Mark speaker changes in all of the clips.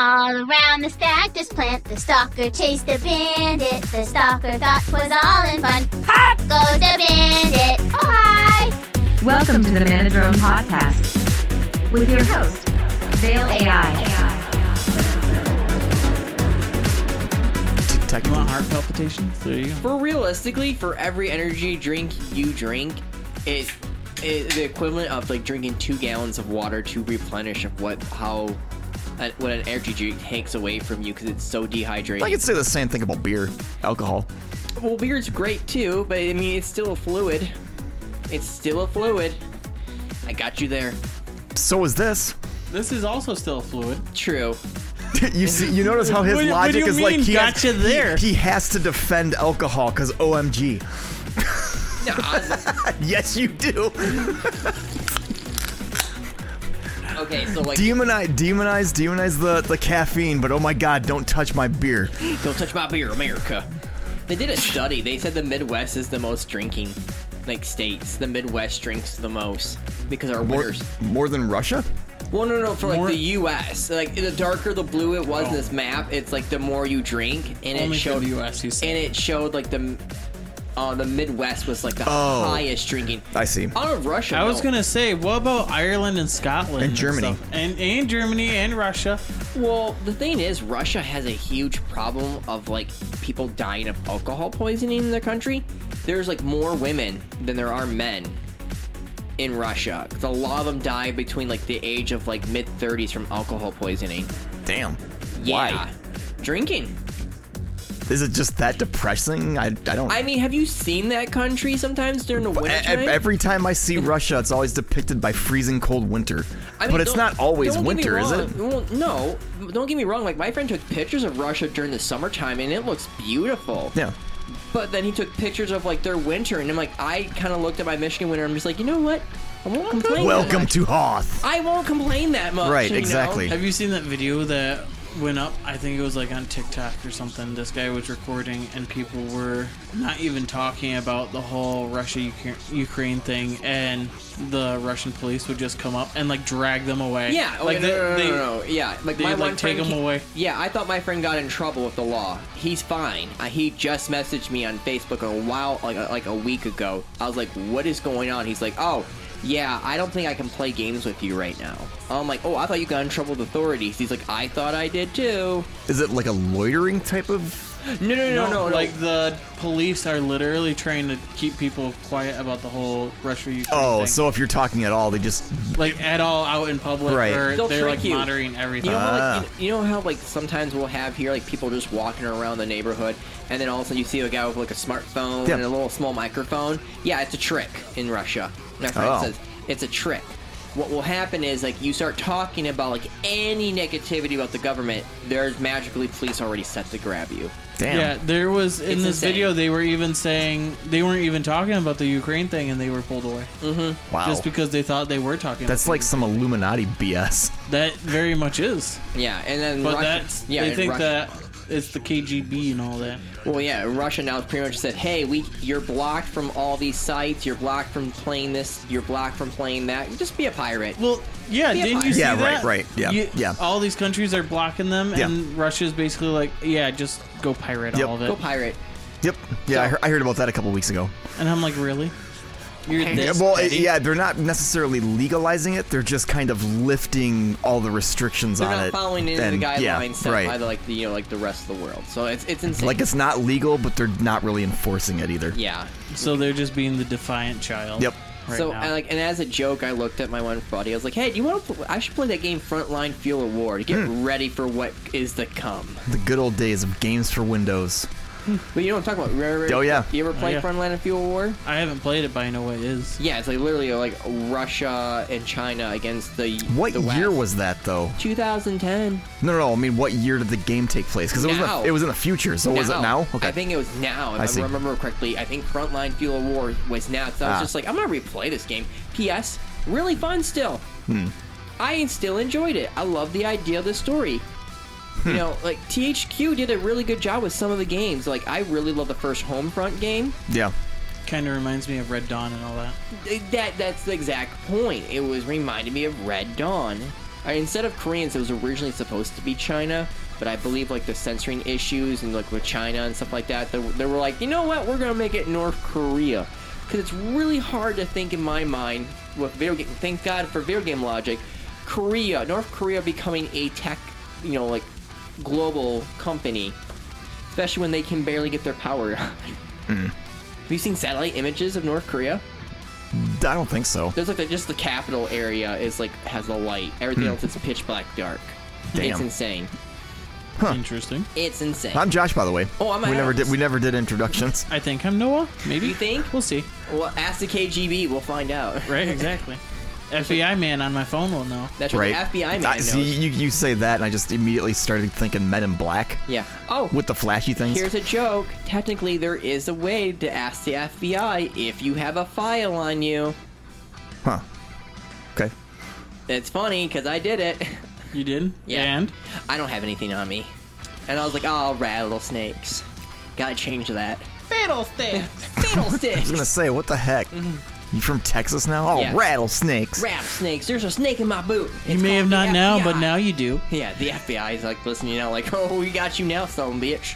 Speaker 1: All around the stactus plant, the stalker chased a bandit. The stalker thought 'twas all in fun. Hop goes the bandit. Oh, hi!
Speaker 2: Welcome to the Manadrone Podcast with your host, Veil AI.
Speaker 3: Tech, you want heart palpitations? There you go.
Speaker 4: For realistically, for every energy drink you drink, it is the equivalent of like drinking two gallons of water to replenish of what how uh, what an energy drink takes away from you because it's so dehydrated.
Speaker 3: I could say the same thing about beer, alcohol.
Speaker 4: well, beer's great too, but I mean it's still a fluid. It's still a fluid. I got you there.
Speaker 3: So is this.
Speaker 5: This is also still fluid.
Speaker 4: True.
Speaker 3: you see, you notice how his
Speaker 5: What do- what do
Speaker 3: logic
Speaker 5: you
Speaker 3: is like
Speaker 5: mean,
Speaker 3: he has-
Speaker 5: gotcha there?
Speaker 3: He, he has to defend alcohol because OMG.
Speaker 4: No, I-
Speaker 3: Yes, you do.
Speaker 4: okay, so like
Speaker 3: Demonize, demonize, demonize the, the caffeine, but oh my god, don't touch my beer.
Speaker 4: Don't touch my beer, America. They did a study. They said the Midwest is the most drinking, like states. The Midwest drinks the most because our
Speaker 3: More,
Speaker 4: winters.
Speaker 3: more than Russia?
Speaker 4: Well, no, no, for like
Speaker 5: More- Oh.
Speaker 4: the U.S. Like the darker the blue it was in this map, it's like the more you drink, and
Speaker 5: Only
Speaker 4: it
Speaker 5: for
Speaker 4: showed
Speaker 5: the US, you said.
Speaker 4: and it showed like the. Uh, the Midwest was like the
Speaker 3: Oh.
Speaker 4: highest drinking.
Speaker 3: I see.
Speaker 4: Out of Russia,
Speaker 5: I was
Speaker 4: though.
Speaker 5: gonna say, what about Ireland and Scotland
Speaker 3: And Germany.
Speaker 5: stuff? and and Germany and Russia?
Speaker 4: Well, the thing is, Russia has a huge problem of like people dying of alcohol poisoning in their country. There's like more women than there are men in Russia. 'Cause A lot of them die between like the age of like mid 30s from alcohol poisoning.
Speaker 3: Damn.
Speaker 4: Yeah. Drinking.
Speaker 3: Is it just that depressing? I, I don't.
Speaker 4: I mean, have you seen that country sometimes during the
Speaker 3: E-
Speaker 4: winter?
Speaker 3: e- every time I see Russia, it's always depicted by freezing cold winter.
Speaker 4: I mean,
Speaker 3: but it's
Speaker 4: don't-
Speaker 3: not always
Speaker 4: don't get me
Speaker 3: winter, is it?
Speaker 4: wrong. Well, no, don't get me wrong. Like my friend took pictures of Russia during the summertime, and it looks beautiful.
Speaker 3: Yeah.
Speaker 4: But then he took pictures of like their winter, and I'm like, I kind of looked at my Michigan winter. and I'm just like, you know what? I won't complain. that
Speaker 3: Welcome
Speaker 4: much.
Speaker 3: to Hoth.
Speaker 4: I won't complain that much.
Speaker 3: Right,
Speaker 4: you know?
Speaker 3: exactly.
Speaker 5: Have you seen that video that went up? I think it was like on TikTok or something. This guy was recording, and people were not even talking about the whole Russia Ukra- Ukraine thing, and the Russian police would just come up and like drag them away.
Speaker 4: Yeah. oh,
Speaker 5: like
Speaker 4: no, no, no, no, no, Yeah. Like
Speaker 5: they,
Speaker 4: my
Speaker 5: like,
Speaker 4: one
Speaker 5: take
Speaker 4: friend
Speaker 5: them
Speaker 4: ca-
Speaker 5: away.
Speaker 4: Yeah, I thought my friend got in trouble with the law. He's fine. Uh, he just messaged me on Facebook a while, like a, like a week ago. I was like, what is going on? He's like, oh. Yeah, I don't think I can play games with you right now. I'm like, oh, I thought you got in trouble with authorities. He's like, I thought I did too.
Speaker 3: Is it like a loitering type of?
Speaker 4: No, no, no, no. no.
Speaker 5: like the police are literally trying to keep people quiet about the whole Russia Ukraine.
Speaker 3: Oh,
Speaker 5: thing.
Speaker 3: so if you're talking at all, they just
Speaker 5: like at all out in public,
Speaker 3: Right.
Speaker 5: where
Speaker 4: They'll
Speaker 5: they're
Speaker 4: trick
Speaker 5: like
Speaker 4: you.
Speaker 5: monitoring everything.
Speaker 4: You know, how, like,
Speaker 3: Ah.
Speaker 4: you, you know how like sometimes we'll have here like people just walking around the neighborhood, and then all of a sudden you see a guy with like a smartphone
Speaker 3: Yeah.
Speaker 4: and a little small microphone. Yeah, it's a trick in Russia. My friend
Speaker 3: Oh.
Speaker 4: says it's a trick. What will happen is like you start talking about like any negativity about the government, there's magically police already set to grab you.
Speaker 3: damn.
Speaker 5: yeah, there was in
Speaker 4: It's
Speaker 5: this
Speaker 4: insane.
Speaker 5: video they were even saying they weren't even talking about the Ukraine thing, and they were pulled away
Speaker 4: Mm-hmm.
Speaker 3: wow.
Speaker 5: just because they thought they were talking.
Speaker 3: That's
Speaker 5: about
Speaker 3: like some Illuminati BS.
Speaker 5: it. that very much is,
Speaker 4: Yeah, and then
Speaker 5: but
Speaker 4: Russia,
Speaker 5: that's
Speaker 4: yeah,
Speaker 5: they
Speaker 4: and
Speaker 5: think
Speaker 4: Russia-
Speaker 5: that it's the KGB and all that.
Speaker 4: Well, yeah, Russia now pretty much said, "Hey, we you're blocked from all these sites. You're blocked from playing this. You're blocked from playing that. Just be a pirate."
Speaker 5: Well, yeah,
Speaker 4: Be a
Speaker 5: didn't you
Speaker 4: pirate.
Speaker 5: see
Speaker 3: Yeah,
Speaker 5: that?
Speaker 3: right, right, yeah,
Speaker 5: You-
Speaker 3: yeah.
Speaker 5: All these countries are blocking them,
Speaker 3: Yeah.
Speaker 5: and Russia's basically like, yeah, just go pirate
Speaker 3: Yep.
Speaker 5: all of it.
Speaker 4: Go pirate.
Speaker 3: Yep. Yeah, I, heard, I heard about that a couple weeks ago.
Speaker 5: and I'm like, really? You're
Speaker 3: Yeah,
Speaker 5: this
Speaker 3: well, it-
Speaker 5: petty?
Speaker 3: yeah, they're not necessarily legalizing it. They're just kind of lifting all the restrictions
Speaker 4: They're
Speaker 3: on
Speaker 4: not
Speaker 3: it.
Speaker 4: following any of
Speaker 3: and-
Speaker 4: the guidelines
Speaker 3: yeah,
Speaker 4: set
Speaker 3: right.
Speaker 4: by the, like the you know like the rest of the world. So it's it's insane.
Speaker 3: like it's not legal, but they're not really enforcing it either.
Speaker 4: yeah.
Speaker 5: So they're just being the defiant child.
Speaker 3: Yep.
Speaker 5: Right
Speaker 4: so
Speaker 5: now.
Speaker 4: I like and as a joke, I looked at my one buddy. I was like, "Hey, do you want to? Pl- I should play that game Frontline Fuel of War to get
Speaker 3: Hmm.
Speaker 4: ready for what is to come."
Speaker 3: The good old days of games for Windows.
Speaker 4: But you know what I'm talking about? Remember-
Speaker 3: Oh, yeah.
Speaker 4: You ever play
Speaker 5: yeah.
Speaker 4: Frontline and Fuel of War?
Speaker 5: I haven't played it, but I know what it is.
Speaker 4: Yeah, it's like literally like Russia and China against the
Speaker 3: What
Speaker 4: the
Speaker 3: year
Speaker 4: West.
Speaker 3: was that though?
Speaker 4: 2010?
Speaker 3: No, no, no. I mean, what year did the game take place? Because it was in
Speaker 4: Now.
Speaker 3: the, it was in the future. So was it now? Okay.
Speaker 4: I think it was now, if
Speaker 3: I
Speaker 4: I,
Speaker 3: see.
Speaker 4: remember correctly. I think Frontline Fuel of War was now. So I was
Speaker 3: Ah.
Speaker 4: just like, I'm going to replay this game. P.S. Really fun still.
Speaker 3: Hmm.
Speaker 4: I still enjoyed it. I love the idea of the story.
Speaker 3: Hmm.
Speaker 4: You know, like THQ did a really good job with some of the games. Like, I really love the first Homefront game.
Speaker 3: yeah.
Speaker 5: Kind of reminds me of Red Dawn and all that.
Speaker 4: Th- That that's the exact point. It was reminded me of Red Dawn, I, instead of Koreans, it was originally supposed to be China, but I believe like the censoring issues and like with China and stuff like that, they, they were like, you know what, we're gonna make it North Korea, because it's really hard to think in my mind with video game. Thank God for video game logic, Korea, North Korea becoming a tech, you know, like global company, especially when they can barely get their power. Have you seen satellite images of North Korea?
Speaker 3: I don't think so.
Speaker 4: There's like the, just the capital area is like has a light. Everything else is pitch black dark. It's
Speaker 3: Hmm. Damn.
Speaker 4: insane.
Speaker 5: Interesting.
Speaker 4: It's insane.
Speaker 3: I'm Josh, by the way.
Speaker 4: Oh, I'm
Speaker 3: We never
Speaker 4: Alex.
Speaker 3: did. We never did introductions.
Speaker 5: I think I'm Noah. Maybe
Speaker 4: You think?
Speaker 5: We'll see.
Speaker 4: well, ask the KGB. We'll find out.
Speaker 5: Right? Exactly. FBI man on my phone will know.
Speaker 4: That's
Speaker 3: Right.
Speaker 4: right. The FBI man.
Speaker 3: I,
Speaker 4: knows.
Speaker 3: see, you, you say that, and I just immediately started thinking Men in Black
Speaker 4: Yeah. Oh,
Speaker 3: with the flashy things.
Speaker 4: here's a joke. Technically, there is a way to ask the FBI if you have a file on you.
Speaker 3: Huh. Okay.
Speaker 4: It's funny because I did it.
Speaker 5: You did?
Speaker 4: Yeah.
Speaker 5: And
Speaker 4: I don't have anything on me, and I was like, oh, rattlesnakes. Gotta change that. Fiddlesticks.
Speaker 3: I was gonna
Speaker 4: Fiddlesticks.
Speaker 3: say, what the heck?
Speaker 4: Mm-hmm.
Speaker 3: You from Texas now? Oh,
Speaker 4: Yeah.
Speaker 3: rattlesnakes.
Speaker 4: Rattlesnakes. There's a snake in my boot.
Speaker 5: you
Speaker 4: It's
Speaker 5: may have
Speaker 4: called the
Speaker 5: not now, but
Speaker 4: FBI.
Speaker 5: now you do.
Speaker 4: Yeah, the FBI is like listening now, like, oh, we got you now, son bitch.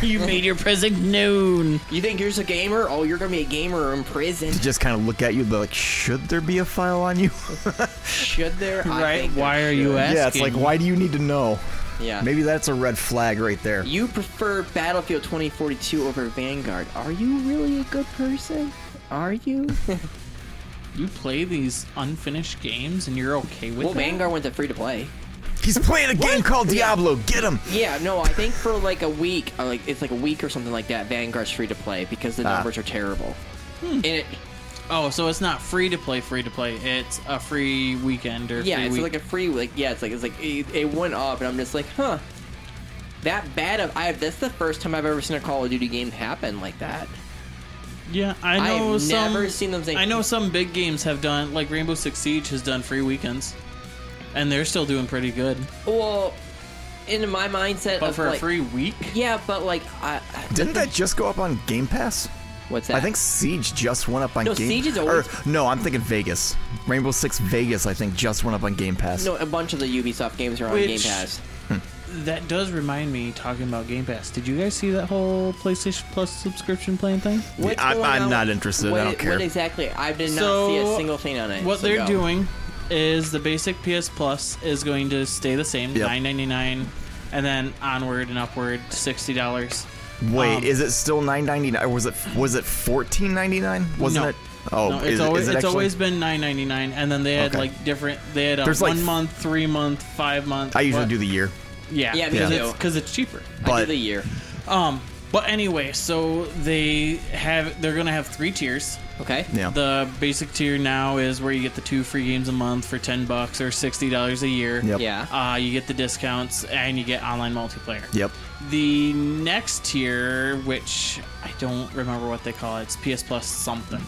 Speaker 5: you made your present known.
Speaker 4: You think you're a gamer? Oh, you're gonna be a gamer in prison.
Speaker 3: Just kind of look at you, they're like, should there be a file on you?
Speaker 4: Should there? I
Speaker 5: Right?
Speaker 4: think there
Speaker 5: Why are you
Speaker 4: should.
Speaker 5: asking?
Speaker 3: yeah, it's like, why do you need to know?
Speaker 4: Yeah.
Speaker 3: Maybe that's a red flag right there.
Speaker 4: You prefer Battlefield 2042 over Vanguard. Are you really a good person? Are you?
Speaker 5: You play these unfinished games and you're okay with
Speaker 4: well,
Speaker 5: that?
Speaker 4: Vanguard went to free to play.
Speaker 3: He's playing a game called Diablo. Get him.
Speaker 4: Yeah, no, I think for like a week, or like it's like a week or something like that. Vanguard's free to play because the
Speaker 3: Ah.
Speaker 4: numbers are terrible.
Speaker 5: Hmm.
Speaker 4: And it,
Speaker 5: Oh, so it's not free to play, free to play. It's a free weekend or
Speaker 4: Yeah,
Speaker 5: free
Speaker 4: it's
Speaker 5: week.
Speaker 4: like a free like yeah, it's like it's like it, it went up, and I'm just like, huh, that bad of I. That's the first time I've ever seen a Call of Duty game happen like that.
Speaker 5: yeah, I
Speaker 4: I've
Speaker 5: know some.
Speaker 4: never seen them say-
Speaker 5: I know some big games have done, like Rainbow Six Siege has done free weekends, and they're still doing pretty good.
Speaker 4: Well, in my mindset,
Speaker 5: But
Speaker 4: of
Speaker 5: for
Speaker 4: like-
Speaker 5: a free week,
Speaker 4: yeah, but like I, I
Speaker 3: Didn't that just go up on Game Pass?
Speaker 4: what's that?
Speaker 3: I think Siege just went up on
Speaker 4: No,
Speaker 3: Game
Speaker 4: Siege is
Speaker 3: or-
Speaker 4: always-
Speaker 3: No, I'm thinking Vegas. Rainbow Six Vegas, I think, just went up on Game Pass.
Speaker 4: no, a bunch of the Ubisoft games are on
Speaker 5: Which-
Speaker 4: Game Pass.
Speaker 5: that does remind me talking about Game Pass. Did you guys see that whole PlayStation Plus subscription plan thing?
Speaker 4: What's
Speaker 3: I-
Speaker 4: going
Speaker 3: I'm
Speaker 4: on
Speaker 3: not
Speaker 4: with-
Speaker 3: interested, I
Speaker 4: What,
Speaker 3: don't care.
Speaker 4: What exactly? I did not
Speaker 5: So,
Speaker 4: see a single thing on it.
Speaker 5: What
Speaker 4: so
Speaker 5: they're
Speaker 4: go.
Speaker 5: doing is the basic PS Plus is going to stay the same,
Speaker 3: Yep.
Speaker 5: nine ninety nine, and then onward and upward, sixty dollars.
Speaker 3: Wait,
Speaker 5: um,
Speaker 3: is it still 9.99? Or was it was it 14.99? Wasn't
Speaker 5: No.
Speaker 3: it? Oh,
Speaker 5: no, it's
Speaker 3: is, it-
Speaker 5: always
Speaker 3: is it
Speaker 5: it's
Speaker 3: actually?
Speaker 5: always been nine ninety nine, and then they had
Speaker 3: Okay.
Speaker 5: like different. They had a
Speaker 3: There's,
Speaker 5: one
Speaker 3: like,
Speaker 5: month, three month, five month.
Speaker 3: I usually
Speaker 5: what-
Speaker 3: do the year,
Speaker 5: yeah,
Speaker 4: Yeah, me
Speaker 5: because
Speaker 4: too.
Speaker 5: it's because it's cheaper.
Speaker 4: I did
Speaker 3: but
Speaker 4: the year.
Speaker 5: Um, but anyway, so they have they're gonna have three tiers.
Speaker 4: Okay.
Speaker 3: yeah,
Speaker 5: The basic tier now is where you get the two free games a month for ten bucks or sixty dollars a year.
Speaker 3: Yep.
Speaker 4: Yeah.
Speaker 5: Uh, you get the discounts and you get online multiplayer.
Speaker 3: yep.
Speaker 5: The next tier, which I don't remember what they call it, it's PS Plus something,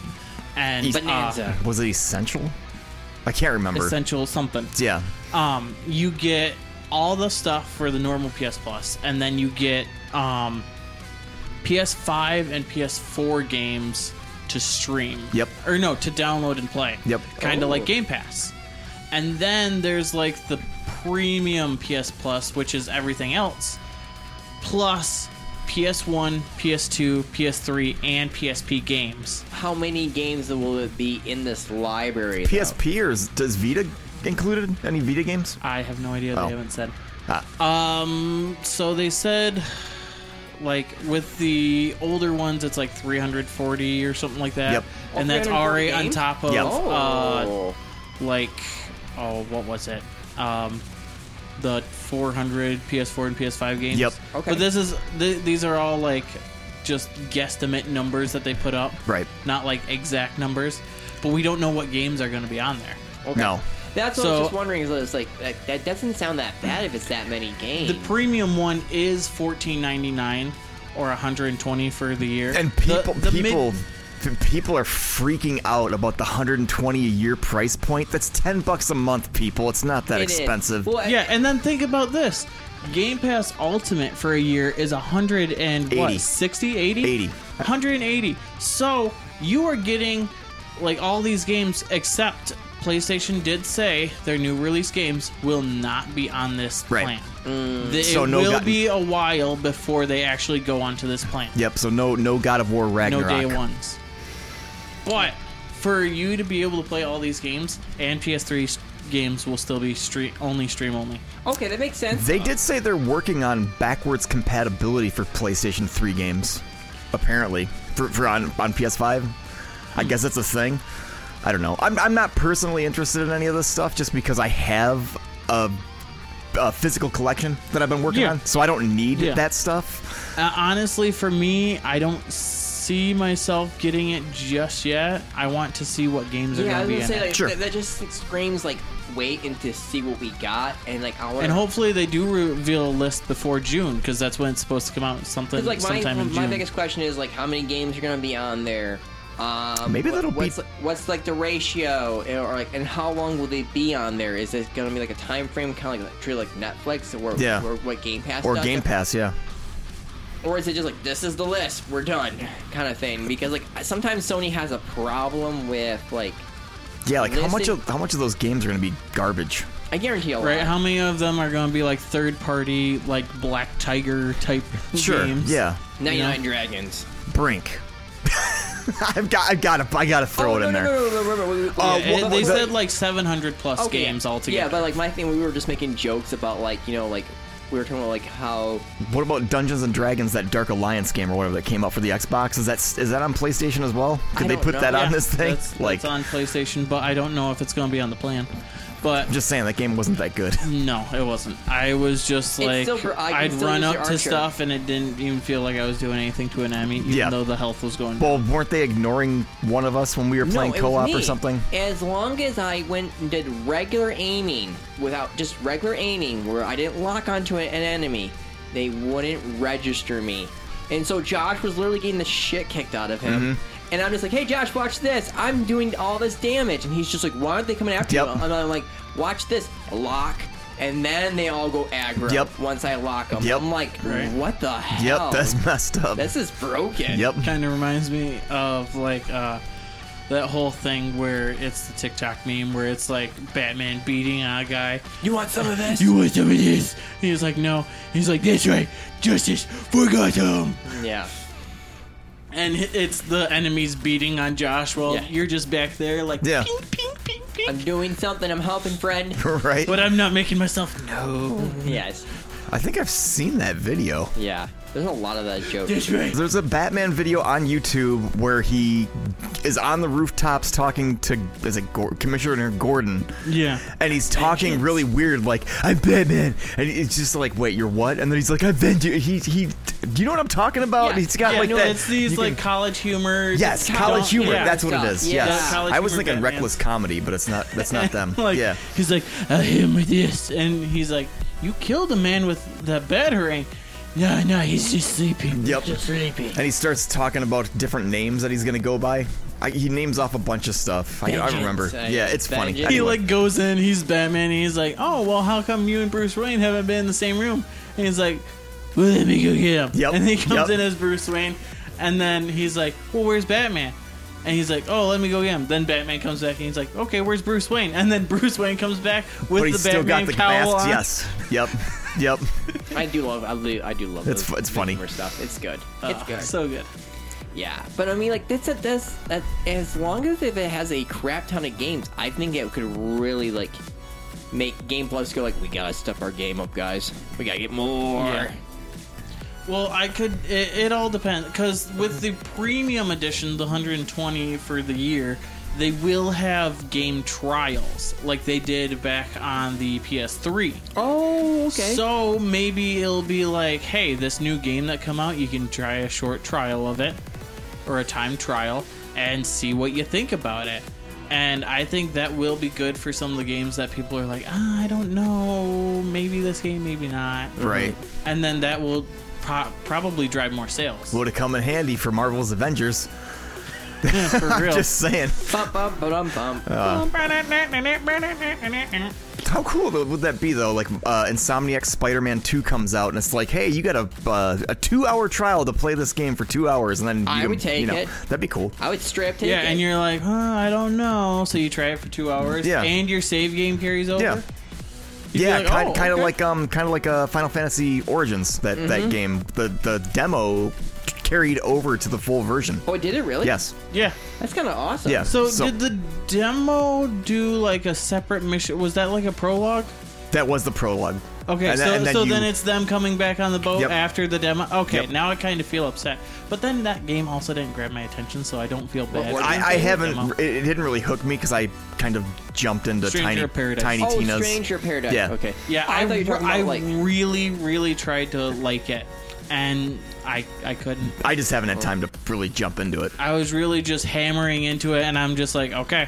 Speaker 5: and
Speaker 4: Bonanza.
Speaker 5: uh,
Speaker 3: Was it essential? I can't remember.
Speaker 5: essential something.
Speaker 3: Yeah,
Speaker 5: Um, you get all the stuff for the normal PS Plus, and then you get um, PS5 and PS4 games to stream.
Speaker 3: Yep.
Speaker 5: Or no, to download and play.
Speaker 3: Yep.
Speaker 5: Kind of
Speaker 4: Oh.
Speaker 5: like Game Pass. And then there's like the premium PS Plus, which is everything else, plus PS1, PS2, PS3, and PSP games.
Speaker 4: How many games will it be in this library? though?
Speaker 3: PSP or is, does Vita included any Vita games?
Speaker 5: I have no idea. They
Speaker 3: Oh.
Speaker 5: haven't said.
Speaker 3: Ah.
Speaker 5: Um. So they said, like with the older ones, it's like 340 or something like that.
Speaker 3: Yep.
Speaker 5: And that's
Speaker 4: 340
Speaker 5: already on
Speaker 4: games? Oh.
Speaker 5: top of
Speaker 3: Yep.
Speaker 5: uh, like, oh, what was it? Um, the 400 PS4 and PS5 games.
Speaker 3: Yep.
Speaker 4: Okay.
Speaker 5: But this is th- these are all like just guesstimate numbers that they put up.
Speaker 3: Right.
Speaker 5: Not like exact numbers, but we don't know what games are going to be on there.
Speaker 4: Okay.
Speaker 3: No.
Speaker 4: That's what I
Speaker 5: So-
Speaker 4: was just wondering. Is it's like that, that doesn't sound that bad if it's that many games.
Speaker 5: The premium one is fourteen ninety nine or hundred and twenty for the year.
Speaker 3: And
Speaker 5: The-
Speaker 3: people,
Speaker 5: the mid-
Speaker 3: people, f- people are freaking out about the 120 a year price point. That's 10 bucks a month, people. It's not that
Speaker 4: It is.
Speaker 3: expensive.
Speaker 4: Well,
Speaker 5: yeah, and then think about this: Game Pass Ultimate for a year is a hundred and
Speaker 3: Eighty.
Speaker 5: what 60, 80?
Speaker 3: 80.
Speaker 5: 180. So you are getting like all these games except PlayStation did say their new release games will not be on this
Speaker 3: Right.
Speaker 5: plan. The- it
Speaker 3: So no
Speaker 5: will
Speaker 3: got-
Speaker 5: be a while before they actually go onto this plan.
Speaker 3: Yep. So no, no God of War
Speaker 5: no
Speaker 3: Ragnarok.
Speaker 5: day ones. But for you to be able to play all these games, and PS3 s- games will still be stream only stream only.
Speaker 4: Okay, that makes sense.
Speaker 3: They did say they're working on backwards compatibility for PlayStation 3 games, apparently, for, for on, on PS5. I
Speaker 5: Hmm.
Speaker 3: guess that's a thing. I don't know. I'm, I'm not personally interested in any of this stuff just because I have a, a physical collection that I've been working
Speaker 5: Yeah.
Speaker 3: on, so I don't need
Speaker 5: Yeah.
Speaker 3: that stuff.
Speaker 5: Uh, honestly, for me, I don't see myself getting it just yet. I want to see what games are
Speaker 4: yeah, I was
Speaker 5: going to
Speaker 4: gonna
Speaker 5: be in
Speaker 4: say
Speaker 5: it.
Speaker 4: like,
Speaker 3: Sure.
Speaker 4: that, that just screams like wait and to see what we got and like I want
Speaker 5: And hopefully they do reveal a list before June because that's when it's supposed to come out. Something
Speaker 4: Because like my,
Speaker 5: sometime in June.
Speaker 4: my biggest question is like how many games are gonna be on there. Um,
Speaker 3: Maybe that'll be-
Speaker 4: what's, what's like the ratio eh, or like and how long will they be on there? Is it gonna be like a time frame kind of like treat like Netflix or where,
Speaker 3: Yeah.
Speaker 4: where- what Game Pass
Speaker 3: Or
Speaker 4: does?
Speaker 3: Game Pass, yeah.
Speaker 4: or is it just like this is the list we're done kind of thing? Because like sometimes Sony has a problem with like
Speaker 3: Yeah, like how much
Speaker 4: Listing-
Speaker 3: of, how much of those games are going to be garbage?
Speaker 4: I guarantee a lot.
Speaker 5: Right? How many of them are going to be like third party, like Black Tiger type games?
Speaker 3: Yeah.
Speaker 4: 99 Dragons.
Speaker 3: Brink. I've got I've got to I got to throw
Speaker 4: Oh,
Speaker 3: it
Speaker 4: no,
Speaker 3: in
Speaker 4: no,
Speaker 3: there.
Speaker 4: no, no, no, no, no, no,
Speaker 3: Uh,
Speaker 5: Yeah,
Speaker 3: well,
Speaker 5: they
Speaker 3: the-
Speaker 5: said like 700 plus
Speaker 4: Okay, yeah.
Speaker 5: games altogether.
Speaker 4: Yeah, but like my thing, we were just making jokes about like you know like we were talking about like how
Speaker 3: What about Dungeons and Dragons? That Dark Alliance game or whatever that came out for the Xbox is that is that on PlayStation as well? Could
Speaker 4: I
Speaker 3: they
Speaker 4: don't
Speaker 3: put
Speaker 4: know.
Speaker 3: that
Speaker 5: Yeah,
Speaker 3: on this thing?
Speaker 5: That's, that's
Speaker 3: like,
Speaker 5: on PlayStation, but I don't know if it's going to be on the plan. But
Speaker 3: I'm just saying that game wasn't that good.
Speaker 5: no, it wasn't. I was just
Speaker 4: It's
Speaker 5: like
Speaker 4: still for- I can
Speaker 5: I'd
Speaker 4: still
Speaker 5: run
Speaker 4: use
Speaker 5: up
Speaker 4: your
Speaker 5: to
Speaker 4: armchair.
Speaker 5: stuff, and it didn't even feel like I was doing anything to an enemy, even
Speaker 3: Yeah.
Speaker 5: though the health was going. down.
Speaker 3: well, weren't they ignoring one of us when we were playing
Speaker 4: No, it was
Speaker 3: co-op or
Speaker 4: me.
Speaker 3: something?
Speaker 4: As long as I went and did regular aiming without just regular aiming, where I didn't lock onto an an enemy, they wouldn't register me. And so Josh was literally getting the shit kicked out of him.
Speaker 3: Mm-hmm.
Speaker 4: And I'm just like, hey Josh, watch this. I'm doing all this damage, and he's just like, why aren't they coming after
Speaker 3: Yep.
Speaker 4: you? And I'm like, watch this, lock, and then they all go aggro.
Speaker 3: Yep.
Speaker 4: Once I lock them,
Speaker 3: Yep.
Speaker 4: I'm like,
Speaker 5: Right.
Speaker 4: what the
Speaker 3: Yep,
Speaker 4: hell?
Speaker 3: that's messed up.
Speaker 4: this is broken.
Speaker 3: yep.
Speaker 5: kind of reminds me of like uh, that whole thing where it's the TikTok meme where it's like Batman beating a guy.
Speaker 4: You want some of this?
Speaker 5: You want some of this? And he's like, no. He's like, that's right, justice for Gotham.
Speaker 4: yeah.
Speaker 5: And hi- it's the enemies beating on Josh. Well,
Speaker 4: Yeah.
Speaker 5: you're just back there, like,
Speaker 3: Yeah.
Speaker 5: ping, ping, ping, ping.
Speaker 4: I'm doing something. I'm helping, friend.
Speaker 3: right.
Speaker 5: But I'm not making myself. No.
Speaker 4: Yes.
Speaker 3: I think I've seen that video.
Speaker 4: Yeah. There's a lot of that joke.
Speaker 5: That's right.
Speaker 3: There's a Batman video on YouTube where he is on the rooftops talking to is it Gor- Commissioner Gordon.
Speaker 5: Yeah.
Speaker 3: and he's talking
Speaker 4: Vengeance.
Speaker 3: really weird, like "I'm Batman," and it's just like, "Wait, you're what?" And then he's like, "I venge you." He he, do you know what I'm talking about?
Speaker 4: Yeah.
Speaker 3: He's got
Speaker 5: yeah,
Speaker 3: like
Speaker 5: no,
Speaker 3: that.
Speaker 5: it's these
Speaker 3: you
Speaker 5: like
Speaker 3: can-
Speaker 5: college humor.
Speaker 3: yes,
Speaker 5: just
Speaker 3: college
Speaker 5: don't-
Speaker 3: humor.
Speaker 5: yeah.
Speaker 3: That's what it
Speaker 4: Stop.
Speaker 3: is.
Speaker 4: Yeah.
Speaker 3: Yes,
Speaker 5: College
Speaker 3: I was
Speaker 5: humor
Speaker 3: thinking
Speaker 5: Batmans.
Speaker 3: reckless comedy, but it's not. That's not them.
Speaker 5: like,
Speaker 3: yeah.
Speaker 5: He's like, I hit him with this, and he's like, you killed a man with the batarang. No, no, he's just sleeping.
Speaker 3: Yep. And he starts talking about different names that he's gonna go by. I, he names off a bunch of stuff. I, I
Speaker 4: Vengeance.
Speaker 3: remember.
Speaker 4: Uh,
Speaker 3: Yeah, it's funny.
Speaker 4: vengeance.
Speaker 5: He
Speaker 3: Anyway.
Speaker 5: like goes in, he's Batman, and he's like, oh well, how come you and Bruce Wayne haven't been in the same room? And he's like, well, let me go get him.
Speaker 3: Yep,
Speaker 5: And he comes
Speaker 3: yep.
Speaker 5: in as Bruce Wayne, and then he's like, well, where's Batman? And he's like, oh, let me go get him. Then Batman comes back, and he's like, okay, where's Bruce Wayne? And then Bruce Wayne comes back with
Speaker 3: but
Speaker 5: the
Speaker 3: he's still
Speaker 5: Batman
Speaker 3: got the
Speaker 5: cowl
Speaker 3: masks.
Speaker 5: on.
Speaker 3: Yes. Yep. Yep.
Speaker 4: I do love. I do, I do love.
Speaker 3: It's
Speaker 4: those
Speaker 3: fu- it's funny.
Speaker 4: humor stuff. It's good. it's
Speaker 5: Oh,
Speaker 4: good.
Speaker 5: so good.
Speaker 4: yeah, but I mean, like that's a, that's that. As long as if it has a crap ton of games, I think it could really like make Game Plus go like, we gotta step our game up, guys. We gotta get more.
Speaker 5: Yeah. Well, I could. It, it all depends because with the premium edition, the 120 for the year, they will have game trials like they did back on the PS3.
Speaker 4: Oh, okay.
Speaker 5: So maybe it'll be like, hey, this new game that come out, you can try a short trial of it or a time trial and see what you think about it. And I think that will be good for some of the games that people are like, ah, I don't know, maybe this game, maybe not
Speaker 3: Right.
Speaker 5: and then that will pro- probably drive more sales.
Speaker 3: Would have come in handy for Marvel's Avengers.
Speaker 5: Yeah, for real.
Speaker 3: Just saying.
Speaker 4: Bum, bum, ba-dum, bum.
Speaker 3: Uh, How cool though would that be though? Like uh, Insomniac Spider-Man Two comes out, and it's like, hey, you got a uh, a two-hour trial to play this game for two hours, and then you
Speaker 4: I
Speaker 3: can-
Speaker 4: would take
Speaker 3: you know,
Speaker 4: it.
Speaker 3: That'd be cool.
Speaker 4: I would strip take
Speaker 5: yeah,
Speaker 4: it.
Speaker 5: and you're like, huh, I don't know. So you try it for two hours.
Speaker 3: Yeah.
Speaker 5: And your save game carries over.
Speaker 3: Yeah.
Speaker 5: You'd be
Speaker 3: yeah,
Speaker 5: like,
Speaker 3: kind,
Speaker 5: "Oh,
Speaker 3: kind of
Speaker 5: okay."
Speaker 3: like um, kind of like uh, Final Fantasy Origins. That
Speaker 4: Mm-hmm.
Speaker 3: that game, the the demo carried over to the full version.
Speaker 4: Oh, it did it really?
Speaker 3: Yes.
Speaker 5: Yeah.
Speaker 4: That's kind of awesome.
Speaker 3: Yeah.
Speaker 5: So,
Speaker 3: So-
Speaker 5: did the demo do like a separate mission? Was that like a prologue?
Speaker 3: That was the prologue.
Speaker 5: Okay,
Speaker 3: And
Speaker 5: so,
Speaker 3: then- and
Speaker 5: so
Speaker 3: you-
Speaker 5: then it's them coming back on the boat
Speaker 3: Yep.
Speaker 5: after the demo. Okay,
Speaker 3: Yep.
Speaker 5: now I kind of feel upset. But then that game also didn't grab my attention, so I don't feel bad.
Speaker 4: what
Speaker 5: for
Speaker 4: game
Speaker 3: I, I
Speaker 5: playing the
Speaker 3: haven't.
Speaker 5: demo.
Speaker 3: It, it didn't really hook me because I kind of jumped into
Speaker 5: Stranger
Speaker 3: tiny,
Speaker 5: of Paradise.
Speaker 3: tiny
Speaker 4: Oh,
Speaker 3: Tina's.
Speaker 4: Stranger Paradise.
Speaker 3: Yeah.
Speaker 4: Okay.
Speaker 5: Yeah,
Speaker 4: I,
Speaker 5: I,
Speaker 4: thought you were talking
Speaker 5: I
Speaker 4: about like.
Speaker 5: really, really tried to like it, and I I couldn't.
Speaker 3: I just haven't had time to really jump into it.
Speaker 5: I was really just hammering into it, and I'm just like, okay,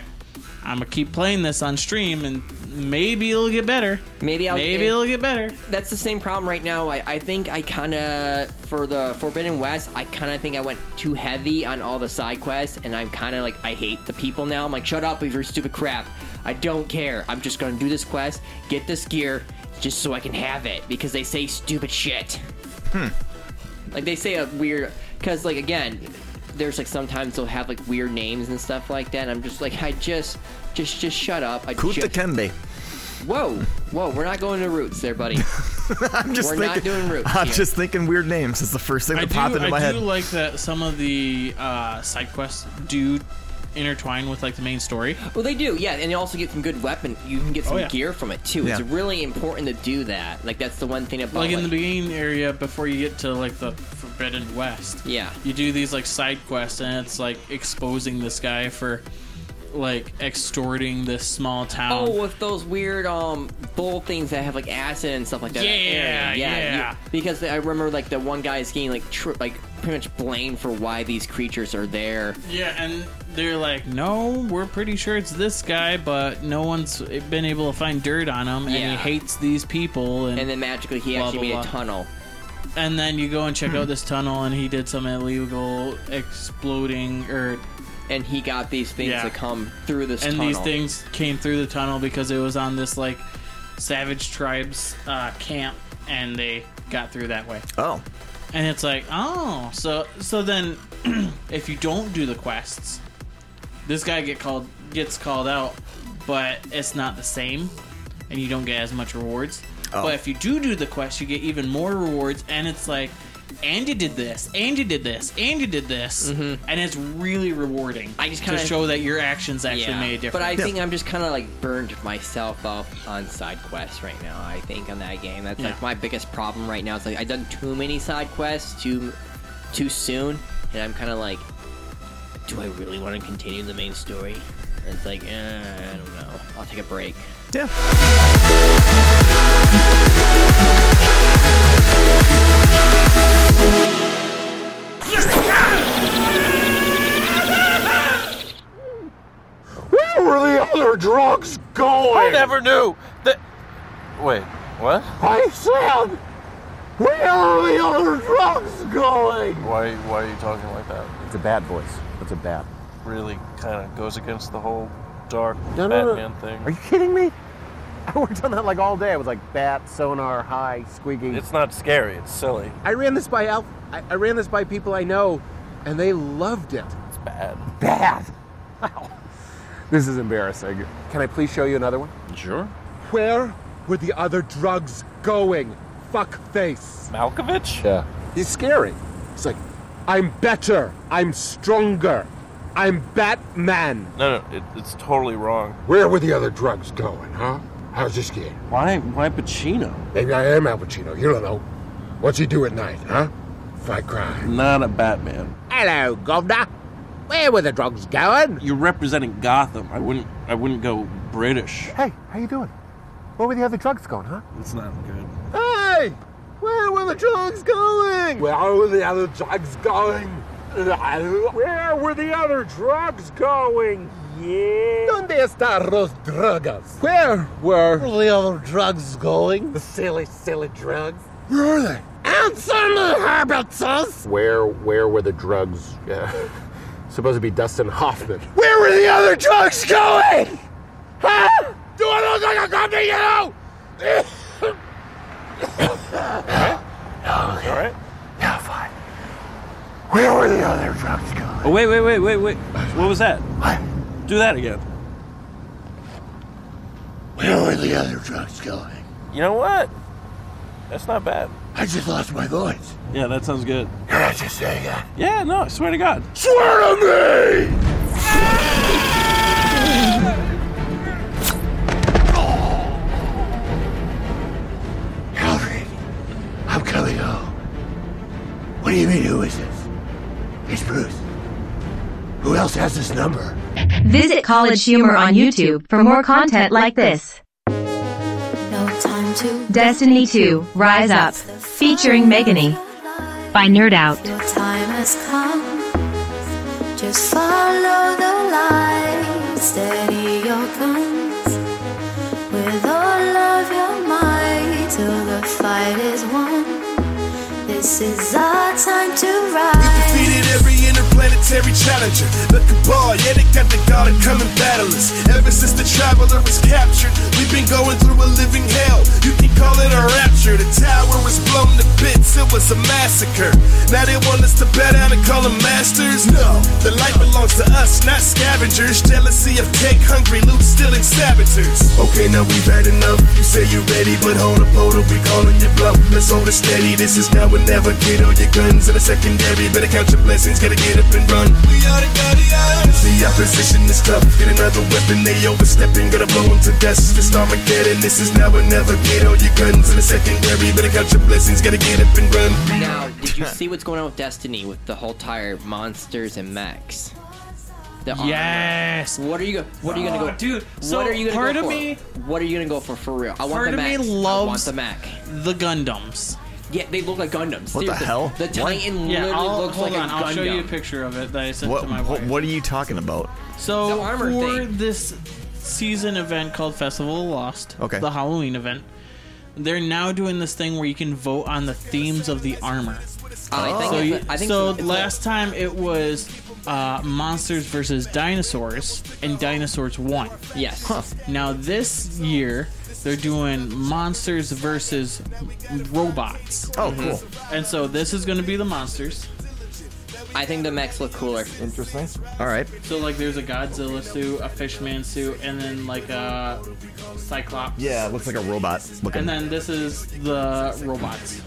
Speaker 5: I'm gonna keep playing this on stream, and maybe it'll get better.
Speaker 4: Maybe I'll-
Speaker 5: maybe it'll get better.
Speaker 4: That's the same problem right now. I, I think I kind of for the Forbidden West. I kind of think I went too heavy on all the side quests, and I'm kind of like I hate the people now. I'm like, shut up with your stupid crap. I don't care. I'm just gonna do this quest, get this gear, just so I can have it because they say stupid shit. Like they say a weird, because like again, there's like sometimes they'll have like weird names and stuff like that. And I'm just like, I just, just, just shut up. I
Speaker 3: Kuta
Speaker 4: just,
Speaker 3: Kembe.
Speaker 4: whoa, whoa, we're not going to roots there, buddy.
Speaker 3: I'm just
Speaker 4: We're
Speaker 3: thinking.
Speaker 4: not doing roots
Speaker 3: I'm
Speaker 4: here.
Speaker 3: just thinking weird names. It's the first thing
Speaker 5: I
Speaker 3: that
Speaker 5: do,
Speaker 3: popped into
Speaker 5: I
Speaker 3: my
Speaker 5: do
Speaker 3: head.
Speaker 5: like that some of the uh, side quests do intertwine with like the main story.
Speaker 4: Well, they do, yeah, and you also get some good weapon. You can get some
Speaker 5: Oh, yeah.
Speaker 4: gear from it too. It's
Speaker 3: Yeah.
Speaker 4: really important to do that. Like that's the one thing about
Speaker 5: like in the beginning area before you get to like the forbidden west
Speaker 4: Yeah.
Speaker 5: you do these like side quests and it's like exposing this guy for like extorting this small town
Speaker 4: Oh, with those weird um bull things that have like acid and stuff like that. in that
Speaker 5: Yeah,
Speaker 4: area. you-
Speaker 5: yeah.
Speaker 4: because I remember like the one guy is getting like tr- like pretty much blamed for why these creatures are there.
Speaker 5: yeah and they're like no we're pretty sure it's this guy but no one's been able to find dirt on him and
Speaker 4: Yeah.
Speaker 5: he hates these people and,
Speaker 4: And then magically he
Speaker 5: Blah,
Speaker 4: actually
Speaker 5: blah,
Speaker 4: made
Speaker 5: blah.
Speaker 4: a tunnel.
Speaker 5: and then you go and check
Speaker 4: Hmm.
Speaker 5: out this tunnel and he did some illegal exploding or
Speaker 4: And he got these things
Speaker 5: Yeah.
Speaker 4: to come through this
Speaker 5: and
Speaker 4: tunnel.
Speaker 5: these things came through the tunnel because it was on this like savage tribes uh, camp and they got through that way
Speaker 3: Oh,
Speaker 5: and it's like oh so so then if you don't do the quests this guy get called gets called out but it's not the same and you don't get as much rewards
Speaker 3: Oh.
Speaker 5: but if you do do the quest you get even more rewards and it's like and you did this and you did this and you did this and it's really rewarding
Speaker 4: Mm-hmm. I just
Speaker 5: to
Speaker 4: kinda-
Speaker 5: show that your actions actually
Speaker 4: yeah.
Speaker 5: made a difference
Speaker 4: But I
Speaker 3: Yeah.
Speaker 4: think I'm just kind of like burned myself up on side quests right now. I think on that game, that's
Speaker 5: Yeah.
Speaker 4: like my biggest problem right now. It's like I've done too many side quests too too soon, and I'm kind of like, do I really want to continue the main story? And it's like, eh, I don't know. I'll take a break.
Speaker 3: yeah.
Speaker 6: Where were the other drugs
Speaker 7: I
Speaker 6: going?
Speaker 7: never knew that. Wait, what?
Speaker 6: I said, where are the other drugs going?
Speaker 7: Why? Why are you talking like that?
Speaker 8: It's a bad voice. It's a bad.
Speaker 7: Really, kind of goes against the whole dark
Speaker 8: No, no, no.
Speaker 7: Batman thing.
Speaker 8: Are you kidding me? I worked on that like all day. I was like bat, sonar, high, squeaky.
Speaker 7: It's not scary. It's silly.
Speaker 8: I ran this by Alf. I, I ran this by people I know, and they loved it.
Speaker 7: It's bad.
Speaker 8: Bad. Wow. This is embarrassing. Can I please show you another one?
Speaker 7: Sure.
Speaker 8: Where were the other drugs going? Fuck face.
Speaker 7: Malkovich.
Speaker 8: Yeah. He's scary. It's like, I'm better. I'm stronger. I'm Batman.
Speaker 7: No, no, it, it's totally wrong.
Speaker 6: Where were the other drugs going, huh? How's this kid?
Speaker 7: Why? Why Pacino?
Speaker 6: Maybe I am Al Pacino. You don't know. What's he do at night, huh? Fight crime.
Speaker 7: Not a Batman.
Speaker 8: Hello, Governor. Where were the drugs going?
Speaker 7: You're representing Gotham. I wouldn't. I wouldn't go British.
Speaker 8: Hey, how you doing? Where were the other drugs going, huh?
Speaker 7: It's not good.
Speaker 8: Hey! Where were the drugs going?
Speaker 6: Where were the other drugs going? Where were the other drugs going? Yeah.
Speaker 8: ¿Dónde están los drugs? Where were the other drugs going? The silly, silly drugs.
Speaker 6: Where are they?
Speaker 8: Answer me, Herbertus!
Speaker 6: Where where were the drugs? Uh,
Speaker 8: supposed to be Dustin Hoffman.
Speaker 6: Where were the other drugs going? Huh? Do I look like a goddamn yellow?
Speaker 8: All right.
Speaker 6: Yeah, fine. Where were the other drugs going?
Speaker 7: Oh, wait, wait, wait, wait, wait. What was that?
Speaker 6: What?
Speaker 7: Do that again.
Speaker 6: Where were the other drugs going?
Speaker 7: You know what? That's not bad.
Speaker 6: I just lost my voice.
Speaker 7: Yeah, that sounds good.
Speaker 6: You're not just saying that.
Speaker 7: Yeah, no, I swear to God.
Speaker 6: Swear to me! Oh. Alfred, I'm coming home. What do you mean, who is this? It's Bruce. Who else has this number?
Speaker 2: Visit College Humor on YouTube for more content like this.
Speaker 9: No time to
Speaker 2: Destiny 2, Rise Up, featuring Megany by Nerd Out.
Speaker 9: Your time has come. Just follow the light, steady your guns with all of your might till the fight is won. This is our time to rise.
Speaker 10: defeated every interplanetary challenger. Look at ball, yeah, they got the god of coming battle us. Ever since the traveler was captured, we've been going through a living hell. You can call it a rapture. The tower was blown to bits, it was a massacre. Now they want us to bow down and call them masters? No, the light belongs to us, not scavengers. Jealousy of cake hungry loot stealing saboteurs. Okay, now we've had enough. You say you're ready, but hold up, hold up, we calling your bluff. Let's hold it steady. This is now or never. Get all your guns in the secondary. Better count your blessings. Gotta get up and run. We are the guardians. The opposition is tough. Get another weapon. They overstepping. Gonna blow them to dust. This Armageddon. This is now or never. Get all your guns in the secondary. Better count your blessings. Gotta get up and run.
Speaker 4: Now, did you see what's going on with Destiny with the whole tire monsters and mechs? The armor.
Speaker 5: Yes.
Speaker 4: What are you? go- What are you gonna go,
Speaker 5: Oh, dude, so
Speaker 4: what are you gonna
Speaker 5: part
Speaker 4: go
Speaker 5: of
Speaker 4: for?
Speaker 5: me-
Speaker 4: What are you gonna go for for real? I want
Speaker 5: Part
Speaker 4: the
Speaker 5: of me
Speaker 4: Mac. I want
Speaker 5: loves-
Speaker 4: the Mac.
Speaker 5: The Gundams.
Speaker 4: Yeah, they look like Gundams.
Speaker 3: What the
Speaker 4: Seriously.
Speaker 3: hell?
Speaker 4: The
Speaker 3: What?
Speaker 4: Titan
Speaker 5: Yeah,
Speaker 4: literally
Speaker 5: I'll,
Speaker 4: looks
Speaker 5: hold
Speaker 4: like
Speaker 5: on.
Speaker 4: a Gundam.
Speaker 5: I'll show you a picture of it that I sent
Speaker 3: What,
Speaker 5: to my
Speaker 3: what,
Speaker 5: wife.
Speaker 3: what are you talking about?
Speaker 5: So
Speaker 4: The armor
Speaker 5: for
Speaker 4: thing.
Speaker 5: this season event called Festival of Lost,
Speaker 3: Okay.
Speaker 5: the Halloween event, they're now doing this thing where you can vote on the themes of the armor.
Speaker 4: Oh, I think
Speaker 5: Oh, So,
Speaker 4: it's-
Speaker 5: you,
Speaker 4: I think
Speaker 5: so
Speaker 4: it's- it's
Speaker 5: last time it was uh, monsters versus dinosaurs, and dinosaurs won.
Speaker 4: like- yes.
Speaker 5: Now this year they're doing monsters versus robots,
Speaker 3: Oh, cool.
Speaker 5: and so this is going to be the monsters.
Speaker 4: I think the mechs look cooler.
Speaker 3: Interesting. All right.
Speaker 5: So like, there's a Godzilla suit, a Fishman suit, and then like a Cyclops.
Speaker 3: Yeah, it looks like a robot looking.
Speaker 5: And then this is the robots.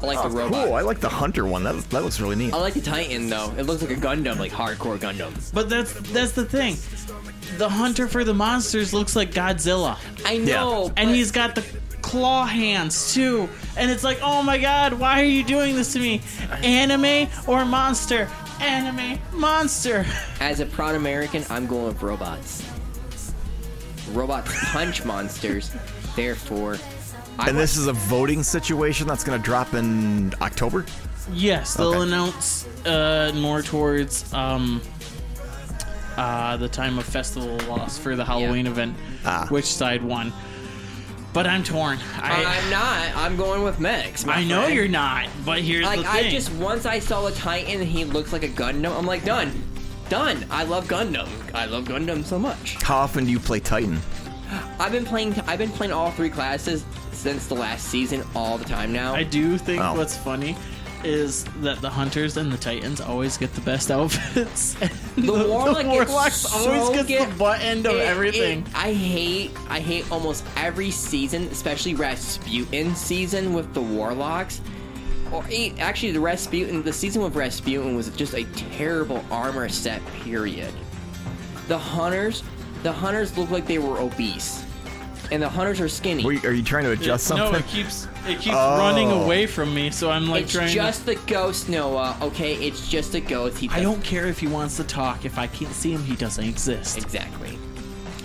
Speaker 4: I like the
Speaker 3: Oh,
Speaker 4: robot.
Speaker 3: cool. I like the hunter one. That, that looks really neat.
Speaker 4: I like the Titan though. It looks like a Gundam, like hardcore Gundam.
Speaker 5: But that's that's the thing. The hunter for the monsters looks like Godzilla,
Speaker 4: I know.
Speaker 5: and
Speaker 4: but-
Speaker 5: he's got the claw hands too. And it's like, oh my god, why are you doing this to me? Anime or monster? Anime monster.
Speaker 4: As a proud American, I'm going with robots. Robots punch monsters. Therefore, I
Speaker 3: and this is a voting situation that's going to drop in October.
Speaker 5: Yes, they'll
Speaker 3: Okay.
Speaker 5: announce uh, more towards um, uh, the time of festival loss for the Halloween event,
Speaker 3: Ah.
Speaker 5: which side won. But I'm torn.
Speaker 4: I,
Speaker 5: I,
Speaker 4: am not. I'm going with Mechs. my
Speaker 5: I know
Speaker 4: friend.
Speaker 5: you're not, but here's
Speaker 4: Like
Speaker 5: the thing.
Speaker 4: I just once I saw the Titan, he looks like a Gundam. I'm like done, done. I love Gundam. I love Gundam so much.
Speaker 3: How often do you play Titan?
Speaker 4: I've been playing. I've been playing all three classes since the last season, all the time now.
Speaker 5: I do think
Speaker 3: Oh.
Speaker 5: what's funny is that the hunters and the titans always get the best outfits. and
Speaker 4: The warlock, gets
Speaker 5: warlocks always
Speaker 4: so
Speaker 5: gets
Speaker 4: get-
Speaker 5: the butt end of
Speaker 4: it- it-
Speaker 5: everything.
Speaker 4: I hate, I hate almost every season, especially Rasputin season with the warlocks. Or eh, actually, the Rasputin, the season with Rasputin was just a terrible armor set. Period. The hunters, the hunters look like they were obese, and the hunters are skinny.
Speaker 3: Were you- are you trying to adjust
Speaker 5: No,
Speaker 3: something?
Speaker 5: it keeps it keeps
Speaker 3: Oh.
Speaker 5: running away from me, so I'm like
Speaker 4: it's
Speaker 5: trying.
Speaker 4: just the ghost, Noah. Okay, it's just a ghost. He
Speaker 5: to, I
Speaker 4: does-
Speaker 5: don't care if he wants to talk. If I can't see him, he doesn't exist.
Speaker 4: exactly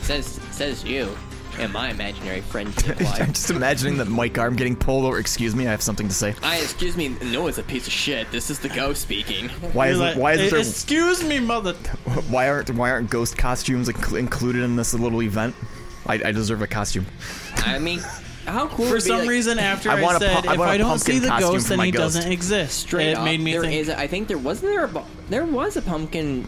Speaker 4: says says you and my imaginary friend.
Speaker 3: I'm just imagining that Mike Arm getting pulled over. Excuse me, I have something to say.
Speaker 4: I excuse me, Noah's a piece of shit. This is the ghost speaking.
Speaker 3: Why
Speaker 5: You're
Speaker 3: isn't
Speaker 5: like, "E,
Speaker 3: why isn't there
Speaker 5: Excuse me, mother.
Speaker 3: why aren't why aren't ghost costumes inc- included in this little event? I, I deserve a costume.
Speaker 4: I mean, how cool? would
Speaker 5: For
Speaker 4: it be,
Speaker 5: some
Speaker 4: like,
Speaker 5: reason, after
Speaker 3: I
Speaker 5: I,
Speaker 3: want a
Speaker 5: said,
Speaker 3: pu- I
Speaker 5: if
Speaker 3: want
Speaker 5: I
Speaker 3: a
Speaker 5: don't
Speaker 3: pumpkin
Speaker 5: see the
Speaker 3: costume
Speaker 5: ghost,
Speaker 3: for
Speaker 5: then
Speaker 3: my
Speaker 5: he
Speaker 3: ghost.
Speaker 5: doesn't exist.
Speaker 4: straight
Speaker 5: it
Speaker 4: up,
Speaker 5: made me
Speaker 4: there
Speaker 5: think.
Speaker 4: is- I think there wasn't there. A, bo- there was a pumpkin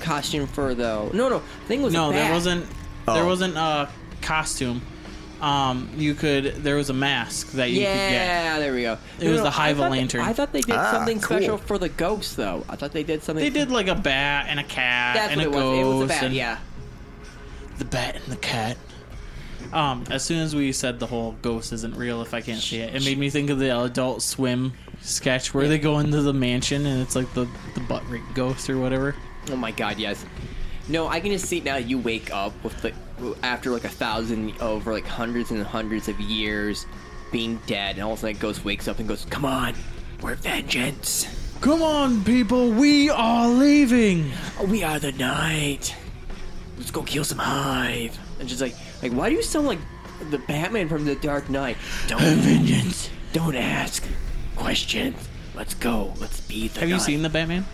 Speaker 4: costume for though. No, no, I think it was a
Speaker 5: no, there
Speaker 4: bat.
Speaker 5: wasn't. There
Speaker 4: Oh.
Speaker 5: wasn't a costume. Um, you could. There was a mask that you could get.
Speaker 4: Yeah, there we go.
Speaker 5: It was the Hive
Speaker 4: I thought
Speaker 5: Lantern.
Speaker 4: They, I thought they did
Speaker 5: Ah,
Speaker 4: something
Speaker 5: cool.
Speaker 4: special for the ghosts, though. I thought they did something.
Speaker 5: They did like a bat and a cat
Speaker 4: That's
Speaker 5: and
Speaker 4: what
Speaker 5: a
Speaker 4: it was.
Speaker 5: ghost.
Speaker 4: It was a bat.
Speaker 5: and
Speaker 4: Yeah.
Speaker 5: The bat and the cat. Um, as soon as we said the whole ghost isn't real if I can't see it, it made me think of the Adult Swim sketch where they go into the mansion and it's like the the butt rig ghost or whatever.
Speaker 4: Oh my god, yes. No, I can just see it now. You wake up with like after like a thousand over like hundreds and hundreds of years being dead, and all of a sudden a ghost wakes up and goes, "Come on, we're vengeance.
Speaker 5: Come on, people, we are leaving.
Speaker 4: We are the night. Let's go kill some hive." And just like, like, why do you sound like the Batman from The Dark Knight? Don't vengeance. Don't ask questions. Let's go. Let's be the.
Speaker 5: Have you
Speaker 4: night."
Speaker 5: seen the Batman?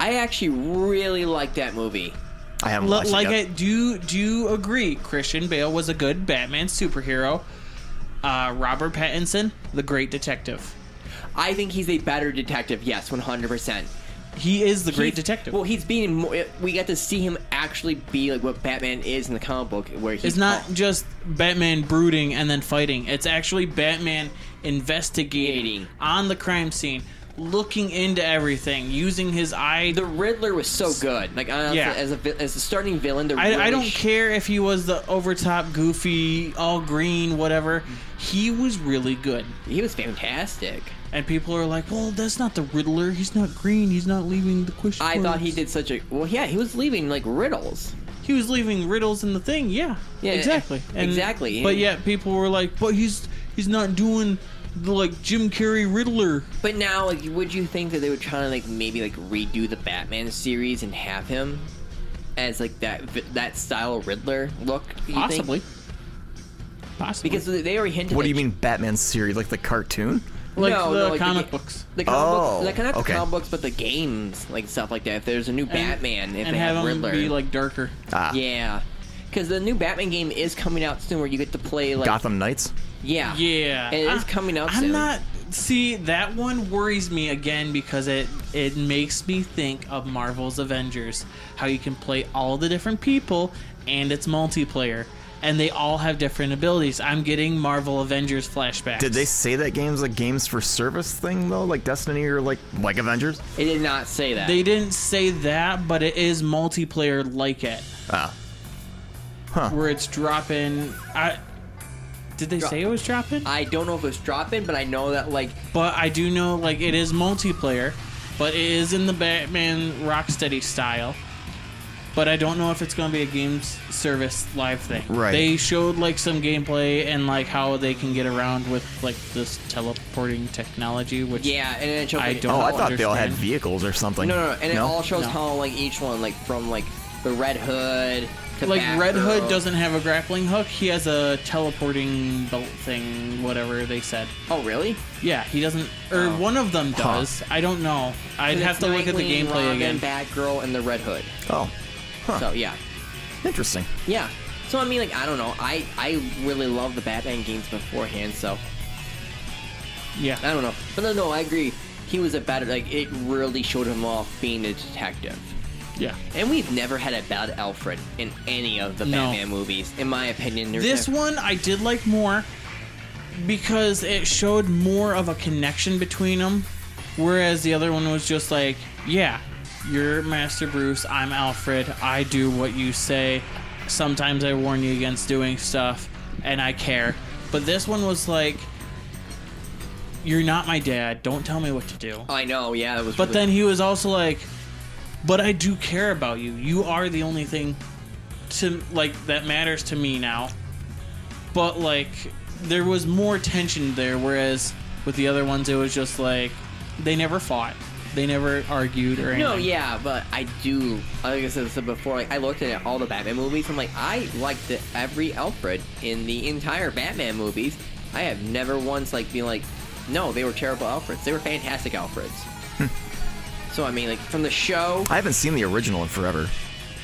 Speaker 4: I actually really like that movie.
Speaker 3: I
Speaker 5: L- like I, do you do you agree Christian Bale was a good Batman superhero? Uh, Robert Pattinson, the great detective.
Speaker 4: I think he's a better detective. Yes, one hundred percent.
Speaker 5: He is the great detective.
Speaker 4: Well, he's being. More, we got to see him actually be like what Batman is in the comic book, where Oh, he's
Speaker 5: It's not just Batman brooding and then fighting. It's actually Batman investigating on the crime scene, looking into everything, using his eye. The
Speaker 4: Riddler was so good. Like honestly,
Speaker 5: Yeah.
Speaker 4: as a vi- as a starting villain, the
Speaker 5: I, I
Speaker 4: really
Speaker 5: don't
Speaker 4: sh-
Speaker 5: care if he was the overtop, goofy, all green, whatever. He was really good.
Speaker 4: He was fantastic.
Speaker 5: And people are like, "Well, that's not the Riddler. He's not green. He's not leaving the question."
Speaker 4: I thought he did such a well. Yeah, he was leaving like riddles.
Speaker 5: He was leaving riddles in the thing. Yeah,
Speaker 4: Yeah,
Speaker 5: exactly, And-
Speaker 4: exactly.
Speaker 5: But yet people were like, "But he's he's not doing the like Jim Carrey Riddler."
Speaker 4: But now, like, would you think that they would try to like maybe like redo the Batman series and have him as like that vi- that style Riddler look? you think?
Speaker 5: Possibly. Possibly.
Speaker 4: Because they already hinted.
Speaker 3: What
Speaker 4: that
Speaker 3: do you mean Batman series? Like the cartoon?
Speaker 4: no, no, like
Speaker 5: comic
Speaker 4: the, ga-
Speaker 5: books.
Speaker 4: The comic
Speaker 3: Oh,
Speaker 4: books, like not the
Speaker 3: okay.
Speaker 4: comic books, but the games, like stuff like that. If there's a new Batman, if
Speaker 5: and
Speaker 4: they
Speaker 5: have him
Speaker 4: Riddler,
Speaker 5: be like darker.
Speaker 3: Ah.
Speaker 4: yeah, because the new Batman game is coming out soon, where you get to play like
Speaker 3: Gotham Knights?
Speaker 4: Yeah,
Speaker 5: Yeah,
Speaker 4: it is
Speaker 5: I-
Speaker 4: coming out.
Speaker 5: I'm
Speaker 4: soon.
Speaker 5: not. See, that one worries me again because it it makes me think of Marvel's Avengers, how you can play all the different people and it's multiplayer, and they all have different abilities. I'm getting Marvel Avengers flashbacks.
Speaker 3: Did they say that game's a games for service thing though, like Destiny or like like Avengers?
Speaker 4: It did not say that.
Speaker 5: They didn't say that, but it is multiplayer like it,
Speaker 3: Ah,
Speaker 5: where it's dropping. I did they say it was dropping?
Speaker 4: I don't know if it's dropping, but I know that like
Speaker 5: But I do know like it is multiplayer, but it is in the Batman Rocksteady style. But I don't know if it's going to be a games service live thing.
Speaker 3: Right.
Speaker 5: They showed like some gameplay and like how they can get around with like this teleporting technology, which
Speaker 4: yeah, and it shows.
Speaker 5: I
Speaker 4: like,
Speaker 5: don't.
Speaker 3: oh, I thought they all had
Speaker 5: understand.
Speaker 3: vehicles or
Speaker 4: No,
Speaker 3: something.
Speaker 4: no, no, and it all shows
Speaker 5: No.
Speaker 4: how like each one, like from like the Red Hood to
Speaker 5: Like Red
Speaker 4: Batgirl.
Speaker 5: Hood doesn't have a grappling hook; he has a teleporting belt thing, whatever they said.
Speaker 4: Oh, really?
Speaker 5: Yeah, he doesn't, or one of them does. I don't know. I'd
Speaker 4: Oh. And
Speaker 5: have
Speaker 4: it's
Speaker 5: to look at the
Speaker 4: Nightwing,
Speaker 5: gameplay
Speaker 4: Robin,
Speaker 5: again.
Speaker 4: Batgirl and the Red Hood.
Speaker 3: Oh, huh.
Speaker 4: So yeah,
Speaker 3: interesting.
Speaker 4: yeah. So I mean, like I don't know. I I really love the Batman games beforehand. So
Speaker 5: Yeah.
Speaker 4: I don't know. But no, no, I agree. He was a better. Like it really showed him off being a detective.
Speaker 5: Yeah.
Speaker 4: And we've never had a bad Alfred in any of the
Speaker 5: No.
Speaker 4: Batman movies, in my opinion. There's
Speaker 5: This
Speaker 4: never-
Speaker 5: one I did like more because it showed more of a connection between them, whereas the other one was just like, yeah, you're Master Bruce, I'm Alfred, I do what you say. Sometimes I warn you against doing stuff, and I care. But this one was like, you're not my dad, don't tell me what to do.
Speaker 4: I know. Yeah, that was.
Speaker 5: But
Speaker 4: really-
Speaker 5: then he was also like, "But I do care about you. You are the only thing to like that matters to me now." But like, there was more tension there. Whereas with the other ones, it was just like they never fought, they never argued or anything.
Speaker 4: No, yeah, but I do. Like I said, said before, like I looked at all the Batman movies. I'm like, I liked the, every Alfred in the entire Batman movies. I have never once like been like, no, they were terrible Alfreds. They were fantastic Alfreds.
Speaker 3: Hmm.
Speaker 4: so I mean, like from the show,
Speaker 3: I haven't seen the original in forever.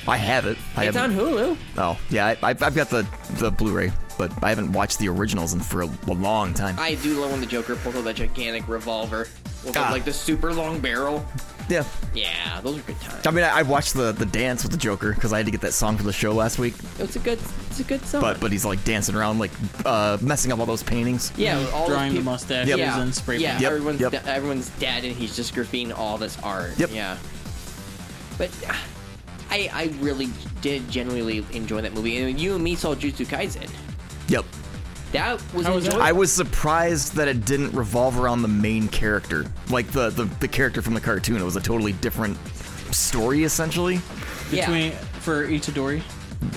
Speaker 3: I have it. I
Speaker 4: it's on
Speaker 3: haven't.
Speaker 4: Hulu.
Speaker 3: Oh, yeah, I, I've I've got the the Blu-ray, but I haven't watched the originals in for a, a long time.
Speaker 4: I do love when the Joker pulls out that gigantic revolver with
Speaker 3: Ah.
Speaker 4: like the super long barrel.
Speaker 3: Yeah.
Speaker 4: Yeah, those are good times.
Speaker 3: I mean, I, I watched the, the dance with the Joker because I had to get that song for the show last week.
Speaker 4: It's a good, it's a good song.
Speaker 3: But but he's like dancing around, like uh, messing up all those paintings.
Speaker 4: yeah, with all
Speaker 5: Drawing
Speaker 4: those
Speaker 5: the
Speaker 4: people,
Speaker 5: mustaches
Speaker 3: Yep.
Speaker 4: yeah,
Speaker 5: and spray
Speaker 4: yeah,
Speaker 5: paint.
Speaker 3: Yep,
Speaker 4: everyone's
Speaker 3: yep.
Speaker 4: de- everyone's dead, and he's just graffitiing all this art.
Speaker 3: Yep.
Speaker 4: Yeah. But ah, I I really did genuinely enjoy that movie, and you and me saw Jutsu Kaisen.
Speaker 3: Yep.
Speaker 4: That was,
Speaker 5: How was
Speaker 4: enjoyable.
Speaker 3: I was surprised that it didn't revolve around the main character, like the, the, the character from the cartoon. It was a totally different story, essentially.
Speaker 4: yeah.
Speaker 5: Between for Itadori.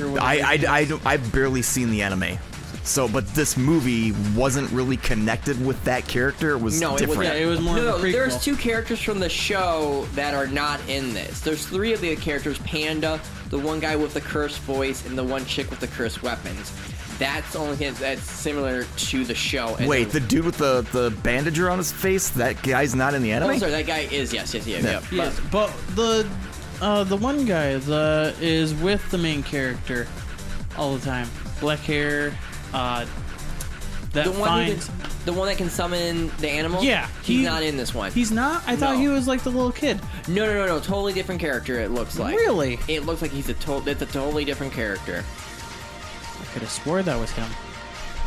Speaker 5: Or whatever.
Speaker 3: I, I, I, don't- I've barely seen the anime. So, but this movie wasn't really connected with that character. It was
Speaker 4: No, it was,
Speaker 3: different.
Speaker 5: Yeah, it was more
Speaker 4: no,
Speaker 5: of a prequel.
Speaker 4: there's two characters from the show that are not in this. There's three of the characters: Panda, the one guy with the cursed voice, and the one chick with the cursed weapons. That's the only thing that's similar to the show. And
Speaker 3: Wait, the
Speaker 4: then-
Speaker 3: dude with the, the bandage around his face, that guy's not in the anime?
Speaker 4: oh, sorry, that guy is yes, yes, yes,
Speaker 3: Yeah.
Speaker 4: yep.
Speaker 5: Yes, but the uh, the one guy the is with the main character all the time. Black hair. Uh, that
Speaker 4: The one, who
Speaker 5: finds.
Speaker 4: did- the one that can summon the animal.
Speaker 5: Yeah,
Speaker 4: he's
Speaker 5: he-
Speaker 4: not in this one.
Speaker 5: He's not. I thought
Speaker 4: No.
Speaker 5: he was like the little kid.
Speaker 4: no, no, no, no. Totally different character. It looks like.
Speaker 5: Really?
Speaker 4: It looks like he's a total. It's a totally different character.
Speaker 5: I could have swore that was him.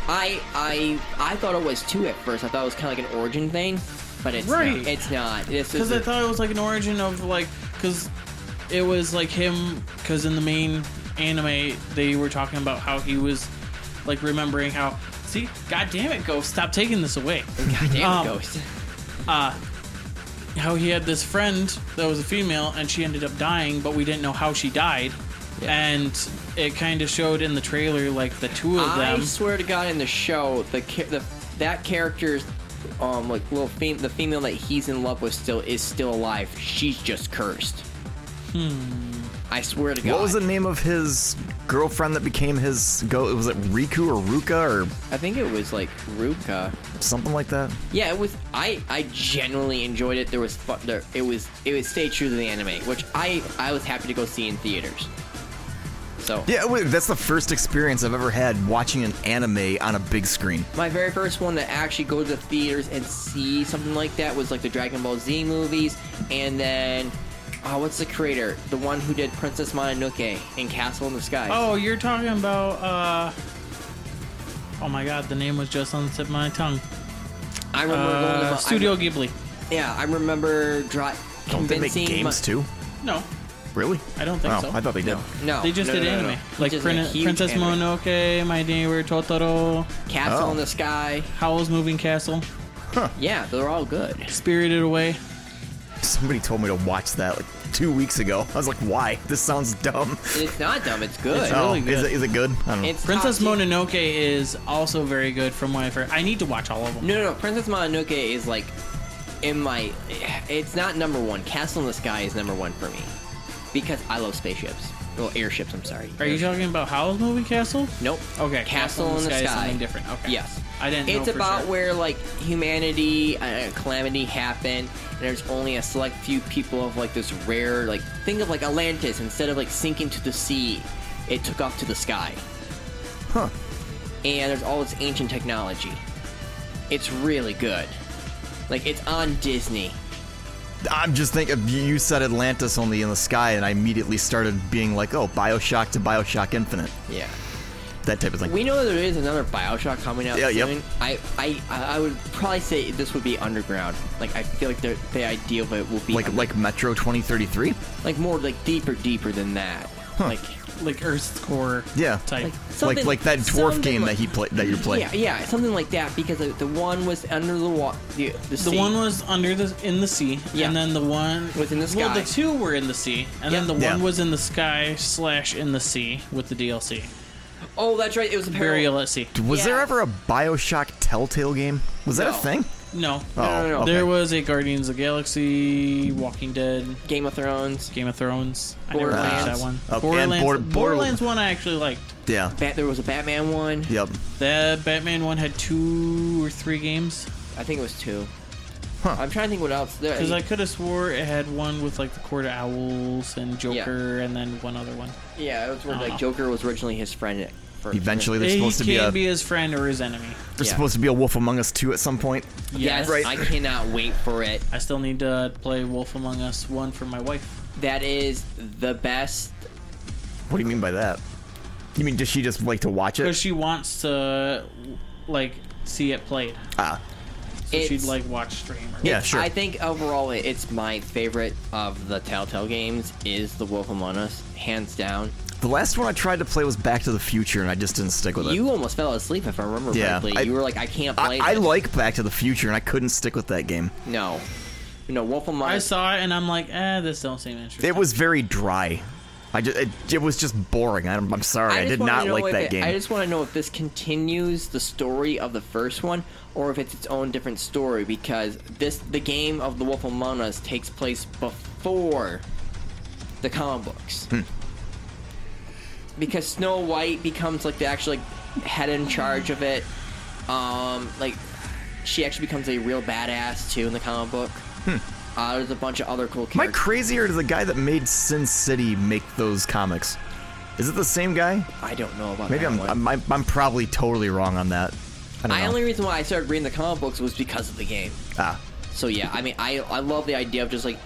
Speaker 4: I I I thought it was two at first. I thought it was kind of like an origin thing, but it's
Speaker 5: Right.
Speaker 4: not. It's not. This
Speaker 5: Because
Speaker 4: is
Speaker 5: I thought it was like an origin of like, because it was like him. Because in the main anime, they were talking about how he was like remembering how. See, god damn it, Ghost, stop taking this away.
Speaker 4: goddamn
Speaker 5: um,
Speaker 4: ghost.
Speaker 5: How he had this friend that was a female, and she ended up dying, but we didn't know how she died.
Speaker 4: Yeah.
Speaker 5: And it kind of showed in the trailer like the two of
Speaker 4: I
Speaker 5: them.
Speaker 4: swear to God, in the show, the cha- the that character's um like little fem- the female that he's in love with still is still alive. She's just cursed. Hmm. I swear to God.
Speaker 3: What was the name of his girlfriend that became his go? Was it Riku or Ruka or
Speaker 4: I think it was like Ruka.
Speaker 3: something like that?
Speaker 4: Yeah, it was. I I genuinely enjoyed it. There was fun. There, it was it was stay true to the anime, which I I was happy to go see in theaters. So
Speaker 3: Yeah, wait, that's the first experience I've ever had watching an anime on a big screen.
Speaker 4: My very first one to actually go to the theaters and see something like that was like the Dragon Ball Z movies, and then, oh, what's the creator? The one who did Princess Mononoke and Castle in the Sky.
Speaker 5: Oh, you're talking about. uh... Oh my god, the name was just on the tip of my tongue.
Speaker 4: I remember going to
Speaker 5: Uh,
Speaker 4: my,
Speaker 5: Studio Ghibli.
Speaker 4: I, yeah, I remember dri-
Speaker 3: Don't they make
Speaker 4: convincing
Speaker 3: games
Speaker 4: my-
Speaker 3: too?
Speaker 5: No,
Speaker 3: Really?
Speaker 5: I don't think
Speaker 3: oh,
Speaker 5: so.
Speaker 3: I thought they did.
Speaker 4: No,
Speaker 5: They just
Speaker 4: Oh, no,
Speaker 5: did
Speaker 4: no, no, no.
Speaker 5: anime,
Speaker 4: He
Speaker 5: like
Speaker 4: just
Speaker 5: Prin-
Speaker 4: did a huge
Speaker 5: Princess
Speaker 4: anime.
Speaker 5: Mononoke, My Neighbor Totoro,
Speaker 4: Castle
Speaker 3: Oh.
Speaker 4: in the Sky.
Speaker 5: Howl's Moving Castle,
Speaker 4: Yeah, they're all good.
Speaker 5: Spirited Away.
Speaker 3: Somebody told me to watch that like two weeks ago. I was like, why? This sounds dumb.
Speaker 4: It's not dumb. It's good.
Speaker 5: It's really
Speaker 3: oh, Is,
Speaker 5: good.
Speaker 3: it, is it good? I don't know.
Speaker 4: It's
Speaker 5: Princess
Speaker 4: top-
Speaker 5: Mononoke is also very good from what I've heard. I need to watch all of them.
Speaker 4: No, no, no. Princess Mononoke is like in my. It's not number one. Castle in the Sky is number one for me because I love spaceships. Well, airships. I'm sorry.
Speaker 5: Are you talking about Howl's Moving Castle?
Speaker 4: Nope.
Speaker 5: Okay,
Speaker 4: Castle, in the Sky.
Speaker 5: is something different. Okay.
Speaker 4: Yes.
Speaker 5: I didn't know
Speaker 4: It's
Speaker 5: for
Speaker 4: about
Speaker 5: sure.
Speaker 4: where like humanity uh, a calamity happened, and there's only a select few people of like this rare like think of like Atlantis instead of like sinking to the sea, it took off to the sky.
Speaker 3: Huh.
Speaker 4: And there's all this ancient technology. It's really good. Like it's on Disney.
Speaker 3: I'm just thinking, you- you said Atlantis only in the sky, and I immediately started being like, oh, Bioshock to Bioshock Infinite.
Speaker 4: Yeah.
Speaker 3: That type of thing.
Speaker 4: We know there is another Bioshock coming out
Speaker 3: Yeah, yep.
Speaker 4: soon. I, I I would probably say this would be underground. Like I feel like the the idea of it will be
Speaker 3: like, like Metro 2033?
Speaker 4: like more like deeper deeper than that like
Speaker 5: Like Earth's Core
Speaker 3: Yeah.
Speaker 5: type.
Speaker 3: Like
Speaker 4: something-
Speaker 3: like that dwarf
Speaker 4: something
Speaker 3: game
Speaker 4: like-
Speaker 3: that he played that you played.
Speaker 4: yeah yeah something like that because the, the one was under the water the, the,
Speaker 5: The
Speaker 4: sea.
Speaker 5: one was under the in the sea,
Speaker 4: Yeah.
Speaker 5: and then the one
Speaker 4: Was in the
Speaker 5: Well, the
Speaker 4: sky.
Speaker 5: two were in the sea, and then
Speaker 4: Yeah.
Speaker 5: the one
Speaker 3: Yeah.
Speaker 5: was in the sky slash in the sea with the DLC.
Speaker 4: oh that's right it was a
Speaker 5: Burial
Speaker 4: parallel
Speaker 5: at sea.
Speaker 3: Was there
Speaker 4: Yeah.
Speaker 3: ever a Bioshock Telltale game? Was that a
Speaker 4: No.
Speaker 3: thing?
Speaker 5: No.
Speaker 4: no, no, no.
Speaker 5: There
Speaker 3: Oh, okay.
Speaker 5: was a Guardians of the Galaxy, Walking Dead,
Speaker 4: Game of Thrones
Speaker 5: Game of Thrones. I never
Speaker 4: Borderlands.
Speaker 5: liked that one.
Speaker 3: Oh, and
Speaker 5: Borderlands,
Speaker 3: Bor- Bor-
Speaker 5: Borderlands one I actually liked.
Speaker 3: Yeah.
Speaker 4: Bat, there was a Batman one
Speaker 3: Yep.
Speaker 5: That Batman one had two or three games
Speaker 4: I think it was two
Speaker 3: Huh.
Speaker 4: I'm trying to think what else there
Speaker 5: because I could have swore it had one with like the Court of Owls and Joker and then one other one.
Speaker 4: yeah it was where
Speaker 5: I don't
Speaker 4: like
Speaker 5: know.
Speaker 4: Joker was originally his friend first.
Speaker 3: Eventually, there's
Speaker 5: He
Speaker 3: supposed to be
Speaker 5: can't
Speaker 3: a
Speaker 5: be his friend or his enemy.
Speaker 3: there's supposed to be a Wolf Among Us two at some point.
Speaker 4: Yes,
Speaker 5: Right.
Speaker 4: I cannot wait for it.
Speaker 5: I still need to play Wolf Among Us one for my wife.
Speaker 4: That is the best.
Speaker 3: What do you mean by that? You mean does she just like to watch
Speaker 5: Because
Speaker 3: it?
Speaker 5: she wants to, like, see it played.
Speaker 3: Ah,
Speaker 5: So she'd,
Speaker 4: It's-
Speaker 5: like, watch stream. Or
Speaker 3: yeah, sure.
Speaker 4: I think overall, it- it's my favorite of the Telltale games. Is the Wolf Among Us hands down?
Speaker 3: the last one I tried to play was Back to the Future, and I just didn't stick with it.
Speaker 4: You almost fell asleep if I remember
Speaker 3: Yeah,
Speaker 4: correctly.
Speaker 3: I-
Speaker 4: you were like, I can't
Speaker 3: I,
Speaker 4: play.
Speaker 3: I
Speaker 4: this.
Speaker 3: like Back to the Future, and I couldn't stick with that game.
Speaker 4: no, no Wolf Among
Speaker 5: I
Speaker 4: Us.
Speaker 5: saw it and I'm like, eh, this don't seem interesting.
Speaker 3: It was very dry. I just, it, it was just boring. I don't, I'm sorry. I,
Speaker 4: just
Speaker 3: did
Speaker 4: wanna
Speaker 3: not
Speaker 4: know
Speaker 3: like
Speaker 4: if
Speaker 3: that
Speaker 4: it-
Speaker 3: game.
Speaker 4: I just want to know if this continues the story of the first one, or if it's its own different story. Because this, the game of the Wolf Among Us, takes place before the comic books.
Speaker 3: Hmm.
Speaker 4: Because Snow White becomes like the actual like, head in charge of it. Um, like she actually becomes a real badass too in the comic book.
Speaker 3: Hmm.
Speaker 4: Uh, there's a bunch of other cool
Speaker 3: Am I
Speaker 4: characters.
Speaker 3: crazy or does the guy that made Sin City make those comics? Is it the same guy?
Speaker 4: I don't know about
Speaker 3: Maybe
Speaker 4: that
Speaker 3: I'm,
Speaker 4: one.
Speaker 3: I'm, I'm, I'm probably totally wrong on that. I don't
Speaker 4: I
Speaker 3: know.
Speaker 4: only reason why I started reading the comic books was because of the game.
Speaker 3: ah,
Speaker 4: So yeah, I mean, I I love the idea of just like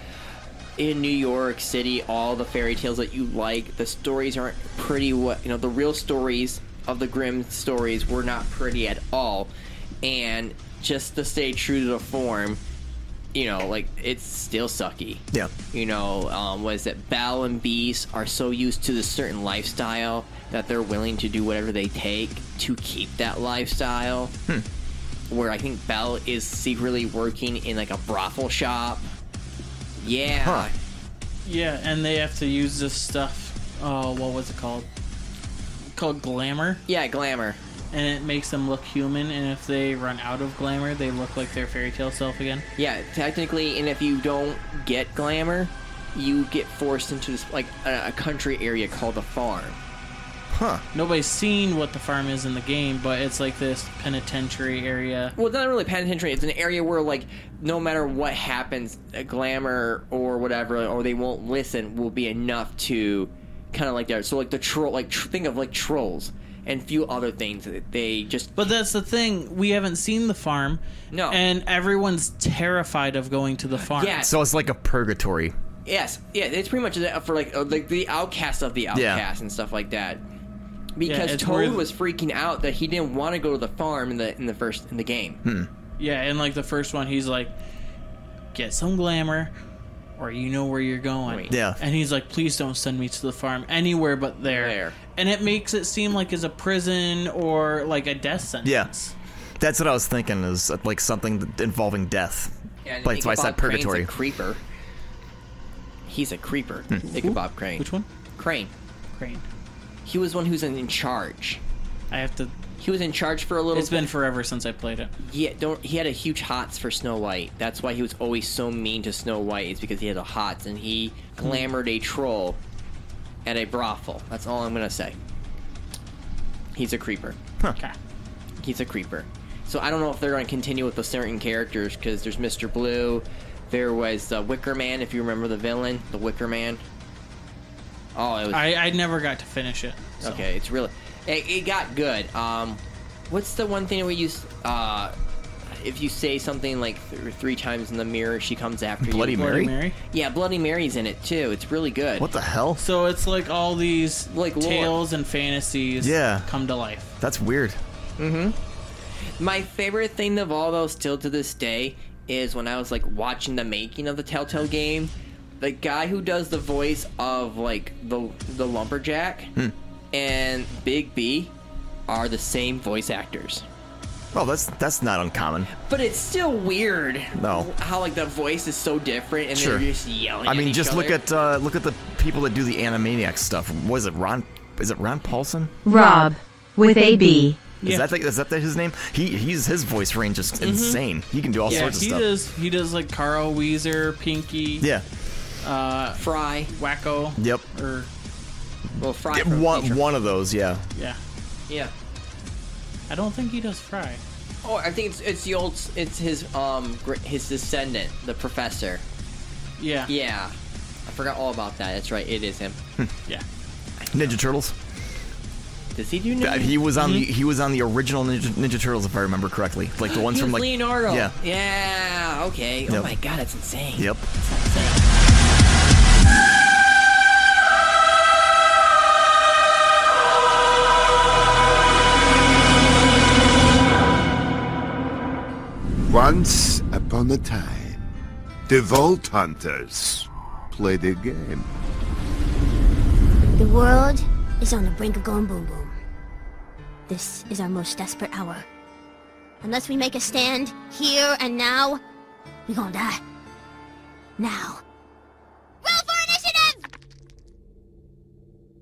Speaker 4: in New York City, all the fairy tales that you like. The stories aren't pretty. What you know, the real stories of the grim stories were not pretty at all, and just to stay true to the form, you know, like it's still sucky.
Speaker 3: Yeah.
Speaker 4: You know, um, what is it? Belle and Beast are so used to this certain lifestyle that they're willing to do whatever they take to keep that lifestyle
Speaker 3: Hmm.
Speaker 4: where I think Belle is secretly working in like a brothel shop. Yeah.
Speaker 3: Huh.
Speaker 5: Yeah, and they have to use this stuff. Oh, what was it called? Called glamour,
Speaker 4: Yeah, glamour.
Speaker 5: and it makes them look human. And if they run out of glamour, they look like their fairy tale self again.
Speaker 4: Yeah, technically, and if you don't get glamour, you get forced into this like a, a country area called the farm.
Speaker 3: huh.
Speaker 5: Nobody's seen what the farm is in the game, but it's like this penitentiary area.
Speaker 4: Well, it's not really penitentiary. It's an area where like no matter what happens, uh, glamour or whatever, or they won't listen, will be enough to kind of like that. So like the troll, like tr- think of like trolls and few other things that they just
Speaker 5: But that's the thing. We haven't seen the farm.
Speaker 4: No. Uh,
Speaker 5: And everyone's terrified of going to the farm.
Speaker 4: Yeah.
Speaker 3: So it's like a purgatory.
Speaker 4: Yes, yeah, it's pretty much that for like uh, like the outcast of the outcast and stuff like that. Because
Speaker 5: it's
Speaker 4: Toad
Speaker 5: more-
Speaker 4: was freaking out that he didn't want to go to the farm in the in the first in the game.
Speaker 3: Hmm.
Speaker 5: Yeah, and like the first one, he's like, get some glamour, or you know where you're going.
Speaker 4: Wait.
Speaker 3: Yeah.
Speaker 5: And he's like, please don't send me to the farm anywhere but there.
Speaker 4: There.
Speaker 5: And it makes it seem like it's a prison or like a death sentence.
Speaker 3: That's what I was thinking is uh, like something th- involving death.
Speaker 4: And
Speaker 3: But that's why I said
Speaker 4: Ichabod Crane's a
Speaker 3: purgatory.
Speaker 4: creeper. He's a creeper.
Speaker 3: Hmm.
Speaker 4: Ichabod Crane.
Speaker 5: Which one?
Speaker 4: Crane.
Speaker 5: Crane.
Speaker 4: He was one who's in, in charge.
Speaker 5: I have to.
Speaker 4: He was in charge for a little.
Speaker 5: It's been forever since I played it.
Speaker 4: Yeah, don't. He had a huge hots for Snow White. That's why he was always so mean to Snow White. Is because he had a hots and he glamored a troll at a brothel. That's all I'm gonna say. He's a creeper.
Speaker 5: Okay.
Speaker 4: He's a creeper. So I don't know if they're gonna continue with the certain characters because there's Mr. Blue. There was the Wicker Man, if you remember the villain, the Wicker Man. Oh, it was
Speaker 5: I, I never got to finish it. so.
Speaker 4: Okay, it's really it, it got good. Um, what's the one thing we use? Uh, if you say something like th- three times in the mirror, she comes after
Speaker 3: Bloody
Speaker 4: you.
Speaker 3: Mary?
Speaker 5: Bloody Mary.
Speaker 4: Yeah, Bloody Mary's in it too. It's really good.
Speaker 3: What the hell?
Speaker 5: So it's like all these
Speaker 4: Like lore.
Speaker 5: tales and fantasies
Speaker 3: Yeah.
Speaker 5: come to life.
Speaker 3: That's weird.
Speaker 4: My favorite thing of all those, still to this day, is when I was like watching the making of the Telltale game. The guy who does the voice of like the the lumberjack
Speaker 3: Hmm.
Speaker 4: and Big B are the same voice actors.
Speaker 3: Well, that's that's not uncommon.
Speaker 4: But it's still weird.
Speaker 3: No.
Speaker 4: How like the voice is so different and
Speaker 3: Sure.
Speaker 4: they're just yelling.
Speaker 3: I
Speaker 4: at
Speaker 3: mean,
Speaker 4: each
Speaker 3: just look
Speaker 4: other.
Speaker 3: at uh, look at the people that do the Animaniacs stuff. Was it Ron? Is it Ron Paulson?
Speaker 2: Rob with a B.
Speaker 3: Is that the, is that the, his name? He he's his voice range is
Speaker 4: Mm-hmm.
Speaker 3: insane. He can do all
Speaker 5: Yeah,
Speaker 3: sorts of
Speaker 5: he
Speaker 3: stuff.
Speaker 5: does. He does like Carl Weezer, Pinky,
Speaker 3: Yeah.
Speaker 4: Uh, Fry.
Speaker 5: Wacko,
Speaker 3: Yep.
Speaker 5: or
Speaker 4: Well, Fry.
Speaker 3: Yeah,
Speaker 4: from
Speaker 3: one
Speaker 4: Future.
Speaker 3: one of those. Yeah.
Speaker 5: yeah.
Speaker 4: Yeah.
Speaker 5: I don't think he does Fry.
Speaker 4: Oh, I think it's it's the old it's his um gr- his descendant, the professor.
Speaker 5: Yeah.
Speaker 4: Yeah. I forgot all about that. That's right. It is him.
Speaker 5: Yeah.
Speaker 3: Ninja Turtles.
Speaker 4: Does he do
Speaker 3: Uh,
Speaker 4: Ninja?
Speaker 3: He was on
Speaker 4: Mm-hmm.
Speaker 3: the he was on the original Ninja, Ninja Turtles, if I remember correctly, like the ones
Speaker 4: He
Speaker 3: from
Speaker 4: was
Speaker 3: like
Speaker 4: Leonardo.
Speaker 3: Yeah.
Speaker 4: Yeah. Okay. Oh
Speaker 3: Yep.
Speaker 4: my God, that's insane.
Speaker 3: Yep.
Speaker 6: Once upon a time, the Vault Hunters played a game.
Speaker 11: The world is on the brink of going boom boom. This is our most desperate hour.
Speaker 1: Unless we make a stand here and now, we gonna die. Now. Roll for initiative!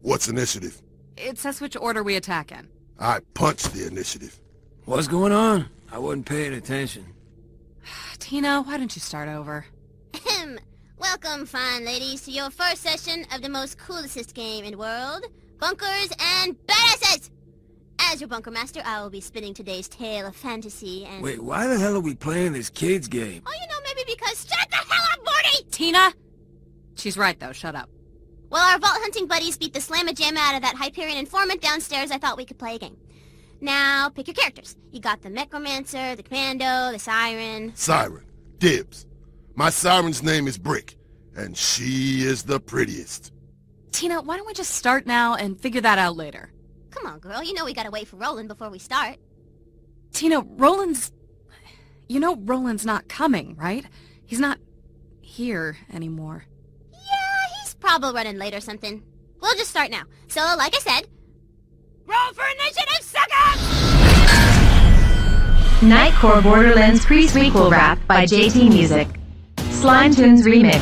Speaker 10: What's initiative?
Speaker 12: It says which order we attack in.
Speaker 10: I punch the initiative.
Speaker 13: What's going on? I wasn't paying attention.
Speaker 12: Tina, why don't you start over?
Speaker 1: Ahem. Welcome, fine ladies, to your first session of the most coolest game in the world, Bunkers and Badasses! As your Bunker Master, I will be spinning today's tale of fantasy and...
Speaker 13: Wait, why the hell are we playing this kids game?
Speaker 1: Oh, you know, maybe because... Shut the hell up, Morty!
Speaker 12: Tina? She's right, though. Shut up.
Speaker 1: Well, our vault hunting buddies beat the slamma-jamma out of that Hyperion informant downstairs. I thought we could play a game. Now, pick your characters. You got the Necromancer, the Commando, the Siren...
Speaker 10: Siren. Dibs. My siren's name is Brick, and she is the prettiest.
Speaker 12: Tina, why don't we just start now and figure that out later?
Speaker 1: Come on, girl. You know we gotta wait for Roland before we start.
Speaker 12: Tina, Roland's... You know Roland's not coming, right? He's not here anymore.
Speaker 1: Yeah, Uh, he's probably running late or something. We'll just start now. So, like I said, roll for initiative, sucker!
Speaker 2: Nightcore Borderlands pre-sequel rap by JT Music. Slime Tunes Remix.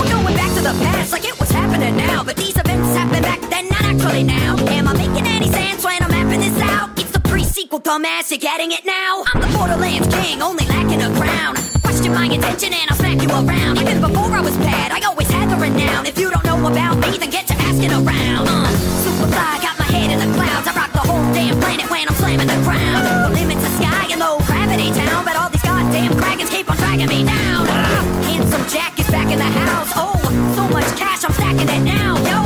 Speaker 14: We're going back to the past like it was happening now. But these events happened back then, not actually now. Am I making any sense when I'm mapping this out? It's the pre-sequel, dumbass, you're getting it now. I'm the Borderlands king, only lacking a crown. Question my intention and I'll smack you around. Even before I was bad, I always had the renown. If you don't know about me, then get to asking around. Uh, super fly, got my head in the clouds. I rock the whole damn planet when I'm slamming the ground. No limits to sky and no gravity town. But all these goddamn dragons keep on dragging me down. Ah, handsome Jack is back in the house. Oh, so much cash, I'm stacking it now. Yo,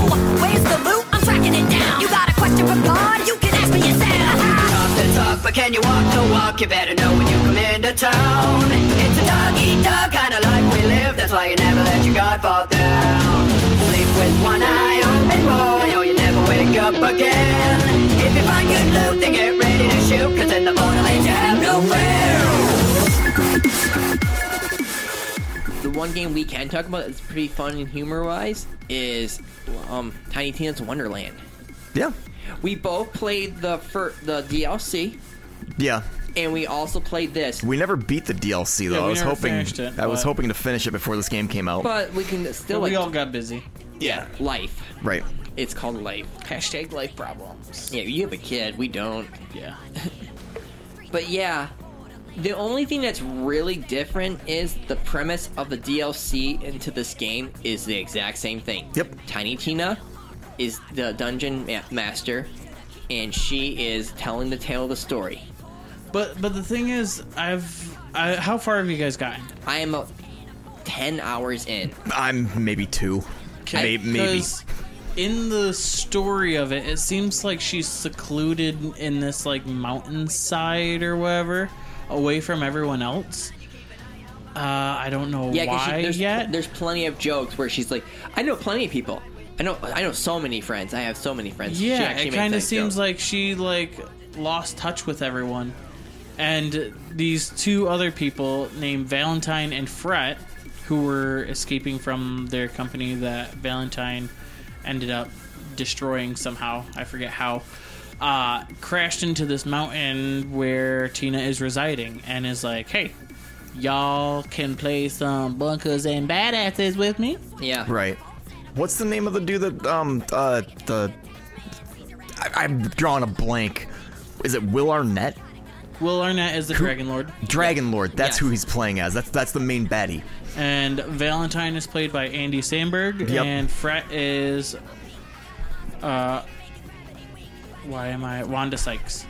Speaker 14: where's the loot? I'm tracking it down. You got a question from God? You can ask me "Ah, yourself.
Speaker 15: Talk the talk, but can you walk the walk? You better know when you come into town. It's a dog eat dog kind of life we live. That's why you never let your guard fall down. Sleep with one eye open, boy, or you never wake up again. If you find good loot, then get ready to shoot, 'cause in the borderlands you have no fear.
Speaker 4: The one game we can talk about that's pretty fun and humor-wise is um, Tiny Tina's Wonderland.
Speaker 3: Yeah.
Speaker 4: We both played the fir- the DLC,
Speaker 3: Yeah.
Speaker 4: and we also played this.
Speaker 3: We never beat the DLC though.
Speaker 4: Yeah, we
Speaker 3: I was
Speaker 4: never
Speaker 3: hoping
Speaker 4: finished it,
Speaker 3: I was
Speaker 4: but-
Speaker 3: hoping to finish it before this game came out.
Speaker 4: But we can still.
Speaker 5: But we
Speaker 4: like,
Speaker 5: all got busy.
Speaker 4: Yeah, life.
Speaker 3: right.
Speaker 4: It's called life.
Speaker 5: Hashtag life problems.
Speaker 4: Yeah, you have a kid. We don't.
Speaker 5: Yeah.
Speaker 4: But yeah, the only thing that's really different is the premise of the DLC into this game is the exact same thing. Yep. Tiny Tina is the dungeon ma- master, and she is telling the tale of the story.
Speaker 5: But but the thing is, I've I, how far have you guys gotten?
Speaker 4: I am a, ten hours in.
Speaker 3: I'm maybe two. May- maybe.
Speaker 5: 'Cause In the story of it, it seems like she's secluded in this like mountainside or whatever, away from everyone else. Uh, I don't know
Speaker 4: Yeah, 'cause she-
Speaker 5: why
Speaker 4: there's,
Speaker 5: yet.
Speaker 4: there's plenty of jokes where she's like, "I know plenty of people. I know I know so many friends. I have so many friends." She
Speaker 5: Yeah,
Speaker 4: actually
Speaker 5: it
Speaker 4: makes
Speaker 5: kind
Speaker 4: that
Speaker 5: of
Speaker 4: joke.
Speaker 5: seems like she like lost touch with everyone, and these two other people named Valentine and Fret, who were escaping from their company that Valentine ended up destroying somehow. I forget how. Uh, crashed into this mountain where Tina is residing, and is like, "Hey, y'all can play some bunkers and badasses with me."
Speaker 4: Yeah.
Speaker 3: Right. What's the name of the dude that um uh the I, I'm drawing a blank. Is it Will Arnett?
Speaker 5: Will Arnett is the Dragon Lord.
Speaker 3: Dragon Lord. That's
Speaker 5: Yes.
Speaker 3: who he's playing as. That's that's the main baddie.
Speaker 5: And Valentine is played by Andy Samberg,
Speaker 3: Yep.
Speaker 5: and Fret is, uh, why am I Wanda Sykes?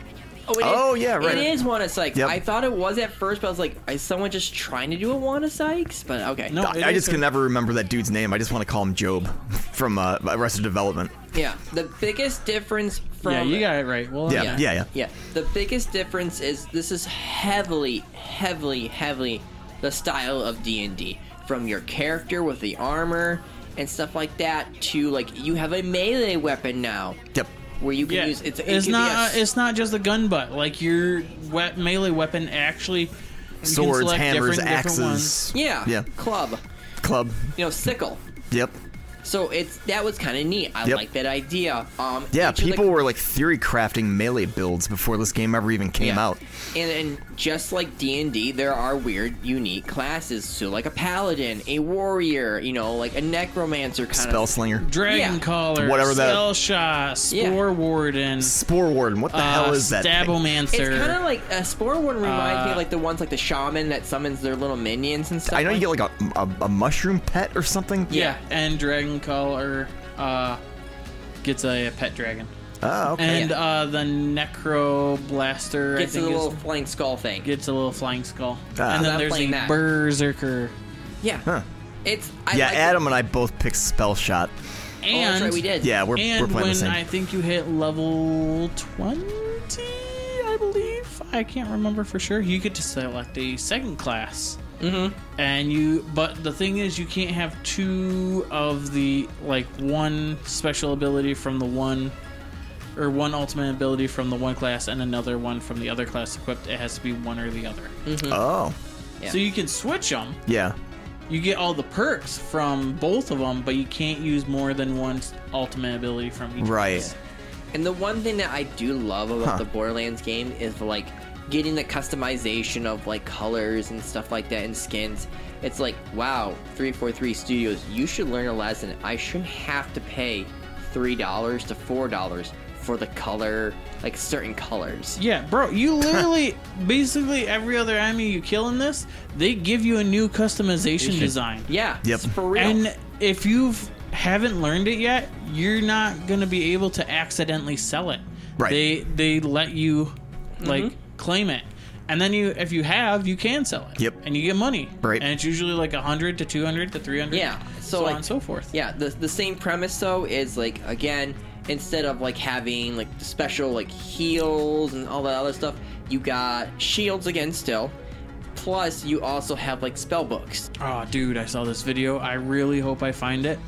Speaker 4: it
Speaker 3: Oh,
Speaker 4: is-
Speaker 3: yeah, right.
Speaker 4: It is Wanda Sykes.
Speaker 3: Yep.
Speaker 4: I thought it was at first, but I was like, is someone just trying to do a Wanda Sykes? But okay.
Speaker 3: I, I just can never remember that dude's name. I just want to call him Job from uh, Arrested Development.
Speaker 4: Yeah, the biggest difference from
Speaker 3: Yeah, you
Speaker 5: got it right. Well,
Speaker 3: Yeah, yeah, yeah.
Speaker 4: yeah. The biggest difference is this is heavily, heavily, heavily the style of D and D from your character with the armor and stuff like that to like you have a melee weapon now.
Speaker 3: Yep.
Speaker 4: Where you can use it's, it
Speaker 5: it's
Speaker 4: could be a
Speaker 5: not. uh, it's not just a gun butt. Like your we- melee weapon actually. you can
Speaker 3: Swords,
Speaker 5: select
Speaker 3: hammers,
Speaker 5: different- different
Speaker 3: axes.
Speaker 5: ones.
Speaker 4: Yeah.
Speaker 3: Yeah.
Speaker 4: Club.
Speaker 3: Club.
Speaker 4: You know, sickle.
Speaker 3: Yep.
Speaker 4: So it's that was kind of neat. I
Speaker 3: Yep.
Speaker 4: like that idea. Um,
Speaker 3: Yeah,
Speaker 4: each of the-
Speaker 3: people were like theory crafting melee builds before this game ever even came
Speaker 4: Yeah.
Speaker 3: out.
Speaker 4: And, and just like D and D, there are weird, unique classes. So like a paladin, a warrior, you know, like a necromancer kind
Speaker 3: Spell
Speaker 4: of
Speaker 3: slinger.
Speaker 5: Dragon
Speaker 4: Yeah.
Speaker 5: caller.
Speaker 3: Whatever that-
Speaker 5: Cell shot. Spore warden. uh,
Speaker 3: Spore warden. What
Speaker 4: the hell is that thing?
Speaker 5: Stabomancer.
Speaker 4: It's kind of like a spore one reminds me
Speaker 3: Uh,
Speaker 4: of like the ones like the shaman that summons their little minions and stuff.
Speaker 3: I know you
Speaker 4: like
Speaker 3: get like a, a, a mushroom pet or something.
Speaker 5: Yeah, and Dragon Caller uh, gets a, pet dragon.
Speaker 3: Oh, okay.
Speaker 5: And uh, the Necro Blaster
Speaker 4: Gets
Speaker 5: I
Speaker 4: a
Speaker 5: think
Speaker 4: little
Speaker 5: is-
Speaker 4: flying skull thing.
Speaker 5: gets a little flying skull.
Speaker 3: Ah.
Speaker 5: and then
Speaker 4: I'm
Speaker 5: there's
Speaker 4: playing
Speaker 5: a
Speaker 4: that. Oh,
Speaker 5: Berserker.
Speaker 4: Yeah.
Speaker 3: Huh.
Speaker 4: It's I
Speaker 3: yeah,
Speaker 4: like
Speaker 3: Adam and I both picked spell shot.
Speaker 5: And
Speaker 3: Yeah, Uh, we're,
Speaker 5: and
Speaker 3: we're playing
Speaker 5: when
Speaker 3: the same.
Speaker 5: I think you hit level twenty, I believe. I can't remember for sure. You get to select a second class.
Speaker 4: Mm-hmm.
Speaker 5: And you, but the thing is, you can't have two of the like one special ability from the one, or one ultimate ability from the one class and another one from the other class equipped. It has to be one or the other.
Speaker 3: Oh,
Speaker 5: So you can switch them.
Speaker 3: yeah.
Speaker 5: You get all the perks from both of them, but you can't use more than one s- ultimate ability from each.
Speaker 3: Right.
Speaker 4: And the one thing that I do love about
Speaker 5: Huh.
Speaker 4: the Borderlands game is like getting the customization of like colors and stuff like that and skins. It's like, wow, 343 Studios, you should learn a lesson. I shouldn't have to pay $3 to $4 for the color, like certain colors.
Speaker 5: Yeah, bro, you literally, basically every other enemy you kill in this, they give you a new customization design.
Speaker 4: Yeah.
Speaker 3: Yep.
Speaker 4: it's For real.
Speaker 5: And if you haven't learned it yet, you're not going to be able to accidentally sell it.
Speaker 3: Right.
Speaker 5: They they let you
Speaker 4: Mm-hmm.
Speaker 5: like claim it. And then you if you have, you can sell it.
Speaker 3: Yep.
Speaker 5: And you get money.
Speaker 3: Right.
Speaker 5: And it's usually like 100 to 200 to 300.
Speaker 4: Yeah. So,
Speaker 5: So,
Speaker 4: like,
Speaker 5: on and so forth.
Speaker 4: Yeah, the, the same premise though is like again, instead of like having like the special like heals and all that other stuff, you got shields again still. Plus, you also have like spell books.
Speaker 5: Oh, dude, I saw this video. I really hope I find it.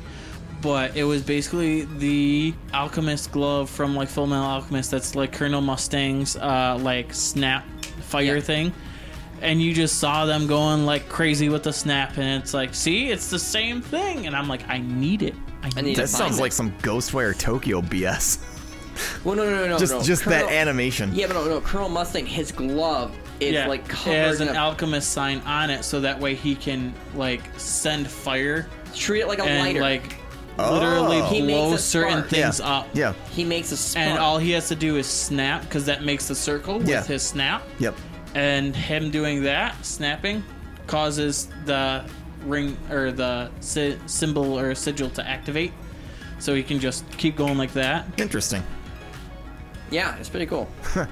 Speaker 5: But it was basically the alchemist glove from like Full Metal Alchemist. That's like Colonel Mustang's uh, like snap fire thing, and you just saw them going like crazy with the snap, and it's like, see, it's the same thing. And I'm like, I need it. I, need
Speaker 3: that
Speaker 5: it.
Speaker 3: sounds like some Ghostwire Tokyo BS.
Speaker 4: Well, no, no, no,
Speaker 5: Oh,
Speaker 4: no,
Speaker 3: just
Speaker 4: no.
Speaker 3: just that
Speaker 4: Colonel-
Speaker 3: animation.
Speaker 4: Yeah, but no, no. Colonel Mustang, his glove is
Speaker 5: yeah,
Speaker 4: like
Speaker 5: it
Speaker 4: covered
Speaker 5: has an
Speaker 4: in a-
Speaker 5: alchemist sign on it, so that way he can like send fire.
Speaker 4: Treat it like a
Speaker 5: and,
Speaker 4: lighter.
Speaker 5: Like
Speaker 4: Oh.
Speaker 5: literally
Speaker 4: He makes
Speaker 5: blow
Speaker 4: a
Speaker 5: certain
Speaker 4: spark.
Speaker 5: things
Speaker 4: Yeah.
Speaker 5: up.
Speaker 3: Yeah.
Speaker 4: He makes a spark.
Speaker 5: And all he has to do is snap because that makes the circle
Speaker 3: Yeah.
Speaker 5: with his snap.
Speaker 3: Yep.
Speaker 5: And him doing that, snapping, causes the ring or the si- symbol or sigil to activate. So he can just keep going like that.
Speaker 3: Interesting.
Speaker 4: yeah, it's pretty cool.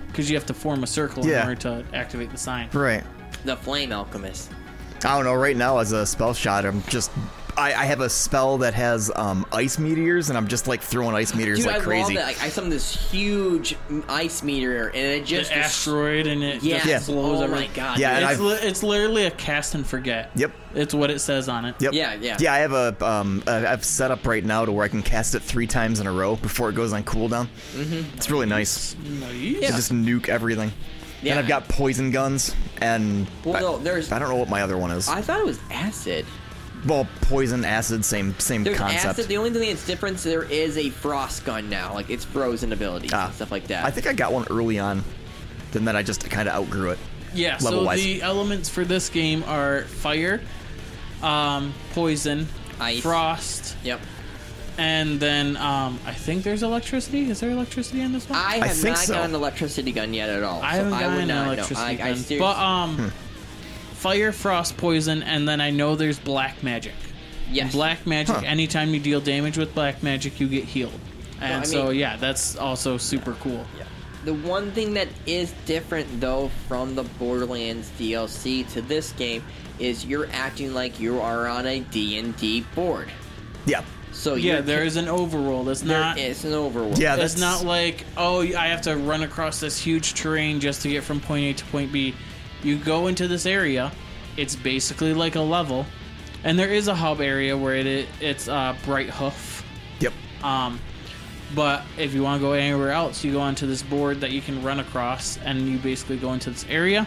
Speaker 5: Because you have to form a circle
Speaker 3: Yeah.
Speaker 5: in order to activate the sign.
Speaker 3: Right.
Speaker 4: The flame alchemist.
Speaker 3: I don't know. Right now, as a spell shot, I'm just. I, I have a spell that has um, ice meteors, and I'm just like throwing ice meteors
Speaker 4: Dude,
Speaker 3: like
Speaker 4: I love
Speaker 3: crazy.
Speaker 4: that. Like, I summoned this huge ice meteor, and it just
Speaker 5: the asteroid and it
Speaker 4: Yeah.
Speaker 5: just
Speaker 4: Yeah.
Speaker 5: blows
Speaker 4: Oh
Speaker 5: everything.
Speaker 4: my God,
Speaker 3: Yeah, dude. and
Speaker 5: it's,
Speaker 3: I've-
Speaker 5: li- it's literally a cast and forget.
Speaker 3: Yep.
Speaker 5: It's what it says on it.
Speaker 3: Yep. Yeah, I have a um, I- I've set up right now to where I can cast it three times in a row before it goes on cooldown.
Speaker 5: Mhm.
Speaker 4: Mm-hmm.
Speaker 3: It's really nice.
Speaker 5: Nice.
Speaker 3: To just nuke everything. And I've got poison guns and
Speaker 4: Well,
Speaker 3: I,
Speaker 4: no, there's-
Speaker 3: I don't know what my other one is.
Speaker 4: I thought it was acid.
Speaker 3: well, poison, acid, same same
Speaker 4: There's
Speaker 3: concept.
Speaker 4: acid. The only thing that's different is there is a frost gun now. Like it's frozen abilities and stuff like that.
Speaker 3: Ah. I think I got one early on, then that I just kind of outgrew it.
Speaker 5: Yeah,
Speaker 3: level
Speaker 5: so
Speaker 3: wise.
Speaker 5: the elements for this game are fire, um, poison,
Speaker 4: Ice.
Speaker 5: frost.
Speaker 4: Yep.
Speaker 5: And then um, I think there's electricity. Is there electricity in this one?
Speaker 4: I have not gotten an electricity gun yet at all.
Speaker 5: I
Speaker 4: so
Speaker 5: haven't
Speaker 4: I would
Speaker 5: gotten
Speaker 4: not
Speaker 5: an
Speaker 4: know.
Speaker 5: electricity
Speaker 4: I, I
Speaker 5: gun,
Speaker 4: seriously-
Speaker 5: but um, fire, frost, poison, and then I know there's black magic.
Speaker 4: Yes.
Speaker 5: Black magic.
Speaker 4: Huh.
Speaker 5: Anytime you deal damage with black magic, you get healed. And
Speaker 4: I
Speaker 5: so
Speaker 4: mean-
Speaker 5: yeah, that's also super cool. Yeah.
Speaker 4: The one thing that is different though from the Borderlands DLC to this game is you're acting like you are on a D&D board.
Speaker 3: Yeah.
Speaker 4: So
Speaker 5: yeah,
Speaker 4: you're-
Speaker 5: there is an overworld. That's
Speaker 4: There
Speaker 5: not.
Speaker 4: is an overworld.
Speaker 5: Yeah, that's not like oh, I have to run across this huge terrain just to get from point A to point B. You go into this area. It's basically like a level, and there is a hub area where it it's uh, Bright Hoof.
Speaker 3: Yep.
Speaker 5: Um, but if you want to go anywhere else, you go onto this board that you can run across, and you basically go into this area.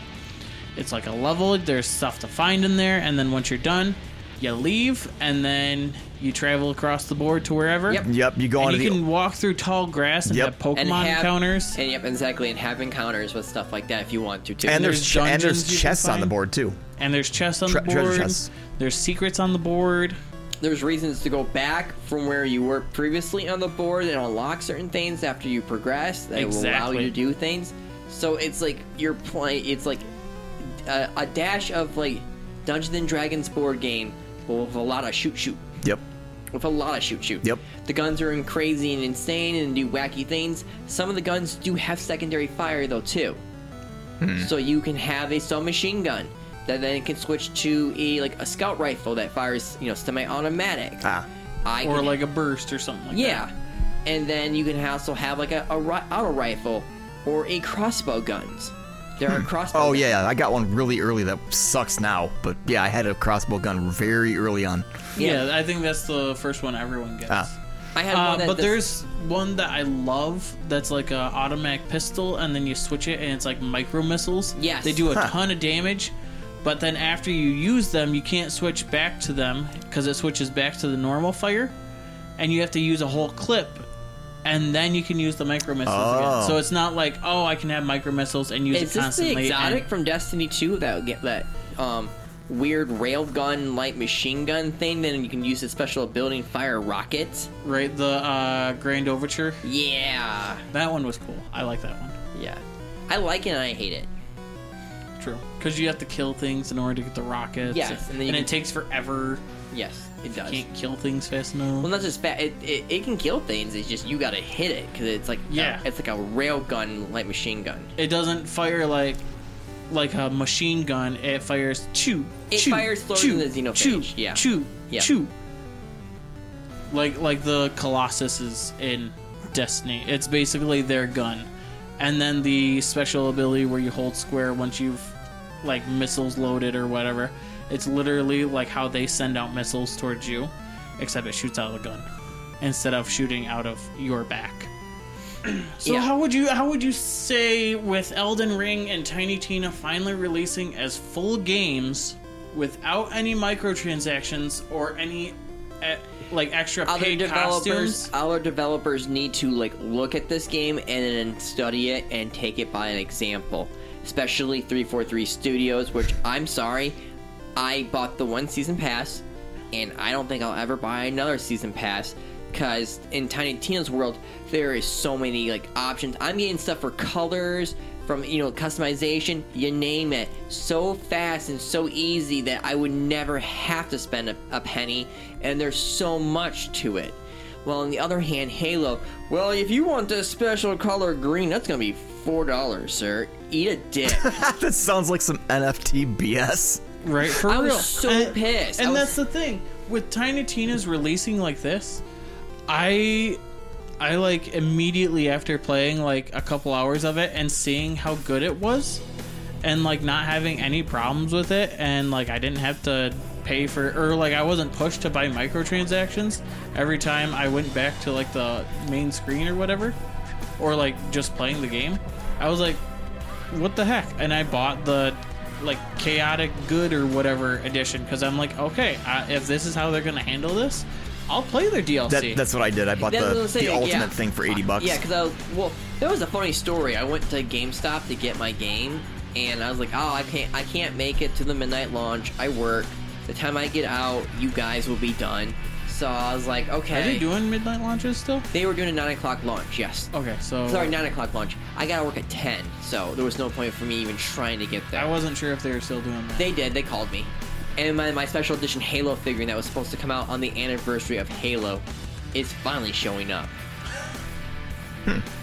Speaker 5: It's like a level. There's stuff to find in there, and then once you're done, you leave, and then you travel across the board to wherever.
Speaker 4: Yep.
Speaker 3: Yep, you go
Speaker 5: And
Speaker 3: onto
Speaker 5: you
Speaker 3: the-
Speaker 5: can walk through tall grass and have Pokemon
Speaker 4: and have,
Speaker 5: encounters.
Speaker 4: And yep, exactly, and have encounters with stuff like that if you want to. Too.
Speaker 3: And there's and there's chests on the board too.
Speaker 5: And there's chests on
Speaker 3: Tre-
Speaker 5: the
Speaker 3: treasure
Speaker 5: board.
Speaker 3: chests.
Speaker 5: There's secrets on the board.
Speaker 4: There's reasons to go back from where you were previously on the board and unlock certain things after you progress that will allow
Speaker 5: Exactly.
Speaker 4: you to do things. So it's like you're playing. It's like a, a dash of like Dungeons and Dragons board game, but with a lot of shoot shoot.
Speaker 3: Yep.
Speaker 4: With a lot of shoot shoot.
Speaker 3: Yep.
Speaker 4: The guns are in crazy and insane and do wacky things. Some of the guns do have secondary fire though too.
Speaker 3: Hmm.
Speaker 4: So you can have a submachine gun that then can switch to a like a scout rifle that fires, you know, semi-automatic.
Speaker 3: Ah.
Speaker 4: I
Speaker 5: or
Speaker 4: can-
Speaker 5: like a burst or something like
Speaker 4: yeah. And then you can also have like a, a ri- auto rifle or a crossbow guns. There are crossbow.
Speaker 3: Oh yeah, I got one really early that sucks now, but yeah, I had a crossbow gun very early on.
Speaker 5: that. Yeah. I think that's the first one everyone gets.
Speaker 3: Ah.
Speaker 4: I had
Speaker 5: Uh,
Speaker 4: one that
Speaker 5: but
Speaker 4: this-
Speaker 5: there's one that I love that's like a automatic pistol, and then you switch it, and it's like micro missiles.
Speaker 4: Yes.
Speaker 5: they do a
Speaker 4: Huh.
Speaker 5: ton of damage, but then after you use them, you can't switch back to them because it switches back to the normal fire, and you have to use a whole clip, and then you can use the micro missiles
Speaker 4: Oh.
Speaker 5: again. So it's not like oh, I can have micro missiles and use
Speaker 4: Is
Speaker 5: it
Speaker 4: this the
Speaker 5: constantly.
Speaker 4: exotic
Speaker 5: and-
Speaker 4: from Destiny 2 that get that um, weird railgun light machine gun thing? Then you can use a special ability and fire rockets.
Speaker 5: Right, the uh, Grand Overture.
Speaker 4: Yeah,
Speaker 5: that one was cool. I like that one.
Speaker 4: Yeah, I like it and I hate it.
Speaker 5: True, because you have to kill things in order to get the rockets.
Speaker 4: Yes,
Speaker 5: and,
Speaker 4: and then you
Speaker 5: it
Speaker 4: can-
Speaker 5: takes forever.
Speaker 4: Yes, it does.
Speaker 5: You can't kill things fast enough.
Speaker 4: Well, not just fat. It, it, it can kill things. It's just you gotta hit it because it's like
Speaker 5: Yeah.
Speaker 4: a, it's like a railgun light machine gun.
Speaker 5: It doesn't fire like like a machine gun. It fires choo.
Speaker 4: It
Speaker 5: choo,
Speaker 4: fires slower
Speaker 5: choo,
Speaker 4: than the Xenophage,
Speaker 5: Choo,
Speaker 4: yeah.
Speaker 5: choo,
Speaker 4: Yeah.
Speaker 5: choo. Like like the Colossus is in Destiny. It's basically their gun, and then the special ability where you hold square once you've like missiles loaded or whatever. It's literally like how they send out missiles towards you, except it shoots out of the gun instead of shooting out of your back. So how would you how would you say with Elden Ring and Tiny Tina finally releasing as full games without any microtransactions or any eh, like extra
Speaker 4: Other
Speaker 5: paid
Speaker 4: developers, Uh,
Speaker 5: costumes?
Speaker 4: other developers need to like look at this game and then study it and take it by an example. Especially 343 Studios, which I'm sorry, I bought the one season pass, and I don't think I'll ever buy another season pass. Cause in Tiny Tina's world, there is so many like options. I'm getting stuff for colors, from you know customization, you name it, so fast and so easy that I would never have to spend a, a penny. And there's so much to it. Well, on the other hand, Halo. Well, if you want this special color green, that's gonna be four dollars, sir. Eat a dick.
Speaker 3: that sounds like some NFT BS.
Speaker 5: Right, for
Speaker 4: I
Speaker 5: real.
Speaker 4: was so pissed. I
Speaker 5: And
Speaker 4: was-
Speaker 5: that's the thing with Tiny Tina's releasing like this, I I like immediately after playing like a couple hours of it and seeing how good it was and like not having any problems with it and like I didn't have to pay for or like I wasn't pushed to buy microtransactions every time I went back to like the main screen or whatever or like just playing the game. I was like what the heck? And I bought the like chaotic good or whatever edition because I'm like, okay, uh, if this is how they're gonna handle this, I'll play their DLC.
Speaker 3: That, that's what I did. I bought
Speaker 4: That's what
Speaker 3: the,
Speaker 4: I'm saying,
Speaker 3: the
Speaker 4: like,
Speaker 3: ultimate
Speaker 4: yeah.
Speaker 3: thing for 80 bucks.
Speaker 4: Yeah, because I was well. There was a funny story. I went to GameStop to get my game, and I was like, "Oh, I can't, I can't make it to the midnight launch. I work. The time I get out, you guys will be done." So I was like, "Okay."
Speaker 5: Are they doing midnight launches still?
Speaker 4: They were doing a nine o'clock launch. Yes.
Speaker 5: Okay, so
Speaker 4: Sorry, nine o'clock launch. I gotta work at ten, so there was no point for me even trying to get there.
Speaker 5: I wasn't sure if they were still doing that.
Speaker 4: They did. They called me. And my, my special edition Halo figurine that was supposed to come out on the anniversary of Halo
Speaker 3: Hmm.
Speaker 4: is finally showing up.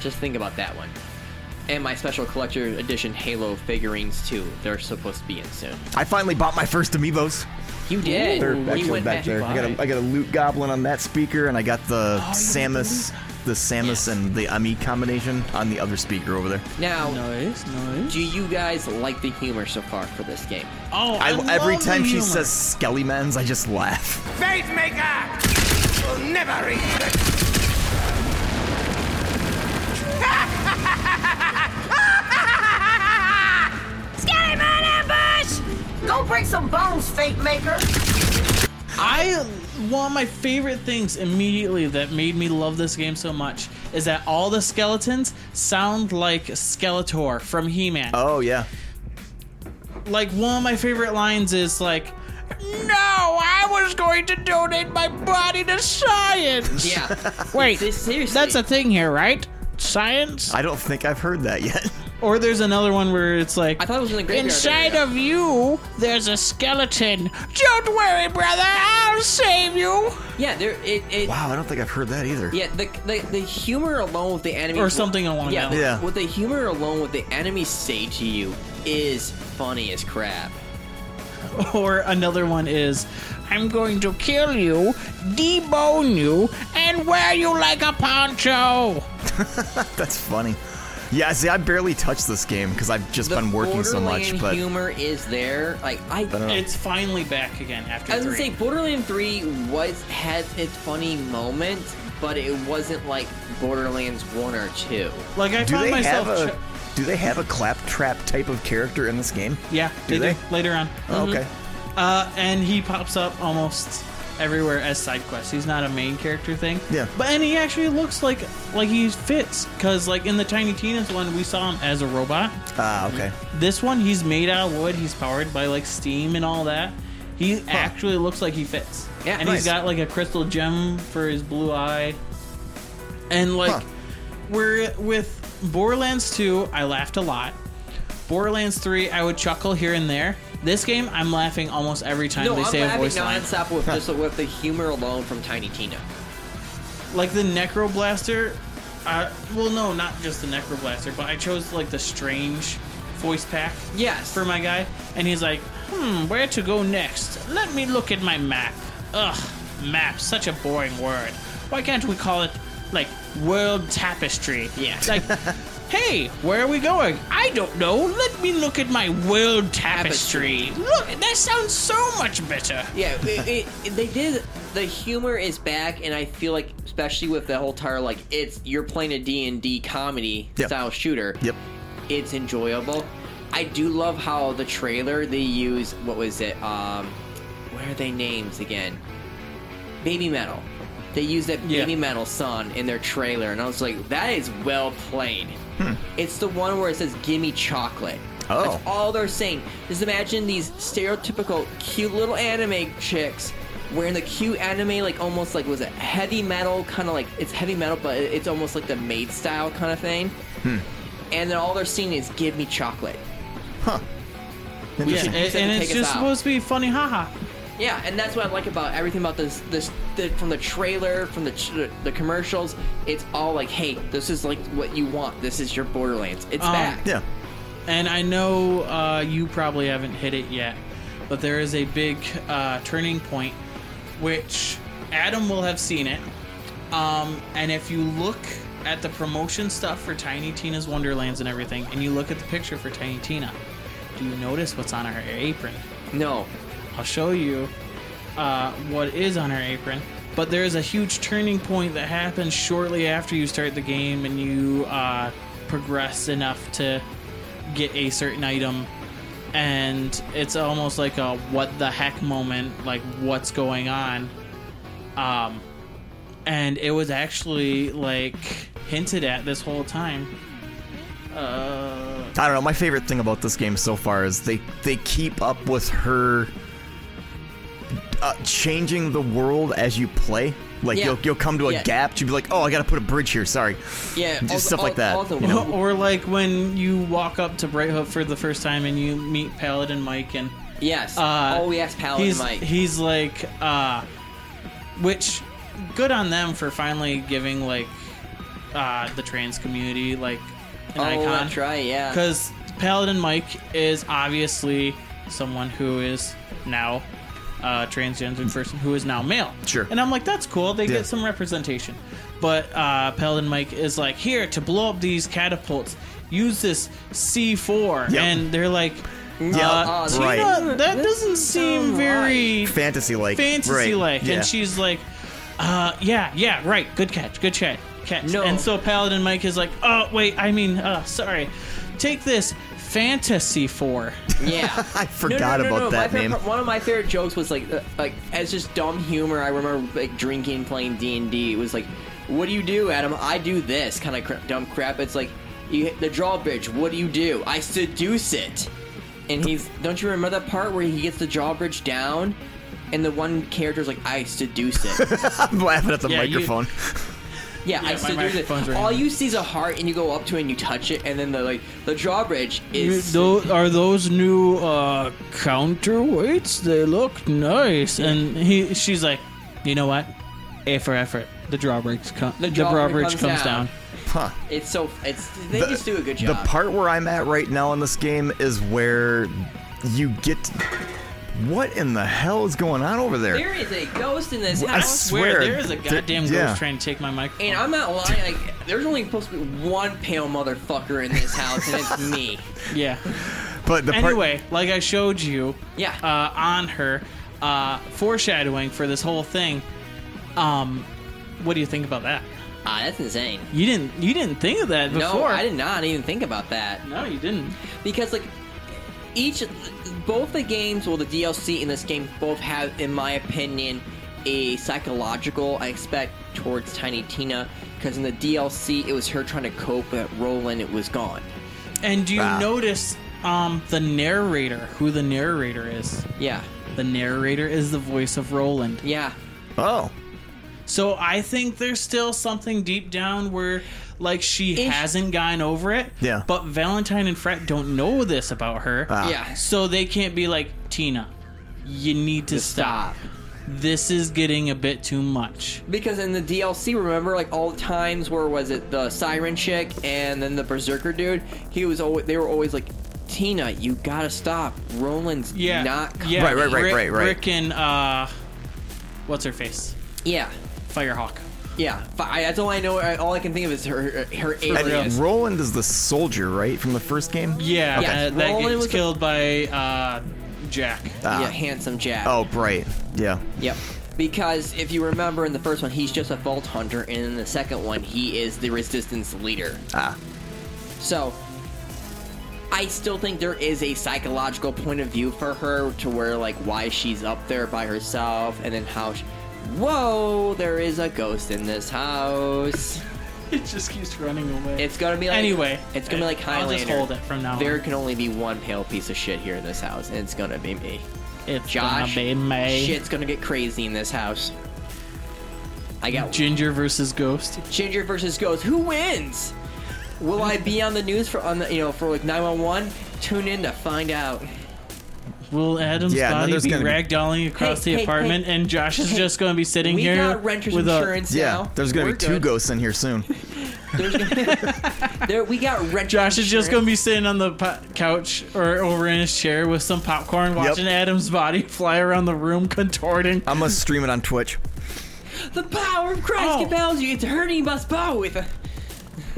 Speaker 4: Just think about that one. and my special collector edition Halo figurines too. They're supposed to be in soon.
Speaker 3: I finally bought my first amiibos.
Speaker 4: You did?
Speaker 3: They're
Speaker 4: Ooh,
Speaker 3: back,
Speaker 4: you
Speaker 3: they're
Speaker 4: went
Speaker 3: back
Speaker 4: back Oh,
Speaker 3: there. I got, a, I got a loot goblin on that speaker, and I got the Samus, the Samus and the Ami combination on the other speaker over there.
Speaker 4: Now, do you guys like the humor so far for this game?
Speaker 5: Oh,
Speaker 3: I, every time she says Skelly Men's, I just laugh.
Speaker 10: Faith maker will never reach the
Speaker 15: Skellyman ambush! Go break some bones, fate maker!
Speaker 5: I one of my favorite things immediately that made me love this game so much is that all the skeletons sound like Skeletor from He-Man.
Speaker 3: Oh yeah.
Speaker 5: Like one of my favorite lines is like, "No, I was going to donate my body to science."
Speaker 4: Yeah.
Speaker 5: Wait, that's a thing here, right? Science.
Speaker 3: I don't think I've heard that yet.
Speaker 5: Or there's another one where it's like, I
Speaker 4: thought it was in the
Speaker 5: Inside of you, there's a skeleton. Don't worry, brother. I'll save you.
Speaker 4: Yeah, there. It, it,
Speaker 3: Wow, I don't think I've heard that either.
Speaker 4: Yeah, the, the the humor alone with the enemy
Speaker 5: Or something along
Speaker 4: yeah,
Speaker 5: that line.
Speaker 4: Yeah,
Speaker 5: Yeah.
Speaker 4: what the humor alone what the enemies say to you is funny as crap.
Speaker 5: Or another one is, I'm going to kill you, debone you, and wear you like a poncho.
Speaker 3: Oh. That's funny. Yeah, see, I barely touched this game because I've just been working so much.
Speaker 4: Borderland
Speaker 3: But
Speaker 4: humor is there. Like I,
Speaker 3: don't know.
Speaker 5: It's finally back again after
Speaker 4: I was gonna
Speaker 5: three.
Speaker 4: say Borderland Three was had its funny moment, but it wasn't like Borderlands One or Two.
Speaker 5: Like I
Speaker 3: do
Speaker 5: found
Speaker 3: they
Speaker 5: myself.
Speaker 3: have a
Speaker 5: ch-
Speaker 3: do they have a claptrap type of character in this game?
Speaker 5: yeah,
Speaker 3: Do they?
Speaker 5: later on?
Speaker 3: Oh,
Speaker 4: Mm-hmm.
Speaker 3: okay.
Speaker 5: Uh, and he pops up almost everywhere as side quests. He's not a main character thing.
Speaker 3: Yeah.
Speaker 5: But and he actually looks like like he fits because like in the Tiny Tina's one we saw him as a robot.
Speaker 3: Ah, okay.
Speaker 5: This one he's made out of wood. He's powered by like steam and all that. He actually looks like he fits.
Speaker 4: Yeah,
Speaker 5: And
Speaker 4: nice.
Speaker 5: he's got like a crystal gem for his blue eye. And like we're with Borderlands 2, I laughed a lot. Borderlands 3, I would chuckle here and there. This game, I'm laughing almost every time
Speaker 4: no,
Speaker 5: they
Speaker 4: I'm
Speaker 5: say a
Speaker 4: laughing
Speaker 5: voice line.
Speaker 4: nonstop with just with the humor alone from Tiny Tina.
Speaker 5: Like the Necroblaster, uh, well, no, not just the Necroblaster, but I chose like the strange voice pack.
Speaker 4: Yes.
Speaker 5: For my guy, and he's like, "Hmm, where to go next? Let me look at my map. Ugh, map, such a boring word. Why can't we call it like world tapestry? Yeah. Like." Hey, where are we going? I don't know. Let me look at my world tapestry. Look, that sounds so much better.
Speaker 4: Yeah, it, it, they did. The humor is back, and I feel like, especially with the whole entire like, it's you're playing a D and D comedy style shooter.
Speaker 3: Yep,
Speaker 4: it's enjoyable. I do love how the trailer they use. What was it? Um, where are they names again? Baby Metal. They use that Baby Metal son in their trailer, and I was like, that is well played.
Speaker 3: Hmm.
Speaker 4: It's the one where it says "Gimme chocolate."
Speaker 3: Oh.
Speaker 4: That's all they're saying. Just imagine these stereotypical cute little anime chicks wearing the cute anime, like almost like was it heavy metal kind of like it's heavy metal, but it- it's almost like the maid style kind of thing.
Speaker 3: Hmm.
Speaker 4: And then all they're seeing is "Give me chocolate."
Speaker 3: Huh.
Speaker 5: Yeah, and, and it's just supposed to be funny, haha.
Speaker 4: Yeah, and that's what I like about everything about this. This the, from the trailer, from the ch- the commercials, it's all like, hey, this is like what you want. This is your Borderlands. It's
Speaker 5: Um,
Speaker 4: back.
Speaker 3: Yeah.
Speaker 5: And I know uh, you probably haven't hit it yet, but there is a big uh, turning point, which Adam will have seen it. Um, and if you look at the promotion stuff for Tiny Tina's Wonderlands and everything, and you look at the picture for Tiny Tina, do you notice what's on her apron?
Speaker 4: No.
Speaker 5: I'll show you uh, what is on her apron. But there is a huge turning point that happens shortly after you start the game and you uh, progress enough to get a certain item. And it's almost like a what the heck moment, like what's going on. Um, and it was actually like hinted at this whole time. Uh,
Speaker 3: I don't know. My favorite thing about this game so far is they they keep up with her uh, changing the world as you play. Like
Speaker 5: Yeah.
Speaker 3: you'll you'll come to a
Speaker 5: Yeah.
Speaker 3: gap, you'll be like, oh, I got to put a bridge here. Sorry.
Speaker 4: Yeah,
Speaker 3: Just
Speaker 4: all the-
Speaker 3: stuff
Speaker 4: all-
Speaker 3: like that.
Speaker 4: all the-
Speaker 3: you know?
Speaker 5: Or like when you walk up to Bright Hope for the first time and you meet Paladin Mike and
Speaker 4: Yes.
Speaker 5: uh,
Speaker 4: oh yes, Paladin
Speaker 5: he's,
Speaker 4: Mike.
Speaker 5: He's like, uh, which good on them for finally giving like uh, the trans community like
Speaker 4: Oh,
Speaker 5: an icon.
Speaker 4: that's right, yeah.
Speaker 5: Because Paladin Mike is obviously someone who is now a transgender person who is now male. Sure. And I'm like, that's cool. They
Speaker 3: Yeah.
Speaker 5: get some representation. But uh, Paladin Mike is like, here to blow up these catapults, use this C4,
Speaker 3: Yep.
Speaker 5: and they're like.
Speaker 3: Yep,
Speaker 5: uh, Tina,
Speaker 3: right.
Speaker 5: that doesn't seem very
Speaker 3: Fantasy like.
Speaker 5: fantasy like
Speaker 3: Yeah.
Speaker 5: and she's like uh yeah yeah right good catch good catch catch and so paladin mike is like oh wait i mean uh sorry take this fantasy four
Speaker 4: Yeah,
Speaker 3: I
Speaker 5: forgot about that
Speaker 4: my favorite
Speaker 5: name.
Speaker 4: part- one of my favorite jokes was like, uh, like as just dumb humor. I remember like drinking, playing D and D. It was like, "What do you do, Adam? I do this kind of cra- dumb crap." It's like, you hit the drawbridge. What do you do? I seduce it. And he's, don't you remember that part where he gets the drawbridge down, and the one character's like, "I seduce it."
Speaker 3: I'm laughing at the
Speaker 4: Yeah, you-
Speaker 3: microphone.
Speaker 4: Yeah,
Speaker 5: Yeah,
Speaker 4: I
Speaker 5: my
Speaker 4: seduce it.
Speaker 5: microphone's ringing.
Speaker 4: All you see is a heart, and you go up to it and you touch it, and then the like the drawbridge
Speaker 5: You-
Speaker 4: is
Speaker 5: tho- are those new uh counterweights they look nice and he she's like you know what a for effort the drawbridge com- the, drawbridge comes, down,
Speaker 3: Huh.
Speaker 4: It's so it's they just do a good
Speaker 3: The
Speaker 4: job.
Speaker 3: part where I'm at right now in this game is where you get. What in the hell is going on over there?
Speaker 4: there is a ghost in this
Speaker 3: I
Speaker 4: house.
Speaker 3: swear,
Speaker 5: there is a
Speaker 3: there-
Speaker 5: goddamn ghost
Speaker 3: yeah.
Speaker 5: trying to take my mic
Speaker 4: And I'm not lying. Like, there's only supposed to be one pale motherfucker in this house, and it's me.
Speaker 5: yeah
Speaker 3: But the part-
Speaker 5: anyway, like I showed you,
Speaker 4: yeah,
Speaker 5: uh, on her, uh, foreshadowing for this whole thing. Um, what do you think about that?
Speaker 4: Ah, that's insane.
Speaker 5: You didn't, you didn't think of that
Speaker 4: No,
Speaker 5: before.
Speaker 4: I did not even think about that.
Speaker 5: No, you didn't.
Speaker 4: Because like each, both the games, well, the DLC in this game both have, in my opinion, a psychological aspect towards Tiny Tina. Because in the DLC, it was her trying to cope that Roland it was gone.
Speaker 5: And do you
Speaker 4: Ah.
Speaker 5: notice um, the narrator? Who the narrator is?
Speaker 4: Yeah.
Speaker 5: The narrator is the voice of Roland.
Speaker 4: Yeah.
Speaker 3: Oh.
Speaker 5: So I think there's still something deep down where, like, she hasn't gotten over it.
Speaker 3: Yeah.
Speaker 5: But Valentine and Fred don't know this about her.
Speaker 3: Ah.
Speaker 4: Yeah.
Speaker 5: So they can't be like Tina. You need to stop. This is getting a bit too much.
Speaker 4: Because in the DLC, remember, like all the times where was it the Siren chick and then the Berserker dude? He was always they were always like, Tina, you gotta stop. Roland's
Speaker 5: Yeah.
Speaker 4: not coming.
Speaker 5: yeah. Rick, Rick and uh, what's her face?
Speaker 4: Yeah,
Speaker 5: Firehawk.
Speaker 4: yeah. But I, that's all I know. All I can think of is her her
Speaker 3: And
Speaker 4: alias.
Speaker 3: Roland is the soldier, right, from the first game?
Speaker 5: Yeah,
Speaker 3: Okay.
Speaker 5: that, that
Speaker 4: Roland
Speaker 5: gets
Speaker 4: was a-
Speaker 5: killed by uh, Jack.
Speaker 3: Ah.
Speaker 4: Yeah, handsome Jack.
Speaker 3: Oh, right. Yeah.
Speaker 4: Yep. Because if you remember in the first one, he's just a vault hunter, and in the second one, he is the resistance leader.
Speaker 3: Ah.
Speaker 4: So, I still think there is a psychological point of view for her to where, like, why she's up there by herself, and then how. She, Whoa, there is a ghost in this house.
Speaker 5: It just keeps running away.
Speaker 4: It's gonna be like.
Speaker 5: Anyway,
Speaker 4: it's gonna be like
Speaker 5: I'll
Speaker 4: Highlander.
Speaker 5: just hold it from now on.
Speaker 4: There can only be one pale piece of shit here in this house, and it's gonna be me.
Speaker 5: It's
Speaker 4: Josh,
Speaker 5: gonna be me.
Speaker 4: Shit's gonna get crazy in this house. I got
Speaker 5: Ginger versus Ghost.
Speaker 4: Ginger versus Ghost. Who wins? Will I be on the news for on the you know for like 911? Tune in to find out.
Speaker 5: Will Adam's
Speaker 4: Yeah, no,
Speaker 5: body
Speaker 4: there's
Speaker 5: be
Speaker 4: gonna be-
Speaker 5: ragdolling across
Speaker 4: Hey,
Speaker 5: the
Speaker 4: hey,
Speaker 5: apartment,
Speaker 4: hey.
Speaker 5: and Josh is
Speaker 4: Hey,
Speaker 5: just going to be sitting
Speaker 4: we
Speaker 5: here
Speaker 4: got renter's
Speaker 5: with a-
Speaker 4: insurance
Speaker 3: Yeah, there's gonna be two ghosts in here soon.
Speaker 4: There we got rent.
Speaker 5: Josh is just going to be sitting on the po- couch or over in his chair with some popcorn, watching Adam's body fly around the room, contorting.
Speaker 3: I'm gonna stream it on Twitch.
Speaker 4: The power of
Speaker 5: Oh.
Speaker 4: Christ compels you. It's hurting us both.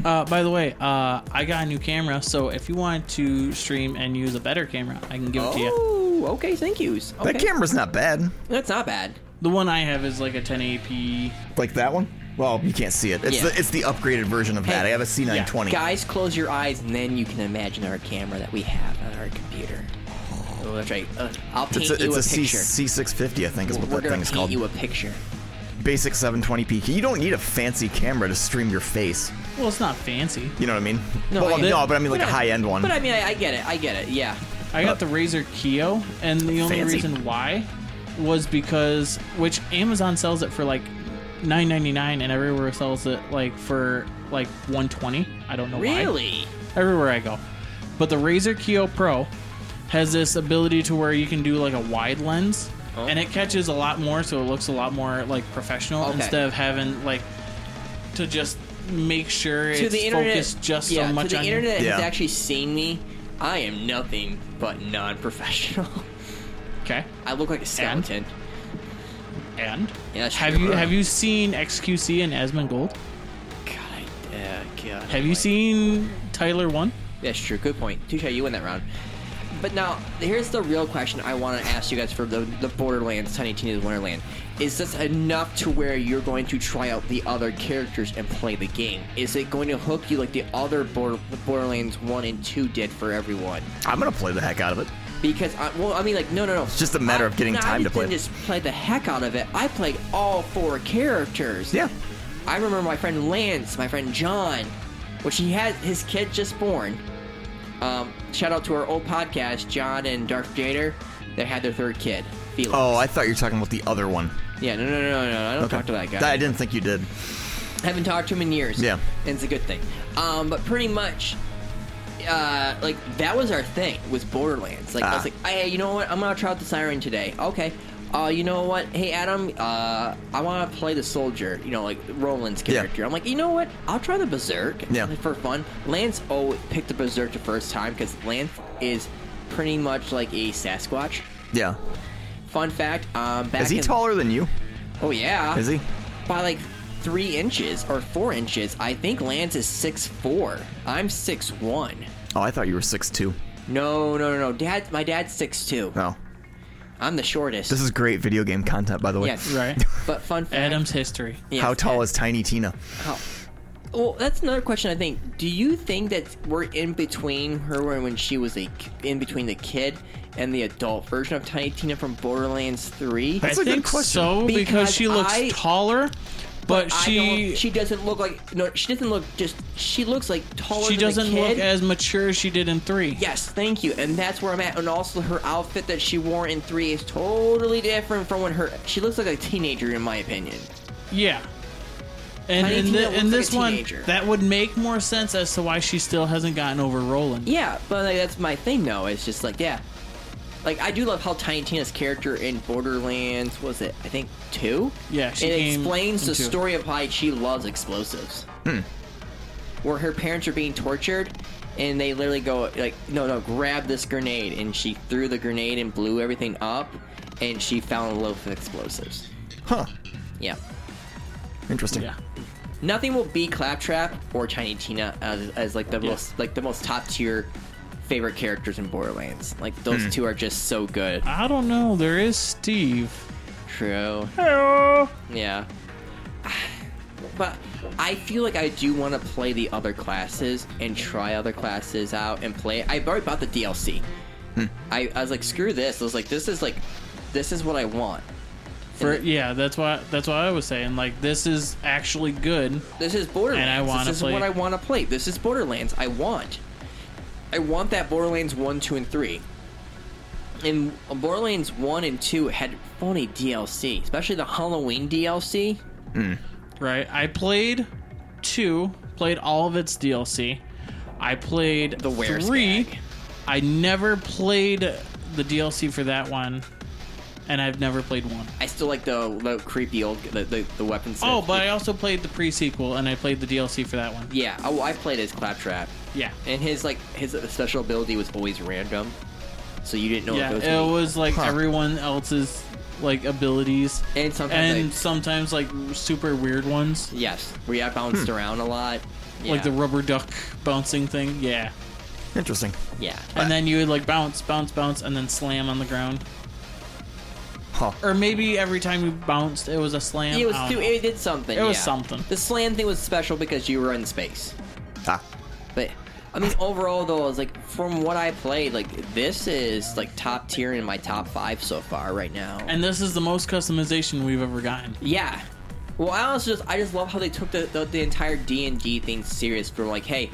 Speaker 5: Uh, by the way, uh, I got a new camera, so if you want to stream and use a better camera, I can give it to you.
Speaker 4: Oh, okay. Thank yous. Okay.
Speaker 3: That camera's not bad.
Speaker 4: That's not bad.
Speaker 5: The one I have is like a 1080p.
Speaker 3: Like that one? Well, you can't see it. It's
Speaker 4: Yeah.
Speaker 3: the it's the upgraded version of that. I have a C920.
Speaker 4: Guys, close your eyes, and then you can imagine our camera that we have on our computer. Oh, that's right. Uh, I'll paint
Speaker 3: It's a,
Speaker 4: you
Speaker 3: it's a
Speaker 4: a
Speaker 3: C,
Speaker 4: picture.
Speaker 3: C650, I think, is what that
Speaker 4: We're gonna
Speaker 3: thing is
Speaker 4: paint
Speaker 3: called.
Speaker 4: you a picture.
Speaker 3: Basic 720p. You don't need a fancy camera to stream your face.
Speaker 5: Well, it's not fancy.
Speaker 3: You know what I mean?
Speaker 5: No,
Speaker 3: well,
Speaker 5: I-
Speaker 3: no but I mean like a
Speaker 5: but I-
Speaker 3: high end one.
Speaker 4: But I mean, I, I get it. I get it. Yeah.
Speaker 5: I got the Razer Keo, and the only
Speaker 4: Uh, Fancy.
Speaker 5: reason why was because which Amazon sells it for like nine ninety nine, and everywhere sells it like for like one twenty. I don't know
Speaker 3: Oh,
Speaker 5: why.
Speaker 4: Really?
Speaker 5: Everywhere I go, but the Razer Keo Pro has this ability to where you can do like a wide lens,
Speaker 4: Oh.
Speaker 5: and it catches a lot more, so it looks a lot more like professional
Speaker 4: Okay.
Speaker 5: instead of having like to just make sure
Speaker 4: to
Speaker 5: it's
Speaker 4: the internet,
Speaker 5: focused just
Speaker 4: yeah,
Speaker 5: so much
Speaker 4: to the
Speaker 5: on
Speaker 4: internet has actually seen me. I am nothing but non-professional.
Speaker 5: Okay.
Speaker 4: I look like a skeleton.
Speaker 5: And
Speaker 4: Yeah, that's
Speaker 5: have
Speaker 4: true.
Speaker 5: you have you seen XQC and Asmongold?
Speaker 4: Yeah, uh, God.
Speaker 5: Have you seen Tyler One?
Speaker 4: That's true. Good point. Touche, you win that round. But now, here's the real question I want to ask you guys for the, the Borderlands Tiny Tina's Wonderland. Is this enough to where you're going to try out the other characters and play the game? Is it going to hook you like the other Border, Borderlands 1 and 2 did for everyone?
Speaker 3: I'm gonna play the heck out of it.
Speaker 4: Because, I, well, I mean, like, no, no, no. It's
Speaker 3: just a matter of getting
Speaker 4: No,
Speaker 3: time
Speaker 4: I
Speaker 3: to play.
Speaker 4: didn't just play the heck out of it. I played all four characters. Yeah. I remember my friend Lance, my friend John, which he had his kid just born. Um, shout out to our old podcast, John and Dark Jader. They had their third kid, Felix.
Speaker 3: Oh, I thought you were talking about the other one.
Speaker 4: Yeah, no, no, no, no, no. I don't
Speaker 3: Okay.
Speaker 4: talk to that guy.
Speaker 3: I didn't think you did.
Speaker 4: Haven't talked to him in years.
Speaker 3: Yeah.
Speaker 4: And it's a good thing. Um, but pretty much, uh, like that was our thing was Borderlands. Like I
Speaker 3: Ah.
Speaker 4: was like, hey, you know what? I'm gonna try out the siren today. Okay. Uh, you know what? Hey, Adam. Uh, I want to play the soldier. You know, like Roland's character. I'm like, you know what? I'll try the berserk.
Speaker 3: Yeah.
Speaker 4: For fun. Lance oh picked the berserk the first time because Lance is pretty much like a Sasquatch.
Speaker 3: Yeah.
Speaker 4: Fun fact. Um, back
Speaker 3: Is he
Speaker 4: in-
Speaker 3: taller than you?
Speaker 4: Oh yeah.
Speaker 3: Is he?
Speaker 4: By like three inches or four inches. I think Lance is six four. I'm six one.
Speaker 3: Oh, I thought you were six two.
Speaker 4: No, no, no, no. Dad, my dad's six two.
Speaker 3: No.
Speaker 4: I'm the shortest.
Speaker 3: This is great video game content, by the way.
Speaker 4: Yes. Right. But fun fact.
Speaker 5: Adam's history.
Speaker 4: Yes,
Speaker 3: How tall is Tiny Tina?
Speaker 4: Oh. Well, that's another question. I think. Do you think that we're in between her when when she was a k- in between the kid and the adult version of Tiny Tina from Borderlands Three?
Speaker 5: I think so because, she looks
Speaker 4: I-
Speaker 5: taller, but,
Speaker 4: I
Speaker 5: she
Speaker 4: don't- she doesn't look like no. She doesn't look just. She looks like taller.
Speaker 5: she
Speaker 4: than a
Speaker 5: doesn't
Speaker 4: kid.
Speaker 5: look as mature as she did in three.
Speaker 4: Yes, thank you. And that's where I'm at. And also, her outfit that she wore in three is totally different from when her. She looks like a teenager, in my opinion.
Speaker 5: Yeah. And
Speaker 4: Tiny
Speaker 5: in,
Speaker 4: Tina looks
Speaker 5: thi- in
Speaker 4: like a
Speaker 5: this one,
Speaker 4: teenager.
Speaker 5: that would make more sense as to why she still hasn't gotten over Roland.
Speaker 4: Yeah, but like, that's my thing, though. It's just like, yeah. Like, I do love how Tiny Tina's character in Borderlands was it, I think, two?
Speaker 5: Yeah, she
Speaker 4: It
Speaker 5: came
Speaker 4: explains the
Speaker 5: into it.
Speaker 4: story of why she loves explosives. Where her parents are being tortured, and they literally go, like, no, no, grab this grenade. And she threw the grenade and blew everything up, and she fell in love with explosives.
Speaker 3: Huh.
Speaker 4: Yeah.
Speaker 3: Interesting.
Speaker 4: Nothing will beat Claptrap or Tiny Tina as, as like the
Speaker 5: Yeah.
Speaker 4: most like the most top tier favorite characters in Borderlands. Like those
Speaker 5: Hmm. Ah.
Speaker 4: two are just so good.
Speaker 5: I don't know. There is Steve.
Speaker 4: True.
Speaker 5: Hello.
Speaker 4: Yeah. But I feel like I do want to play the other classes and try other classes out and play. I already bought the DLC.
Speaker 5: Hmm.
Speaker 4: I, I was like, screw this. I was like, this is like, this is what I want.
Speaker 5: For yeah, that's why that's why I was saying like this is actually good.
Speaker 4: This is Borderlands.
Speaker 5: And I want to
Speaker 4: This is
Speaker 5: play.
Speaker 4: what I want to play. This is Borderlands. I want. I want that Borderlands 1, 2, and 3. And Borderlands 1 and 2 had funny DLC, especially the Halloween DLC.
Speaker 5: Right. I played two, played all of its DLC. I played the
Speaker 4: Where's
Speaker 5: three. I never played the DLC for that one, and I've never played one.
Speaker 4: I still like the, the creepy old the, the, the weapons.
Speaker 5: Oh, but I also played the pre sequel and I played the DLC for that one.
Speaker 4: Yeah, oh, I played as Claptrap.
Speaker 5: Yeah.
Speaker 4: And his like his special ability was always random, so you didn't know.
Speaker 5: yeah,
Speaker 4: if it was,
Speaker 5: it
Speaker 4: gonna be-
Speaker 5: was like
Speaker 4: Huh.
Speaker 5: everyone else's like abilities
Speaker 4: and sometimes
Speaker 5: and
Speaker 4: like-
Speaker 5: sometimes like super weird ones.
Speaker 4: Yes, where you got bounced
Speaker 5: Hmm.
Speaker 4: around a lot. Yeah.
Speaker 5: Like the rubber duck bouncing thing. Yeah.
Speaker 3: Interesting.
Speaker 4: Yeah.
Speaker 5: And then you would like bounce, bounce, bounce, and then slam on the ground.
Speaker 3: Huh.
Speaker 4: Er,
Speaker 5: Or maybe every time you bounced, it was a slam.
Speaker 4: It was
Speaker 5: I don't
Speaker 4: too,
Speaker 5: know.
Speaker 4: it did something.
Speaker 5: It was
Speaker 4: yeah.
Speaker 5: something.
Speaker 4: The slam thing was special because you were in space.
Speaker 3: Ah.
Speaker 4: But I mean, overall though, it's like from what I played, like this is like top tier in my top five so far right now.
Speaker 5: And this is the most customization we've ever gotten.
Speaker 4: Yeah. Well, I also just I just love how they took the the, the entire D and D thing serious. From like, hey,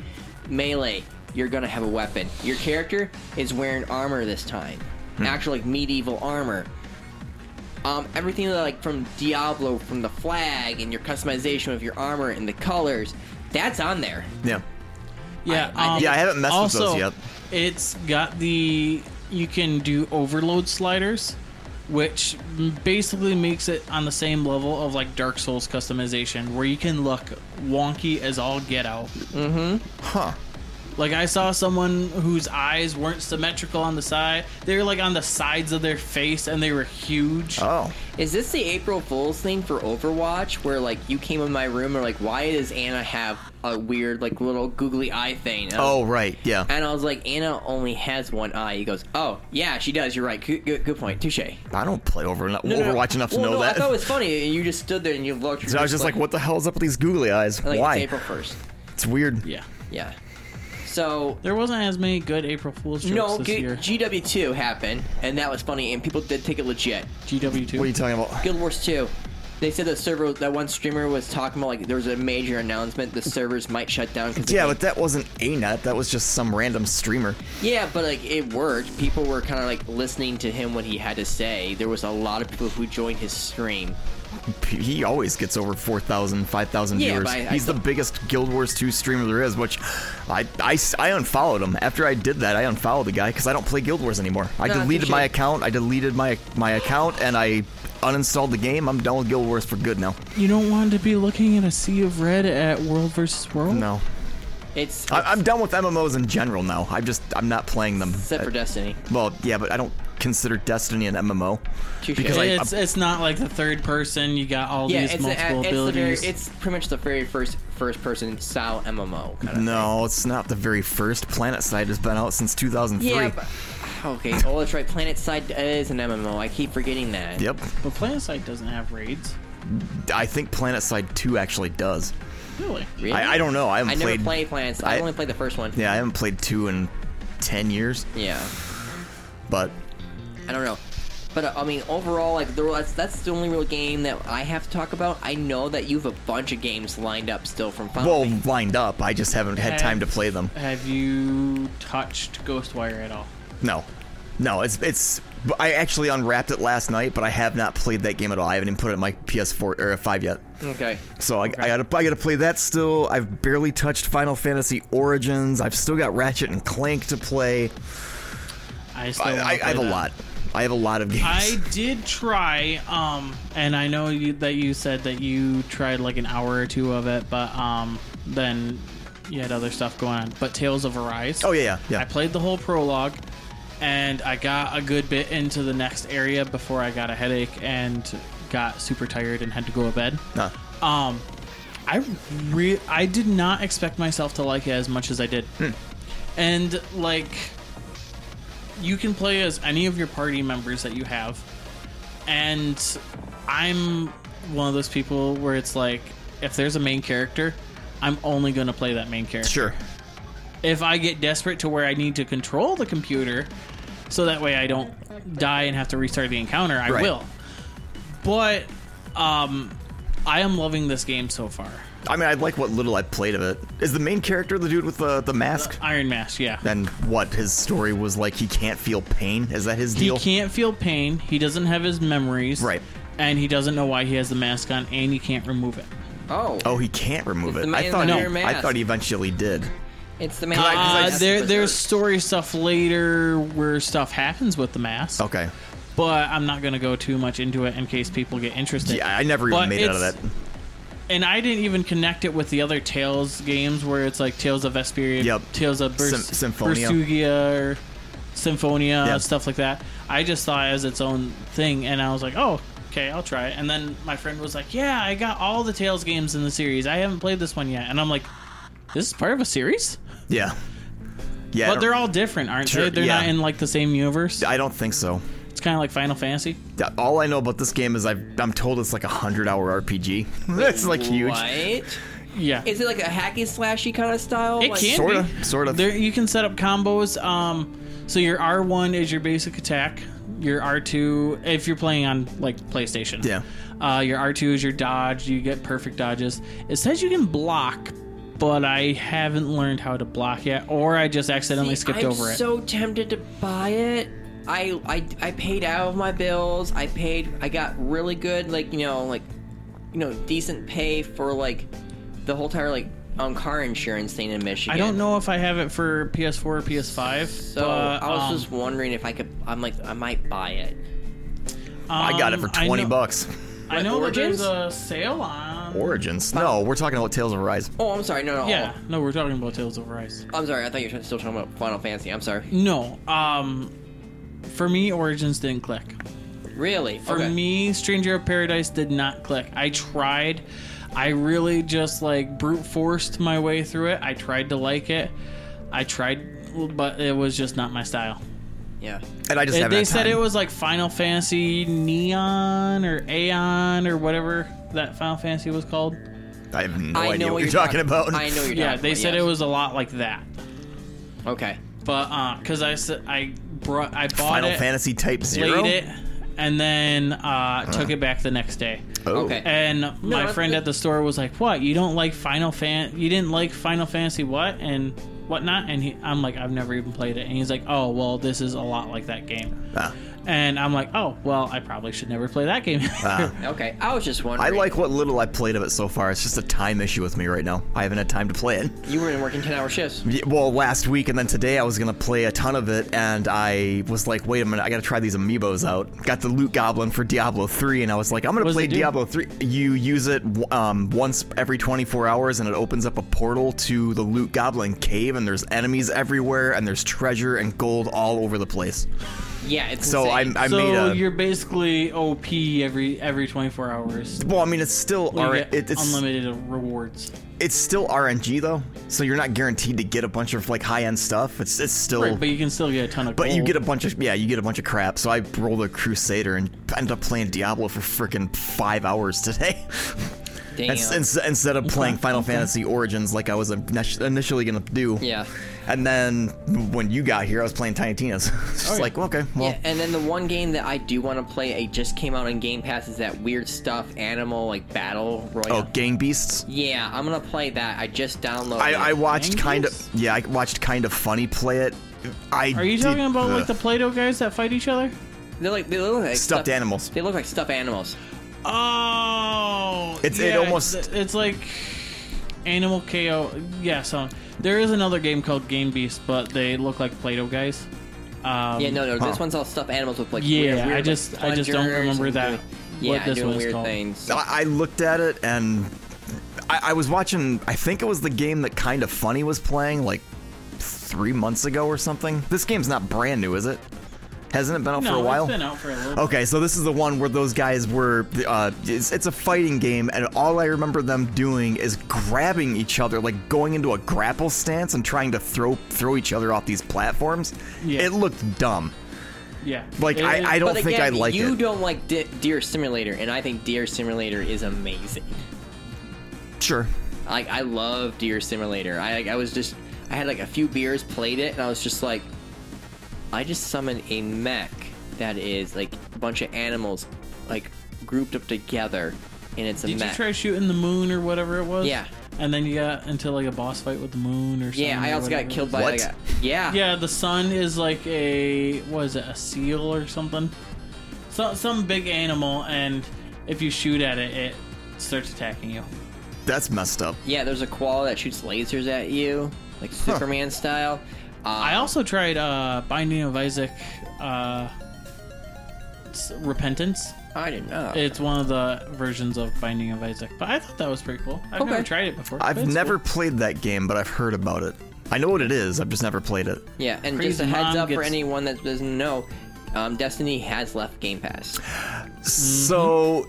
Speaker 4: melee, you're gonna have a weapon. Your character is wearing armor this time, actual like medieval armor. Um, everything like from Diablo, from the flag and your customization of your armor and the colors, that's on there.
Speaker 3: Yeah.
Speaker 5: Yeah, um,
Speaker 3: I- Yeah, I haven't messed with
Speaker 5: also,
Speaker 3: those yet.
Speaker 5: It's got the you can do overload sliders, which basically makes it on the same level of like Dark Souls customization, where you can look wonky as all get out. Mm-hmm.
Speaker 3: Huh.
Speaker 5: Like I saw someone whose eyes weren't symmetrical on the side; they were like on the sides of their face, and they were huge.
Speaker 3: Oh,
Speaker 4: Is this the April Fool's thing for Overwatch, where like you came in my room and were like, why does Anna have a weird like little googly eye thing? And I was-
Speaker 3: Oh, right. Yeah.
Speaker 4: And I was like, Anna only has one eye. He goes, Oh, yeah, she does. You're right. Good, good, good point. Touche.
Speaker 3: I don't play over enough,
Speaker 4: No, no, no.
Speaker 3: Overwatch enough to
Speaker 4: Well,
Speaker 3: know
Speaker 4: no,
Speaker 3: that.
Speaker 4: I thought it was funny. You just stood there and you looked.
Speaker 3: So I was just like, what the hell is up with these googly eyes?
Speaker 4: Like, it's
Speaker 3: Why?
Speaker 4: April 1st.
Speaker 3: It's weird.
Speaker 5: Yeah.
Speaker 4: Yeah. So
Speaker 5: there wasn't as many good April Fool's jokes
Speaker 4: No,
Speaker 5: this
Speaker 4: G-
Speaker 5: year.
Speaker 4: GW2 happened, and that was funny, and people did take it legit.
Speaker 5: GW2. What are you
Speaker 3: talking about?
Speaker 4: Guild Wars 2. They said the server, that one streamer was talking about, like, there was a major announcement the servers might shut down. Cause
Speaker 3: Yeah, but that wasn't ANET. That was just some random streamer.
Speaker 4: yeah, but, like, it worked. People were kind of, like, listening to him what he had to say. There was a lot of people who joined his stream.
Speaker 3: He always gets over 4,000, 5,000
Speaker 4: Yeah,
Speaker 3: viewers.
Speaker 4: but I- I
Speaker 3: He's the biggest Guild Wars 2 streamer there is, which I, I, I unfollowed him. After I did that, I unfollowed the guy because I don't play Guild Wars anymore. I
Speaker 4: No, I
Speaker 3: deleted my
Speaker 4: appreciate it.
Speaker 3: account. I deleted my my account and I uninstalled the game. I'm done with Guild Wars for good now.
Speaker 5: You don't want to be looking at a sea of red at World versus
Speaker 4: Oh.
Speaker 5: World.
Speaker 3: No.
Speaker 4: It's
Speaker 3: I, I'm done with MMOs in general now. I'm just I'm not playing them. Uh,
Speaker 4: Except for Destiny.
Speaker 3: Well, yeah, but I don't consider Destiny an MMO because I,
Speaker 5: it's, it's not like the third person. You got all
Speaker 4: yeah,
Speaker 5: these
Speaker 4: it's, a-
Speaker 5: multiple
Speaker 4: it's, the very,
Speaker 5: abilities.
Speaker 4: it's pretty much the very first first person style MMO. Kind of.
Speaker 3: no, it's not the very first. Planet Side has been out since 2003.
Speaker 4: Yeah, but, okay. Oh, that's right. Planet Side is an MMO. I keep forgetting that.
Speaker 3: Yep.
Speaker 5: But PlanetSide doesn't have raids.
Speaker 3: I think Planet Side 2 actually does.
Speaker 5: Really?
Speaker 4: Really?
Speaker 3: I, I don't know. I haven't
Speaker 4: never
Speaker 3: played.
Speaker 4: played Planet Side. I, only played the first one.
Speaker 3: Yeah, I haven't played 2 in 10 years.
Speaker 4: Yeah.
Speaker 3: But
Speaker 4: I don't know. But uh, I mean, overall, like there, that's that's the only real game that I have to talk about. I know that you have a bunch of games lined up still from Final.
Speaker 3: well, lined up. I just haven't had time to play them.
Speaker 5: Have you touched Ghostwire at all?
Speaker 3: No, no. It's it's. but I actually unwrapped it last night, but I have not played that game at all. I haven't even put it in my PS4 or 5 yet.
Speaker 4: Okay.
Speaker 3: So I, I gotta I gotta play that still. I've barely touched Final Fantasy Origins. I've still got Ratchet and Clank to play.
Speaker 5: I
Speaker 3: I,
Speaker 5: wanna
Speaker 3: I, I
Speaker 5: play
Speaker 3: have a
Speaker 5: that.
Speaker 3: lot. I have a lot of games.
Speaker 5: I did try, um, and I know you, that you said that you tried like an hour or two of it, but um, then you had other stuff going on. But Tales of Arise.
Speaker 3: Oh yeah, yeah, yeah.
Speaker 5: I played the whole prologue, and I got a good bit into the next area before I got a headache and got super tired and had to go to bed.
Speaker 3: Nah.
Speaker 5: Um, I re- I did not expect myself to like it as much as I did,
Speaker 3: Hmm.
Speaker 5: and like you can play as any of your party members that you have, and I'm one of those people where it's like if there's a main character, I'm only going to play that main character.
Speaker 3: Sure.
Speaker 5: If I get desperate to where I need to control the computer, so that way I don't die and have to restart the encounter, I
Speaker 3: Right.
Speaker 5: will. But um, I am loving this game so far.
Speaker 3: I mean, I like what little I played of it. Is the main character the dude with the, the mask?
Speaker 5: Iron Mask, yeah.
Speaker 3: And what his story was like, he can't feel pain. Is that his deal?
Speaker 5: He can't feel pain. He doesn't have his memories. Right. And he doesn't know why he has the mask on, and he can't remove it.
Speaker 4: Oh.
Speaker 3: Oh, he can't remove
Speaker 5: It's
Speaker 3: it.
Speaker 5: the
Speaker 3: I
Speaker 5: man
Speaker 3: thought
Speaker 5: in the
Speaker 3: he,
Speaker 5: iron
Speaker 3: I
Speaker 5: mask.
Speaker 3: thought he eventually did.
Speaker 4: It's the main.
Speaker 5: Uh,
Speaker 4: That's
Speaker 5: there,
Speaker 4: the
Speaker 5: there's story stuff later where stuff happens with the mask.
Speaker 3: Okay.
Speaker 5: But I'm not going to go too much into it in case people get interested.
Speaker 3: Yeah, I never even
Speaker 5: But
Speaker 3: made it out of
Speaker 5: it's-
Speaker 3: that.
Speaker 5: And I didn't even connect it with the other Tales games where it's like Tales of Vesperia, Tales of Bers-
Speaker 3: Sym- Symphonia.
Speaker 5: Bersugia or Symphonia,
Speaker 3: Yep.
Speaker 5: stuff like that. I just saw it as its own thing, and I was like, oh, okay, I'll try it. And then my friend was like, yeah, I got all the Tales games in the series. I haven't played this one yet. And I'm like, this is part of a series?
Speaker 3: Yeah. Yeah. I
Speaker 5: but
Speaker 3: don't-
Speaker 5: they're all different, aren't
Speaker 3: Sure,
Speaker 5: they? They're
Speaker 3: yeah.
Speaker 5: not in like the same universe.
Speaker 3: I don't think so.
Speaker 5: It's kind of like Final Fantasy.
Speaker 3: Yeah, All I know about this game is I've, I'm told it's like a 100 hour RPG. That's like huge.
Speaker 4: What?
Speaker 5: Yeah.
Speaker 4: Is it like a hacky slashy kind of style?
Speaker 5: It
Speaker 4: like,
Speaker 5: can be.
Speaker 3: sort of.
Speaker 5: There, you can set up combos. Um, so your R one is your basic attack. Your R two, if you're playing on like PlayStation,
Speaker 3: Yeah.
Speaker 5: Uh, your R two is your dodge. You get perfect dodges. It says you can block, but I haven't learned how to block yet, or I just accidentally skipped
Speaker 4: I'm
Speaker 5: over it.
Speaker 4: so tempted to buy it. I, I I paid out of my bills. I paid. I got really good, like you know, like you know, decent pay for like the whole entire like um car insurance thing in Michigan.
Speaker 5: I don't know uh, if I have it for PS4 or PS5. um,
Speaker 4: So I was just wondering if I could. I'm like I might buy it.
Speaker 3: I got it for
Speaker 5: Um, I
Speaker 3: 20
Speaker 5: know-
Speaker 3: bucks.
Speaker 5: I know that there's a sale on.
Speaker 3: Origins? No, we're talking about Tales of Rise.
Speaker 4: Oh, I'm sorry. No, no.
Speaker 5: Yeah, no, we're talking about Tales of Rise.
Speaker 4: I'm sorry. I thought you were still talking about Final Fantasy. I'm sorry.
Speaker 5: No, um, for me, Origins didn't click.
Speaker 4: Really?
Speaker 5: For
Speaker 4: Okay.
Speaker 5: me, Stranger of Paradise did not click. I tried. I really just like brute forced my way through it. I tried to like it. I tried, but it was just not my style.
Speaker 4: Yeah.
Speaker 3: And I just
Speaker 5: They-
Speaker 3: haven't
Speaker 5: they
Speaker 3: had
Speaker 5: said
Speaker 3: time.
Speaker 5: it was like Final Fantasy Neon or Aeon or whatever that Final Fantasy was called.
Speaker 3: I have no idea what you're talking about.
Speaker 5: yeah, they said it was a lot like that.
Speaker 4: Okay.
Speaker 5: But uh, because I said I brought I bought
Speaker 3: Final
Speaker 5: it,
Speaker 3: Fantasy Type Zero?
Speaker 5: played it, and then uh, took it back the next day.
Speaker 3: Oh. Okay.
Speaker 5: And my
Speaker 4: that's
Speaker 5: friend
Speaker 4: good.
Speaker 5: at the store was like, "What? You don't like Final Fan? You didn't like Final Fantasy what and whatnot?" And he, I'm like, "I've never even played it." And he's like, "Oh, well, this is a lot like that game."
Speaker 3: Ah.
Speaker 5: And I'm like, "Oh, well, I probably should never play that game."
Speaker 3: Ah.
Speaker 4: Okay. I was just
Speaker 3: I
Speaker 4: wondering.
Speaker 3: like what little I played of it so far. It's just a time issue with me right now. I haven't had time to play it.
Speaker 4: You were working 10 hour shifts.
Speaker 3: Yeah, Well, last week and then today I was gonna play a ton of it, and I was like, wait a minute, I gotta try these amiibos out. Got the loot goblin for Diablo 3, and I was like, I'm gonna
Speaker 5: What does
Speaker 3: play
Speaker 5: it do?
Speaker 3: Diablo 3. You use it um, once every 24 hours, and it opens up a portal to the loot goblin cave, and there's enemies everywhere, and there's treasure and gold all over the place.
Speaker 4: Yeah, it's
Speaker 3: So
Speaker 5: insane.
Speaker 3: I- I
Speaker 5: so
Speaker 3: made a-
Speaker 5: you're basically OP every every 24 hours.
Speaker 3: Well, I mean, it's still
Speaker 5: You
Speaker 3: R-
Speaker 5: get
Speaker 3: it- it's-
Speaker 5: unlimited rewards.
Speaker 3: It's still RNG though, so you're not guaranteed to get a bunch of like high end stuff. It's it's still.
Speaker 5: Right, but you can still get a ton of.
Speaker 3: Oh. But you
Speaker 5: gold.
Speaker 3: get a bunch of yeah, you get a bunch of crap. So I rolled a Crusader and ended up playing Diablo for freaking five hours today.
Speaker 4: Damn.
Speaker 3: Ins- ins- instead of playing Final Fantasy Origins like I was init- initially gonna do.
Speaker 4: Yeah.
Speaker 3: And then when you got here, I was playing Tiny Tina's. it's
Speaker 5: Oh,
Speaker 3: just like okay, well,
Speaker 4: yeah, and then the one game that I do want to play, it just came out on Game Pass, is that weird stuff animal like battle royale.
Speaker 3: oh, Gang Beasts.
Speaker 4: Yeah, I'm gonna play that. I just downloaded.
Speaker 3: I,
Speaker 4: it.
Speaker 3: I watched kind of yeah, I watched kind of funny play it. I
Speaker 5: Are you
Speaker 3: did-
Speaker 5: talking about like
Speaker 3: ugh.
Speaker 5: the Play-Doh guys that fight each other?
Speaker 4: They're like they look like
Speaker 3: Stuffed animals.
Speaker 4: They look like stuffed animals.
Speaker 5: Oh,
Speaker 3: It's- it
Speaker 5: yeah,
Speaker 3: almost-
Speaker 5: It's, it's like Animal KO. Yeah, so there is another game called Game Beast, but they look like Play-Doh guys. Um,
Speaker 4: yeah, no, no, this one's all stuffed animals with like
Speaker 5: yeah,
Speaker 4: weird, weird,
Speaker 5: I
Speaker 4: like,
Speaker 5: just I just don't
Speaker 4: plungers
Speaker 5: remember
Speaker 4: and
Speaker 5: that.
Speaker 4: doing-
Speaker 5: what
Speaker 4: yeah,
Speaker 5: this
Speaker 4: doing
Speaker 5: was
Speaker 4: weird
Speaker 5: called.
Speaker 4: things.
Speaker 3: I, I looked at it and I, I was watching. I think it was the game that Kind of Funny was playing like three months ago or something. This game's not brand new, is it? Hasn't it been out
Speaker 5: No,
Speaker 3: for a
Speaker 5: it's
Speaker 3: while? Oh,
Speaker 5: been out for a little bit.
Speaker 3: Okay, so this is the one where those guys were. Uh, it's, it's a fighting game, and all I remember them doing is grabbing each other, like going into a grapple stance and trying to throw throw each other off these platforms. It looked dumb.
Speaker 5: Yeah.
Speaker 3: Like, I- I don't
Speaker 4: but
Speaker 3: think
Speaker 4: again,
Speaker 3: I like
Speaker 4: you
Speaker 3: it.
Speaker 4: don't like De- Deer Simulator, and I think Deer Simulator is amazing.
Speaker 3: Sure.
Speaker 4: I, I love Deer Simulator. I I was just I had like a few beers, played it, and I was just like, I just summoned a mech that is like a bunch of animals, like grouped up together, and it's a
Speaker 5: Did
Speaker 4: mech.
Speaker 5: you try shooting the moon or whatever it was?
Speaker 4: Yeah.
Speaker 5: And then you got into like a boss fight with the moon or something.
Speaker 4: Yeah, I
Speaker 5: or
Speaker 4: also got
Speaker 5: whatever it
Speaker 4: killed
Speaker 5: was.
Speaker 4: by, like, What? a- yeah.
Speaker 5: Yeah, the sun is like a what is it, a seal or something? So, some big animal and if you shoot at it it starts attacking you.
Speaker 3: That's messed up.
Speaker 4: yeah, there's a koala that shoots lasers at you, like Superman style.
Speaker 5: I also tried uh Binding of Isaac uh s- Repentance.
Speaker 4: I didn't know.
Speaker 5: It's one of the versions of Binding of Isaac, but I thought that was pretty cool. I've never
Speaker 4: Okay.
Speaker 5: tried it before. but
Speaker 3: I've
Speaker 5: it's
Speaker 3: never played that game, but I've heard about it. I know what it is. I've just never played it.
Speaker 4: Yeah, and
Speaker 5: Crazy
Speaker 4: just a heads
Speaker 5: Mom
Speaker 4: up for
Speaker 5: gets-
Speaker 4: anyone that doesn't know, um, Destiny has left Game Pass.
Speaker 3: So,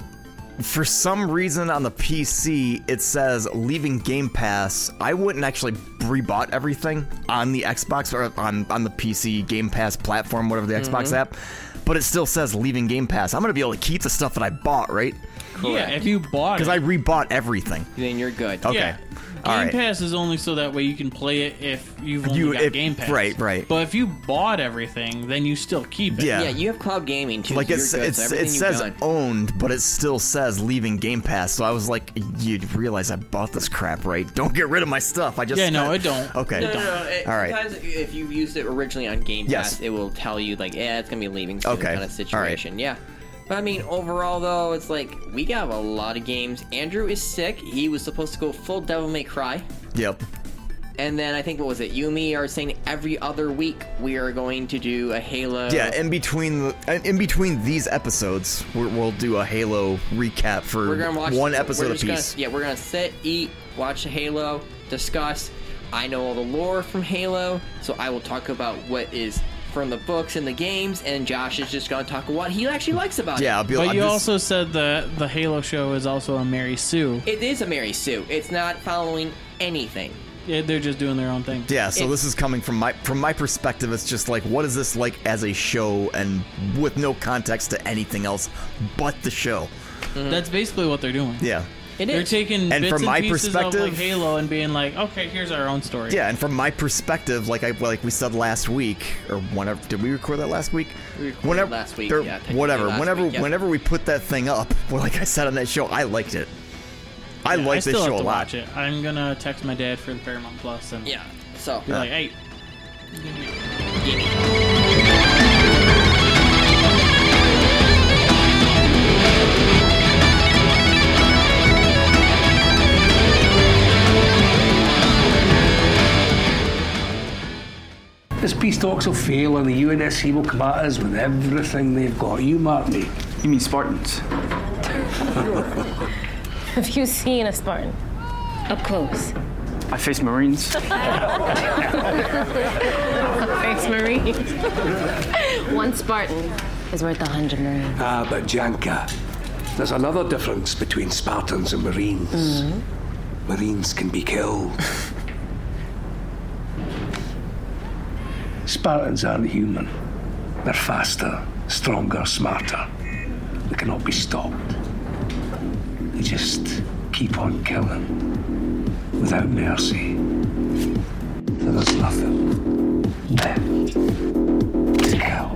Speaker 3: for some reason on the PC, it says leaving Game Pass. I wouldn't actually rebought everything on the Xbox or on, on the PC Game Pass platform, whatever the Xbox
Speaker 5: Mhm.
Speaker 3: app, but it still says leaving Game Pass. I'm going to be able to keep the stuff that I bought, right?
Speaker 5: cool. Yeah, if you bought
Speaker 3: Because I rebought everything.
Speaker 4: Then you're good.
Speaker 3: Okay.
Speaker 5: Yeah. Game
Speaker 3: All right.
Speaker 5: Pass is only so that way you can play it if you've only
Speaker 3: You-
Speaker 5: got
Speaker 3: if-
Speaker 5: Game Pass.
Speaker 3: right, right.
Speaker 5: But if you bought everything, then you still keep it.
Speaker 3: Yeah. Yeah,
Speaker 4: you have cloud gaming too.
Speaker 3: Like it's, it's it says owned, but it still says leaving Game Pass. So I was like, you realize I bought this crap, right? Don't get rid of my stuff. I just
Speaker 5: Yeah, no,
Speaker 3: spent-"
Speaker 5: it don't.
Speaker 3: Okay,
Speaker 4: No, no, no. It,
Speaker 3: all right.
Speaker 4: Sometimes if you used it originally on Game Pass,
Speaker 3: Yes.
Speaker 4: it will tell you like, yeah, it's gonna be leaving soon
Speaker 3: Okay.
Speaker 4: kind
Speaker 3: All
Speaker 4: of
Speaker 3: right.
Speaker 4: situation. Yeah. But I mean, overall though, it's like we got a lot of games. Andrew is sick. He was supposed to go full Devil May Cry.
Speaker 3: Yep.
Speaker 4: And then I think what was it? You and me are saying every other week we are going to do a Halo.
Speaker 3: Yeah, in between the in between these episodes, we're, we'll do a Halo recap for
Speaker 4: we're gonna watch
Speaker 3: one
Speaker 4: we're
Speaker 3: episode
Speaker 4: just
Speaker 3: apiece.
Speaker 4: Gonna, yeah, we're gonna sit, eat, watch Halo, discuss. I know all the lore from Halo, so I will talk about what is from the books and the games, and Josh is just gonna talk about what he actually likes about it.
Speaker 5: but you also said that the Halo show is also a Mary Sue.
Speaker 4: It is a Mary Sue. It's not following anything.
Speaker 5: Yeah, they're just doing their own thing.
Speaker 3: Yeah, so this is coming from my from my perspective. It's just like, what is this like as a show, and with no context to anything else but the show.
Speaker 5: That's basically what they're doing.
Speaker 3: Yeah,
Speaker 5: It They're taking
Speaker 3: And
Speaker 5: bits
Speaker 3: from
Speaker 5: and
Speaker 3: my
Speaker 5: pieces
Speaker 3: perspective,
Speaker 5: of like Halo and being like, okay, here's our own story.
Speaker 3: yeah, and from my perspective, like I like we said last week or whenever did we record that last week?
Speaker 4: We recorded last week,
Speaker 3: or
Speaker 4: yeah, technically
Speaker 3: whatever.
Speaker 4: last
Speaker 3: Whenever
Speaker 4: week, yeah.
Speaker 3: whenever we put that thing up, well, like I said on that show, I liked it. I
Speaker 5: Yeah,
Speaker 3: like
Speaker 5: I still
Speaker 3: this show
Speaker 5: have
Speaker 3: a
Speaker 5: to
Speaker 3: lot.
Speaker 5: Watch it. I'm gonna text my dad for the Paramount Plus and
Speaker 4: yeah. So
Speaker 5: be like, hey,
Speaker 16: This peace talks will fail and the UNSC will come at us with everything they've got. You mark me. You mean Spartans?
Speaker 17: Have you seen a Spartan? Up close.
Speaker 18: I face Marines.
Speaker 17: Thanks, Marie. One Spartan is worth a hundred Marines.
Speaker 16: Ah, but Janka, there's another difference between Spartans and Marines. Marines can be killed. Spartans aren't human. They're faster, stronger, smarter. They cannot be stopped. They just keep on killing without mercy. There is nothing left to kill.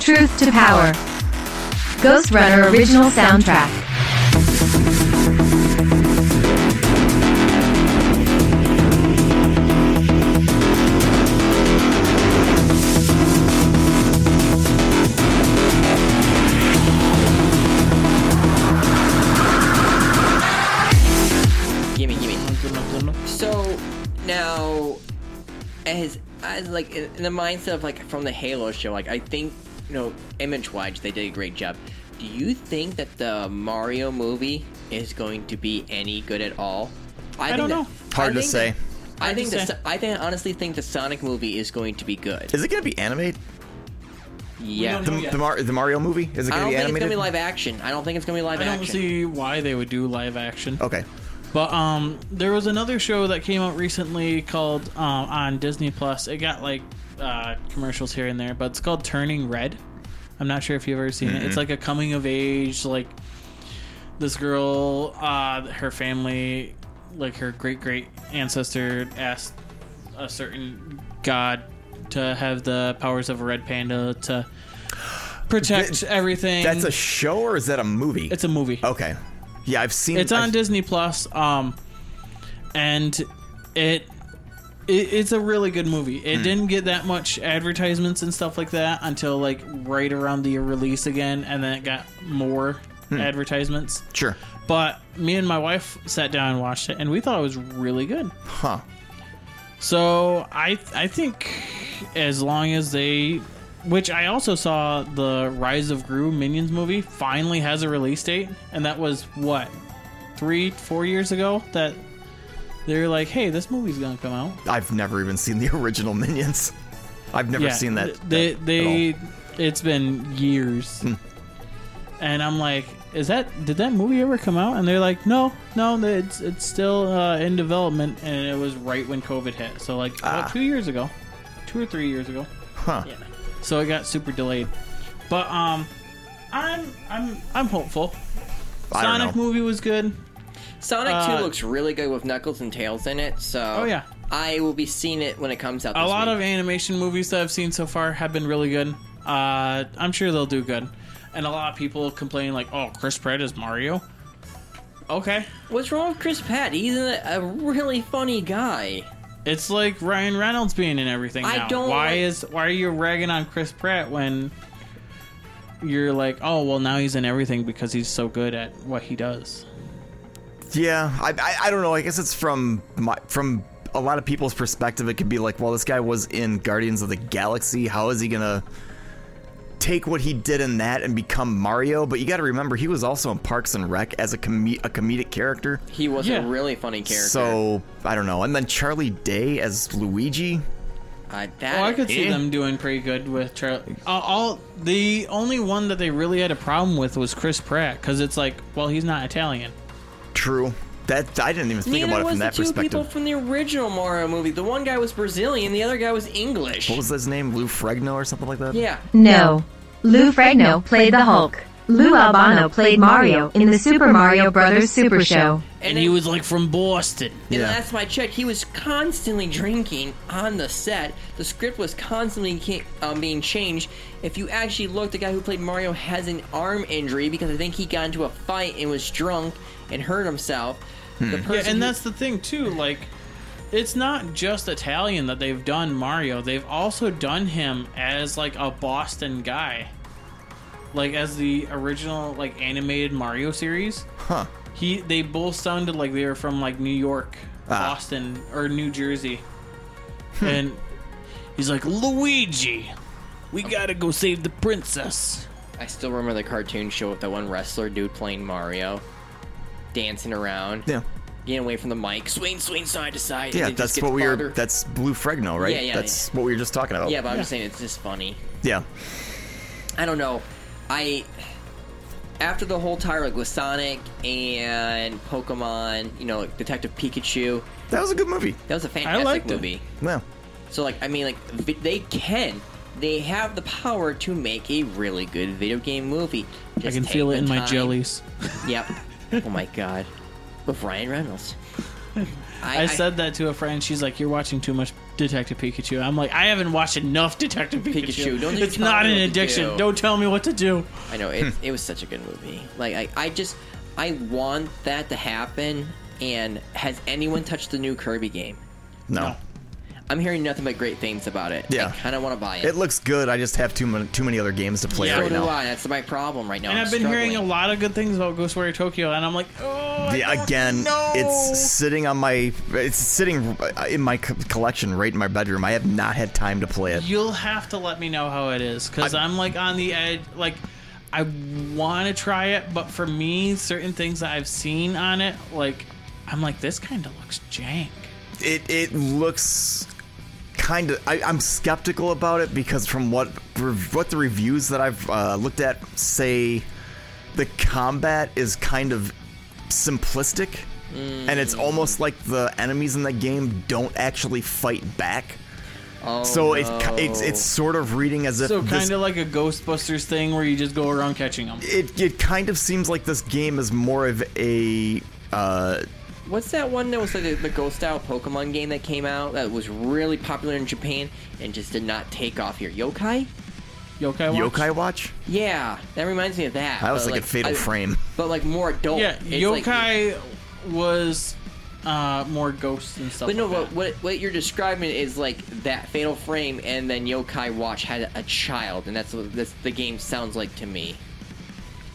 Speaker 2: Truth to Power. Ghost Runner original soundtrack.
Speaker 4: Gimme, gimme. So now, as as like in in the mindset of like from the Halo show, like I think you know, image wise, they did a great job. Do you think that the Mario movie is going to be any good at all?
Speaker 3: I
Speaker 4: think
Speaker 3: don't
Speaker 4: that-
Speaker 3: know. Hard
Speaker 4: I
Speaker 3: to
Speaker 4: think
Speaker 3: say.
Speaker 4: that- I
Speaker 3: Hard
Speaker 4: think
Speaker 3: to
Speaker 4: the,
Speaker 3: say.
Speaker 4: Son- I think honestly think the Sonic movie is going to be good.
Speaker 3: Is it gonna be animated?
Speaker 4: Oh, Yeah,
Speaker 3: the, the, Mar- the Mario movie is it
Speaker 4: I
Speaker 3: gonna
Speaker 4: don't
Speaker 3: be
Speaker 4: think it's
Speaker 3: animated?
Speaker 4: gonna be live action. I don't think it's gonna be live
Speaker 5: I don't
Speaker 4: action.
Speaker 5: see why they would do live action.
Speaker 3: Okay.
Speaker 5: But um, there was another show that came out recently called um, on Disney Plus. It got like uh, commercials here and there, but it's called Turning Red. I'm not sure if you've ever seen it. It's
Speaker 18: Mm-mm.
Speaker 5: like a coming of age, like this girl, uh, her family, like her great great ancestor asked a certain god to have the powers of a red panda to protect everything.
Speaker 3: That's a show or is that a movie? It's
Speaker 5: a movie.
Speaker 3: Okay. Yeah, I've seen.
Speaker 5: It's on
Speaker 3: I've-
Speaker 5: Disney Plus, um, and it, it it's a really good movie. It
Speaker 3: Hmm.
Speaker 5: didn't get that much advertisements and stuff like that until like right around the release again, and then it got more
Speaker 3: Hmm.
Speaker 5: advertisements.
Speaker 3: Sure.
Speaker 5: But me and my wife sat down and watched it, and we thought it was really good.
Speaker 3: Huh.
Speaker 5: So I I think as long as they, which I also saw the Rise of Gru Minions movie finally has a release date, and that was what three four years ago that they're like, hey, this movie's gonna come out.
Speaker 3: I've never even seen the original Minions. I've never
Speaker 5: Yeah,
Speaker 3: seen that. Hmm.
Speaker 5: th- They they it's been years, and I'm like, is that did that movie ever come out? And they're like, no, no, it's it's still uh, in development, and it was right when COVID hit. So like about two years ago, two or three years ago.
Speaker 3: Ah. Huh.
Speaker 5: Yeah. So it got super delayed, but um, I'm I'm I'm hopeful.
Speaker 3: I don't
Speaker 5: Sonic
Speaker 3: know.
Speaker 5: movie was good.
Speaker 4: Sonic
Speaker 5: Uh,
Speaker 4: 2 looks really good with Knuckles and Tails in it, so.
Speaker 5: Oh, yeah.
Speaker 4: I will be seeing it when it comes out.
Speaker 5: a
Speaker 4: this
Speaker 5: lot
Speaker 4: week.
Speaker 5: of animation movies that I've seen so far have been really good. Uh, I'm sure they'll do good. And a lot of people complain like, "Oh, Chris Pratt is Mario." Okay,
Speaker 4: what's wrong with Chris Pratt? He's a, a really funny guy.
Speaker 5: It's like Ryan Reynolds being in everything
Speaker 4: I
Speaker 5: now.
Speaker 4: don't
Speaker 5: why
Speaker 4: like-
Speaker 5: is why are you ragging on Chris Pratt when you're like, "Oh, well, now he's in everything because he's so good at what he does."
Speaker 3: Yeah, I, I I don't know. I guess it's from my from a lot of people's perspective. It could be like, well, this guy was in Guardians of the Galaxy. How is he gonna take what he did in that and become Mario? But you got to remember, he was also in Parks and Rec as a com- a comedic character.
Speaker 4: He was a really funny character.
Speaker 3: So I don't know. And then Charlie Day as Luigi.
Speaker 4: I
Speaker 5: Well, I could see
Speaker 3: Eh?
Speaker 5: them doing pretty good with Charlie. All, all the only one that they really had a problem with was Chris Pratt because it's like, well, he's not Italian.
Speaker 3: True. That I didn't even
Speaker 4: Neither was the two people from the original Mario movie. The one guy was Brazilian, the other guy was English.
Speaker 3: What was his name? Lou Fregno or something like that?
Speaker 4: Yeah.
Speaker 2: No. Lou Fregno played the Hulk. Lou Albano played Mario in the Super Mario Brothers Super Show.
Speaker 5: and he was like from Boston.
Speaker 4: And that's my check. He was constantly drinking on the set. The script was constantly ca- um, being changed. If you actually look, the guy who played Mario has an arm injury because I think he got into a fight and was drunk and hurt himself. The person
Speaker 5: Hmm. yeah, and
Speaker 4: who-
Speaker 5: that's the thing too. Like, it's not just Italian that they've done Mario. They've also done him as like a Boston guy, like as the original like animated Mario series.
Speaker 3: Huh.
Speaker 5: He they both sounded like they were from like New York, Boston, or New Jersey, and he's like Luigi. We gotta go save the princess.
Speaker 4: I still remember the cartoon show with that one wrestler dude playing Mario, dancing around.
Speaker 3: Yeah.
Speaker 4: Getting away from the mic, swing, swing, side to side. and
Speaker 3: Yeah,
Speaker 4: it just
Speaker 3: that's
Speaker 4: gets
Speaker 3: what we
Speaker 4: farther.
Speaker 3: were. That's Lou Fregno, right?
Speaker 4: Yeah, yeah,
Speaker 3: that's what we were just talking about.
Speaker 4: Yeah, but I'm just saying it's just funny.
Speaker 3: Yeah.
Speaker 4: I don't know. I after the whole tire like with Sonic and Pokemon, you know, like Detective Pikachu.
Speaker 3: That was a good movie.
Speaker 4: That was a fantastic
Speaker 3: liked it.
Speaker 4: movie.
Speaker 3: Yeah.
Speaker 4: So like, I mean, like vi- they can, they have the power to make a really good video game movie.
Speaker 5: I
Speaker 4: Just
Speaker 5: can
Speaker 4: take
Speaker 5: feel it
Speaker 4: the
Speaker 5: in my
Speaker 4: time.
Speaker 5: jellies.
Speaker 4: Yep. oh my god. With Ryan Reynolds.
Speaker 5: I, said that to a friend. She's like, "You're watching too much Detective Pikachu." I'm like, "I haven't watched enough Detective Pikachu.
Speaker 4: Pikachu, don't you
Speaker 5: it's
Speaker 4: tell
Speaker 5: not
Speaker 4: me
Speaker 5: an
Speaker 4: what to
Speaker 5: addiction.
Speaker 4: do."
Speaker 5: Don't tell me what to do."
Speaker 4: I know it, it was such a good movie. Like I, I just I want that to happen. And has anyone touched the new Kirby game?
Speaker 3: No.
Speaker 4: I'm hearing nothing but great things about it.
Speaker 3: Yeah.
Speaker 4: I kind of want to buy it.
Speaker 3: It looks good. I just have too many too many other games to play
Speaker 4: so
Speaker 3: right
Speaker 4: do
Speaker 3: now.
Speaker 4: I. That's my problem right now.
Speaker 5: and
Speaker 4: I'm
Speaker 5: I've been
Speaker 4: struggling.
Speaker 5: hearing a lot of good things about Ghost Warrior Tokyo, and I'm like, "Oh, I
Speaker 3: yeah,
Speaker 5: don't
Speaker 3: again,
Speaker 5: know."
Speaker 3: it's sitting on my it's sitting uh, in my co- collection right in my bedroom. I have not had time to play it.
Speaker 5: You'll have to let me know how it is because I'm like on the edge. Like, I want to try it, but for me, certain things that I've seen on it, like, I'm like, this kind of looks jank.
Speaker 3: It it looks kind of I, I'm skeptical about it because from what rev- what the reviews that I've uh, looked at say, the combat is kind of simplistic, and
Speaker 4: Mm.
Speaker 3: it's almost like the enemies in the game don't actually fight back.
Speaker 4: Oh,
Speaker 3: so it,
Speaker 5: no.
Speaker 3: it's it's sort of reading as if
Speaker 5: so
Speaker 3: this-
Speaker 5: kind of like a Ghostbusters thing where you just go around catching them.
Speaker 3: it it kind of seems like this game is more of a uh,
Speaker 4: What's that one that was like the, the Ghost Out Pokemon game that came out that was really popular in Japan and just did not take off here? Yokai?
Speaker 5: Yokai
Speaker 4: Watch?
Speaker 3: yokai watch.
Speaker 4: Yeah, that reminds me of that.
Speaker 3: I was
Speaker 4: but,
Speaker 3: thinking Fatal
Speaker 4: Uh, I-
Speaker 3: Frame.
Speaker 4: But like more adult.
Speaker 5: Yeah,
Speaker 4: Oh, It's like-
Speaker 5: yokai was uh, more ghosts and stuff.
Speaker 4: But no,
Speaker 5: like
Speaker 4: what, what what you're describing is like that Fatal Frame, and then Yokai Watch had a child, and that's what that's the game sounds like to me.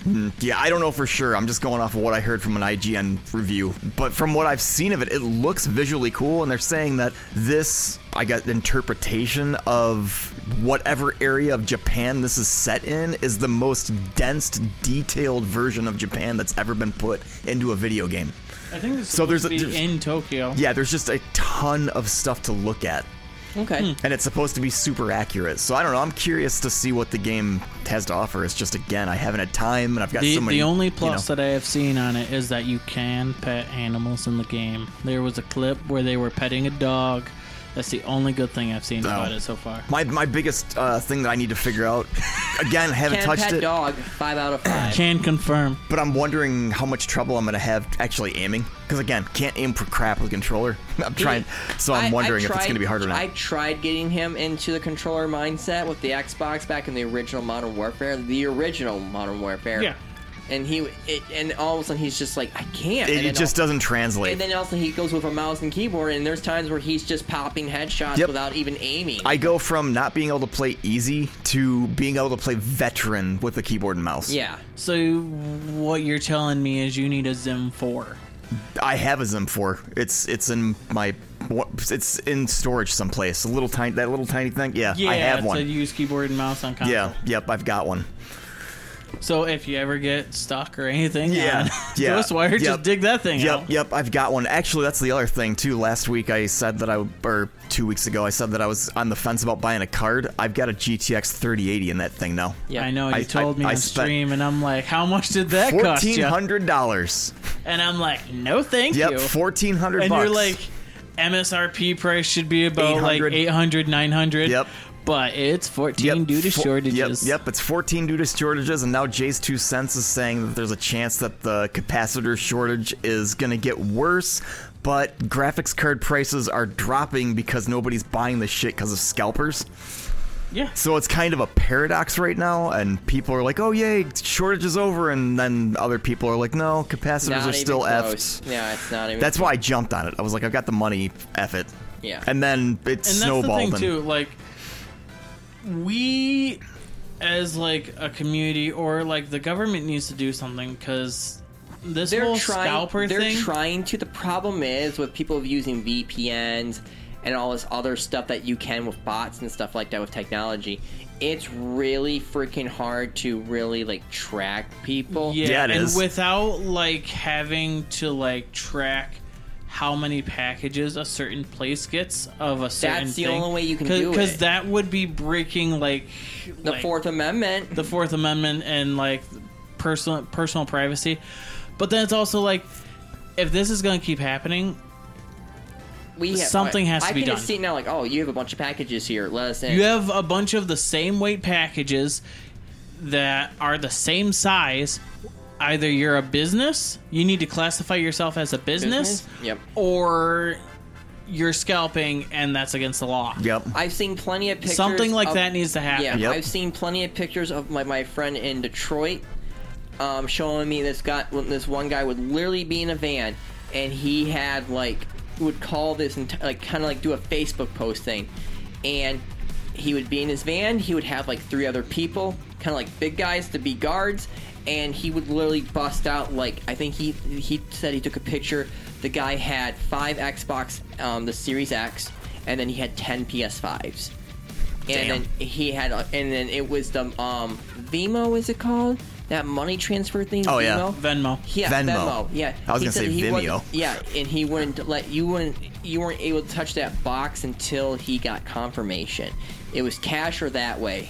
Speaker 3: Mm, Yeah, I don't know for sure. I'm just going off of what I heard from an IGN review. But from what I've seen of it, it looks visually cool, and they're saying that this, I got interpretation of whatever area of Japan this is set in, is the most dense, detailed version of Japan that's ever been put into a video game.
Speaker 5: I think it's
Speaker 3: So there's a-
Speaker 5: supposed to be
Speaker 3: there's-
Speaker 5: in Tokyo.
Speaker 3: Yeah, there's just a ton of stuff to look at.
Speaker 4: Okay.
Speaker 3: And it's supposed to be super accurate. So I don't know. I'm curious to see what the game has to offer. It's just, again, I haven't had time, and I've got
Speaker 5: the,
Speaker 3: so many.
Speaker 5: the only
Speaker 3: you know-
Speaker 5: plus that I have seen on it is that you can pet animals in the game. There was a clip where they were petting a dog, That's the only good thing I've seen about it so far.
Speaker 3: Oh. My my biggest uh, thing that I need to figure out. Again, haven't
Speaker 5: Can
Speaker 3: touched
Speaker 5: pet
Speaker 3: it.
Speaker 4: dog five out of five.
Speaker 5: Can confirm.
Speaker 3: But I'm wondering how much trouble I'm gonna have actually aiming. Because again, can't aim for crap with controller. I'm trying, so I'm wondering if it's gonna be hard or not.
Speaker 4: I tried getting him into the controller mindset with the Xbox back in the original Modern Warfare, the original Modern Warfare.
Speaker 3: Yeah.
Speaker 4: And he, it, and all of a sudden he's just like, I can't.
Speaker 3: it
Speaker 4: and
Speaker 3: it
Speaker 4: then
Speaker 3: just
Speaker 4: all-
Speaker 3: doesn't
Speaker 4: And
Speaker 3: translate.
Speaker 4: then also he goes with a mouse and keyboard, and there's times where he's just popping headshots
Speaker 3: Yep.
Speaker 4: without even aiming.
Speaker 3: I go from not being able to play easy to being able to play veteran with a keyboard and mouse.
Speaker 4: Yeah.
Speaker 5: So what you're telling me is you need a Zim 4.
Speaker 3: I have a Zim 4. It's it's in my it's in storage someplace. A little tiny that little tiny thing. Yeah, I have
Speaker 5: it's
Speaker 3: one.
Speaker 5: a used keyboard and mouse on console.
Speaker 3: yeah, yep, I've got one.
Speaker 5: So if you ever get stuck or anything
Speaker 3: Yeah,
Speaker 5: on
Speaker 3: yeah.
Speaker 5: Ghostwire,
Speaker 3: Yep.
Speaker 5: just dig that thing
Speaker 3: yep,
Speaker 5: out.
Speaker 3: Yep, I've got one. Actually, that's the other thing too. Last week I said that I or 2 weeks ago I said that I was on the fence about buying a card. I've got a GTX 3080 in that thing now.
Speaker 5: Yeah, I know. You
Speaker 3: I-
Speaker 5: told me
Speaker 3: I
Speaker 5: on
Speaker 3: spent-
Speaker 5: stream, and I'm like, "How much did that cost you?"
Speaker 3: $1400.
Speaker 5: And I'm like, "No, thank
Speaker 3: Yep,
Speaker 5: you."
Speaker 3: 1400
Speaker 5: And you're
Speaker 3: bucks.
Speaker 5: like, "MSRP price should be about like
Speaker 3: 800.
Speaker 5: 800, 900."
Speaker 3: Yep.
Speaker 5: But it's 14 due to
Speaker 3: Fo-
Speaker 5: shortages.
Speaker 3: Yep, yep, it's 14 due to shortages, and now Jay's Two Cents is saying that there's a chance that the capacitor shortage is going to get worse, but graphics card prices are dropping because nobody's buying this shit because of scalpers.
Speaker 5: Yeah.
Speaker 3: So it's kind of a paradox right now, and people are like, oh, yay, shortage is over, and then other people are like, no, capacitors
Speaker 4: Not
Speaker 3: are
Speaker 4: even
Speaker 3: still
Speaker 4: close.
Speaker 3: effed.
Speaker 4: Yeah, it's not even.
Speaker 3: That's why I jumped on it. I was like, I've got the money, F it.
Speaker 4: Yeah.
Speaker 3: And then it
Speaker 5: and
Speaker 3: snowballed.
Speaker 5: That's the
Speaker 3: and-
Speaker 5: thing too. Like we, as like a community, or like the government needs to do something because this whole scalper
Speaker 4: they're
Speaker 5: thing.
Speaker 4: trying to. The problem is with people using VPNs and all this other stuff that you can with bots and stuff like that with technology. It's really freaking hard to really like track people.
Speaker 5: yeah, and without like having to like track how many packages a certain place gets of a certain
Speaker 4: That's the only way you can do
Speaker 5: because
Speaker 4: it.
Speaker 5: that would be breaking like
Speaker 4: The
Speaker 5: like,
Speaker 4: Fourth Amendment.
Speaker 5: The Fourth Amendment and like personal personal privacy. But then it's also like if this is going to keep happening,
Speaker 4: we have,
Speaker 5: something has to
Speaker 4: I
Speaker 5: be
Speaker 4: can
Speaker 5: done.
Speaker 4: Just see now, like, oh, you have a bunch of packages here. Let us in.
Speaker 5: you have a bunch of the same weight packages that are the same size. Either you're a business, you need to classify yourself as a business,
Speaker 4: Yep.
Speaker 5: or you're scalping and that's against the law.
Speaker 3: Yep.
Speaker 4: I've seen plenty of pictures.
Speaker 5: Something like
Speaker 4: of-
Speaker 5: that needs to happen.
Speaker 4: Yeah, I've seen plenty of pictures of my, my friend in Detroit um, showing me this guy. This one guy would literally be in a van, and he had like would call this and like kind of like do a Facebook post thing, and he would be in his van. He would have like three other people, kind of like big guys to be guards, and he would literally bust out like I think he he said he took a picture. The guy had five Xbox, um, the Series X, and then he had ten PS5s. And
Speaker 15: Damn.
Speaker 4: then he had, uh, and then it was the um Vimo, is it called? That money transfer thing.
Speaker 3: Oh, yeah.
Speaker 4: Vimo?
Speaker 5: Venmo.
Speaker 4: Yeah, Venmo. Yeah.
Speaker 3: I was
Speaker 4: He
Speaker 3: gonna
Speaker 4: said
Speaker 3: say
Speaker 4: he
Speaker 3: Vimeo.
Speaker 4: wasn't- Yeah, and he wouldn't let you wouldn't you weren't able to touch that box until he got confirmation. It was cash or that way.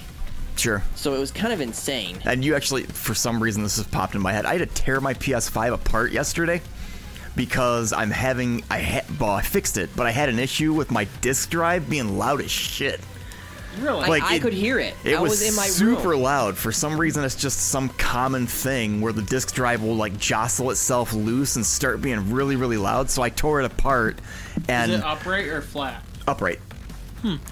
Speaker 3: Sure.
Speaker 4: So it was kind of insane.
Speaker 3: And you actually, for some reason, this has popped in my head. I had to tear my PS5 apart yesterday because I'm having I ha- well, I fixed it, but I had an issue with my disk drive being loud as shit.
Speaker 4: Really?
Speaker 3: Like,
Speaker 4: I,
Speaker 3: it-
Speaker 4: could hear it.
Speaker 3: It
Speaker 4: I was, in my
Speaker 3: super
Speaker 4: room.
Speaker 3: loud. For some reason, it's just some common thing where the disk drive will like jostle itself loose and start being really, really loud. So I tore it apart and
Speaker 5: is it upright or flat?
Speaker 3: upright.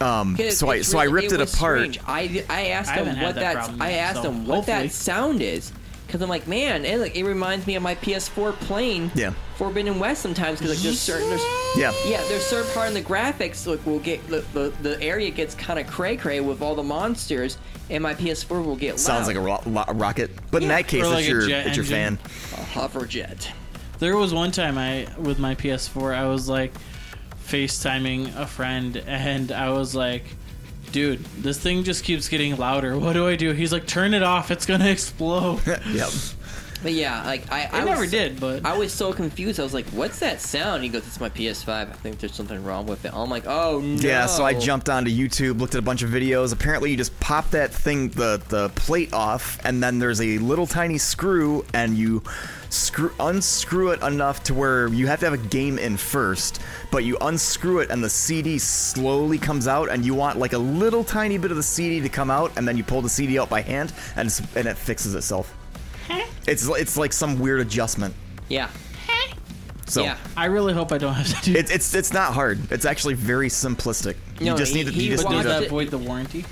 Speaker 3: Um,
Speaker 4: It-
Speaker 3: so I
Speaker 4: it's
Speaker 3: so I
Speaker 4: really-
Speaker 3: ripped it,
Speaker 4: was
Speaker 3: apart.
Speaker 4: strange. I, I asked
Speaker 3: I
Speaker 4: him
Speaker 3: haven't had
Speaker 4: what
Speaker 3: that
Speaker 4: that,
Speaker 3: problem
Speaker 4: I
Speaker 3: yet,
Speaker 4: asked
Speaker 3: so
Speaker 4: him what
Speaker 3: hopefully.
Speaker 4: that sound is because I'm like, man, it, like, it reminds me of my PS4 playing
Speaker 3: Yeah.
Speaker 4: Forbidden West sometimes because like there's certain there's
Speaker 3: Yeah.
Speaker 4: yeah there's certain part in the graphics like will get the, the, the area gets kind of cray cray with all the monsters and my PS4 will get
Speaker 3: Sounds
Speaker 4: loud.
Speaker 3: like a ro- lo- rocket, but in that case, it's your it's your fan.
Speaker 4: a hover jet.
Speaker 5: There was one time I with my PS4, I was like FaceTiming a friend and I was like, dude, this thing just keeps getting louder. What do I do? He's like, turn it off, it's gonna explode.
Speaker 3: yep.
Speaker 4: But yeah, like I, I
Speaker 5: It never
Speaker 4: was,
Speaker 5: did, but
Speaker 4: I was so confused. I was like, "What's that sound?" He goes, "It's my PS5. I think there's something wrong with it." I'm like, "Oh no!"
Speaker 3: Yeah, so I jumped onto YouTube, looked at a bunch of videos. Apparently, you just pop that thing, the the plate off, and then there's a little tiny screw, and you screw unscrew it enough to where you have to have a game in first. But you unscrew it, and the CD slowly comes out, and you want like a little tiny bit of the CD to come out, and then you pull the CD out by hand, and it's, and it fixes itself. It's it's like some weird adjustment.
Speaker 4: Yeah.
Speaker 3: So
Speaker 5: Yeah. I really hope I don't have to.
Speaker 3: It, it's it's not hard. It's actually very simplistic. you
Speaker 5: No,
Speaker 3: just
Speaker 5: he-
Speaker 3: need to.
Speaker 5: he
Speaker 3: You just need
Speaker 5: watched
Speaker 3: to
Speaker 5: it- Void the warranty.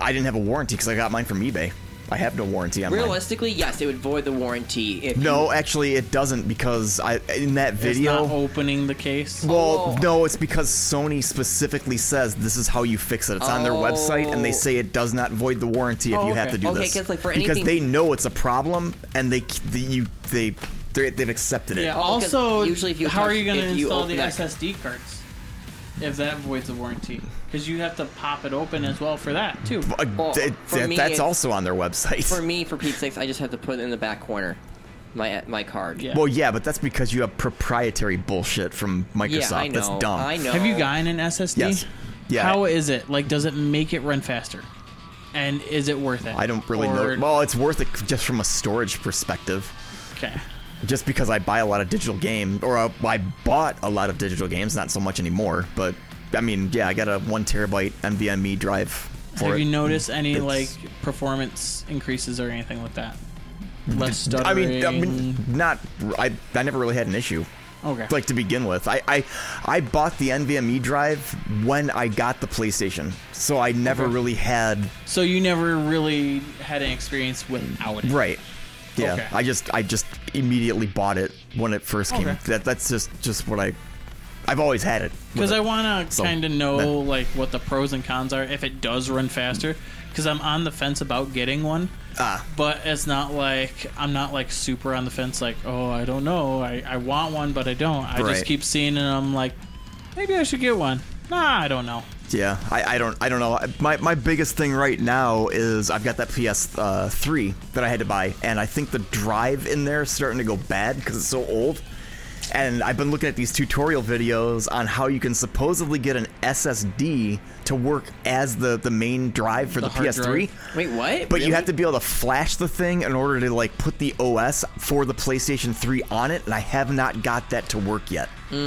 Speaker 3: I didn't have a warranty because I got mine from eBay. I have no warranty on mine.
Speaker 4: Realistically, yes, it would void the warranty if
Speaker 3: No, actually, it doesn't because I in that video.
Speaker 5: It's not opening the case.
Speaker 3: well, no, it's because Sony specifically says this is how you fix it. It's on their website, and they
Speaker 4: Oh.
Speaker 3: say it does not void the warranty if
Speaker 4: Oh,
Speaker 3: you have
Speaker 4: okay.
Speaker 3: to do
Speaker 4: Okay,
Speaker 3: this
Speaker 4: 'cause, like, for
Speaker 3: because
Speaker 4: anything-
Speaker 3: they know it's a problem and they they you they they they've accepted it.
Speaker 5: Yeah. also,
Speaker 4: usually if you
Speaker 5: how
Speaker 4: touch-
Speaker 5: are you going to
Speaker 4: if you
Speaker 5: install
Speaker 4: open
Speaker 5: the
Speaker 4: that-
Speaker 5: SSD cards if that voids the warranty? Because you have to pop it open as well for that too.
Speaker 4: Well,
Speaker 3: Th-
Speaker 4: for
Speaker 3: th-
Speaker 4: me,
Speaker 3: that's
Speaker 4: it's-
Speaker 3: also on their website.
Speaker 4: For me, for Pete's sakes, I just have to put it in the back corner, my my card.
Speaker 3: Well, yeah, but that's because you have proprietary bullshit from Microsoft.
Speaker 4: I
Speaker 3: That's
Speaker 4: know,
Speaker 3: dumb.
Speaker 4: I know.
Speaker 5: Have you gotten an SSD?
Speaker 3: Yes. Yeah.
Speaker 5: How is it? Like, does it make it run faster? And is it worth it?
Speaker 3: I don't really
Speaker 5: Or-
Speaker 3: know. Well, it's worth it just from a storage perspective.
Speaker 5: Okay.
Speaker 3: Just because I buy a lot of digital game, or uh, I, I bought a lot of digital games, not so much anymore. But I mean, yeah, I got a one terabyte NVMe drive. For
Speaker 5: Have
Speaker 3: it.
Speaker 5: you noticed any
Speaker 3: It's-
Speaker 5: like performance increases or anything like that? Less stuttering.
Speaker 3: Mm-hmm. I mean, I mean, not. I, I never really had an issue.
Speaker 5: Okay.
Speaker 3: Like to begin with, I, I I bought the NVMe drive when I got the PlayStation, so I never
Speaker 5: Okay.
Speaker 3: really had
Speaker 5: so you never really had an experience without it.
Speaker 3: Right. Yeah.
Speaker 5: Okay.
Speaker 3: I just I just immediately bought it when it first came.
Speaker 5: Okay.
Speaker 3: That that's just just what I I've always had it. with
Speaker 5: Because
Speaker 3: it.
Speaker 5: I want to
Speaker 3: So,
Speaker 5: kind of know
Speaker 3: that-
Speaker 5: like what the pros and cons are if it does run faster. Because I'm on the fence about getting one.
Speaker 3: Ah.
Speaker 5: But it's not like I'm not like super on the fence. Like, oh, I don't know. I, I want one, but I don't. I
Speaker 3: Right.
Speaker 5: just keep seeing it. and I'm like, maybe I should get one. Nah, I don't know.
Speaker 3: Yeah, I, I don't I don't know. My my biggest thing right now is I've got that PS uh, three that I had to buy, and I think the drive in there is starting to go bad because it's so old. And I've been looking at these tutorial videos on how you can supposedly get an SSD to work as the, the main drive for the,
Speaker 4: hard
Speaker 3: PS3.
Speaker 4: drive. Wait, what?
Speaker 3: But you
Speaker 4: Really?
Speaker 3: have to be able to flash the thing in order to like put the OS for the PlayStation 3 on it, and I have not got that to work yet.
Speaker 5: What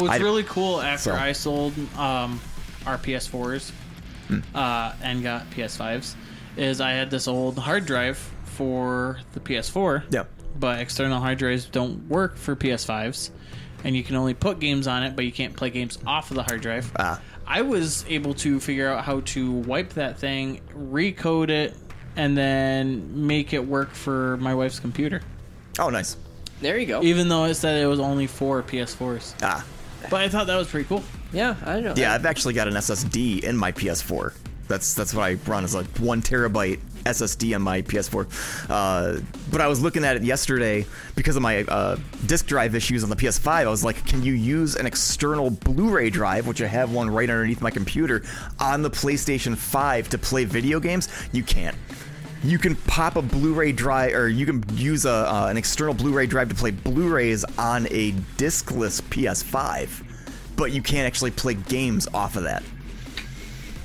Speaker 5: was
Speaker 3: I-
Speaker 5: really cool after
Speaker 3: so.
Speaker 5: I sold um, our PS4s uh, and got PS5s is I had this old hard drive for the PS4.
Speaker 3: Yep.
Speaker 5: But external hard drives don't work for PS5s, and you can only put games on it, but you can't play games off of the hard drive.
Speaker 3: Ah.
Speaker 5: I was able to figure out how to wipe that thing, recode it, and then make it work for my wife's computer.
Speaker 3: Oh, nice.
Speaker 4: There you go.
Speaker 5: Even though it said it was only four PS4s.
Speaker 3: Ah.
Speaker 5: But I thought that was pretty cool.
Speaker 4: Yeah, I know.
Speaker 3: Yeah, I've actually got an SSD in my PS4. That's that's what I run is like one terabyte SSD on my PS4. Uh, but I was looking at it yesterday because of my uh, disk drive issues on the PS5. I was like, can you use an external Blu-ray drive, which I have one right underneath my computer, on the PlayStation 5 to play video games? You can't. You can pop a Blu-ray drive, or you can use a uh, an external Blu-ray drive to play Blu-rays on a diskless PS5 but you can't actually play games off of that.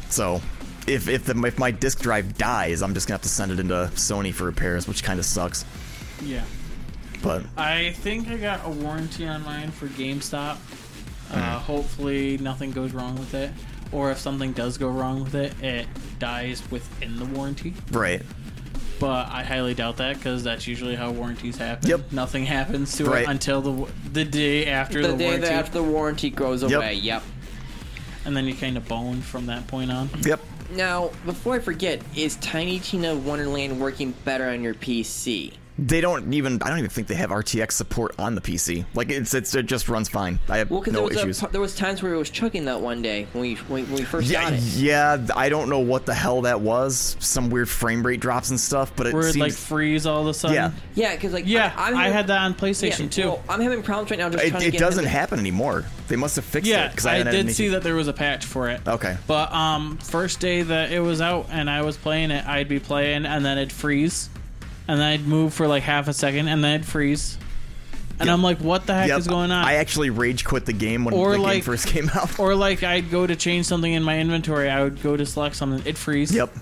Speaker 3: So, if if, the, if my disk drive dies, I'm just gonna have to send it into Sony for repairs, which kind of sucks.
Speaker 5: Yeah.
Speaker 3: But
Speaker 5: I think I got a warranty on mine for GameStop. Uh,
Speaker 3: Mhm.
Speaker 5: hopefully, nothing goes wrong with it. Or if something does go wrong with it, it dies within the warranty.
Speaker 3: right,
Speaker 5: But I highly doubt that because that's usually how warranties happen. Yep. Nothing happens to
Speaker 4: Right.
Speaker 5: it until the w- the day after
Speaker 4: the,
Speaker 5: the,
Speaker 4: day
Speaker 5: warranty,
Speaker 4: that after the warranty goes
Speaker 5: Yep.
Speaker 4: away. Yep.
Speaker 5: and then you kind of bone from that point on.
Speaker 3: Yep.
Speaker 4: Now, before I forget, is Tiny Tina Wonderland working better on your PC?
Speaker 3: they don't even I don't even think they have RTX support on the PC. Like it's, it's it just runs fine. I have
Speaker 4: Well, because
Speaker 3: no
Speaker 4: there,
Speaker 3: issues.
Speaker 4: was a- there was times where it was chugging that one day when we when, when we first
Speaker 3: yeah,
Speaker 4: got it.
Speaker 3: yeah. th- I don't know what the hell that was. Some weird frame rate drops and stuff, but it
Speaker 5: Where it
Speaker 3: seems
Speaker 5: like freeze all of a sudden.
Speaker 3: Yeah.
Speaker 4: Yeah, because like yeah, I,
Speaker 5: I had that on PlayStation, too.
Speaker 4: Well, I'm having problems right now. Just
Speaker 3: it,
Speaker 4: trying to
Speaker 3: it
Speaker 4: get
Speaker 3: doesn't
Speaker 4: into-
Speaker 3: happen anymore. They must have fixed
Speaker 5: Yeah,
Speaker 3: it because I,
Speaker 5: I,
Speaker 3: haven't had
Speaker 5: did
Speaker 3: any-
Speaker 5: see that there was a patch for it.
Speaker 3: Okay.
Speaker 5: But um, first day that it was out and I was playing it, I'd be playing and then it'd freeze, and then I'd move for like half a second, and then I'd freeze. And I'm like, what the heck
Speaker 3: Yep,
Speaker 5: is going on?
Speaker 3: I actually rage quit the game when
Speaker 5: or
Speaker 3: the game
Speaker 5: like
Speaker 3: first came out.
Speaker 5: Or like I'd go to change something in my inventory. I would go to select something. It freeze.
Speaker 3: Yep.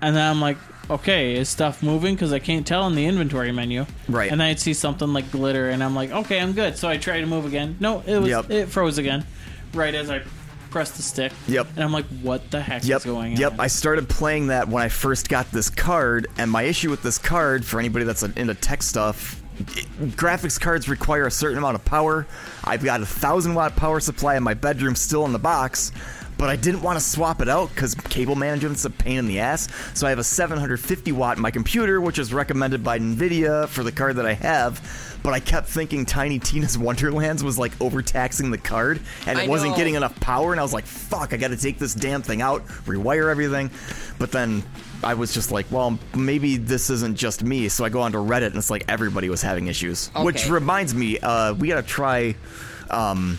Speaker 5: And then I'm like, okay, is stuff moving? Because I can't tell in the inventory menu.
Speaker 3: Right.
Speaker 5: And then I'd see something like glitter, and I'm like, okay, I'm good. So I try to move again. No, it was
Speaker 3: Yep.
Speaker 5: it froze again, right as I pressed the stick.
Speaker 3: Yep.
Speaker 5: And I'm like, what the heck
Speaker 3: Yep.
Speaker 5: is going
Speaker 3: yep.
Speaker 5: on?
Speaker 3: I started playing that when I first got this card, and my issue with this card, for anybody that's into tech stuff, it- graphics cards require a certain amount of power. I've got a thousand watt power supply in my bedroom still in the box, but I didn't want to swap it out because cable management's a pain in the ass. So I have a 750 watt in my computer, which is recommended by Nvidia for the card that I have. But I kept thinking Tiny Tina's Wonderlands was like overtaxing the card, and it
Speaker 4: I
Speaker 3: wasn't
Speaker 4: know.
Speaker 3: getting enough power, and I was like, fuck, I gotta take this damn thing out, rewire everything. But then I was just like, well, maybe this isn't just me. So I go onto Reddit, and it's like everybody was having issues. Which
Speaker 4: Okay.
Speaker 3: reminds me, uh, we gotta try. Um,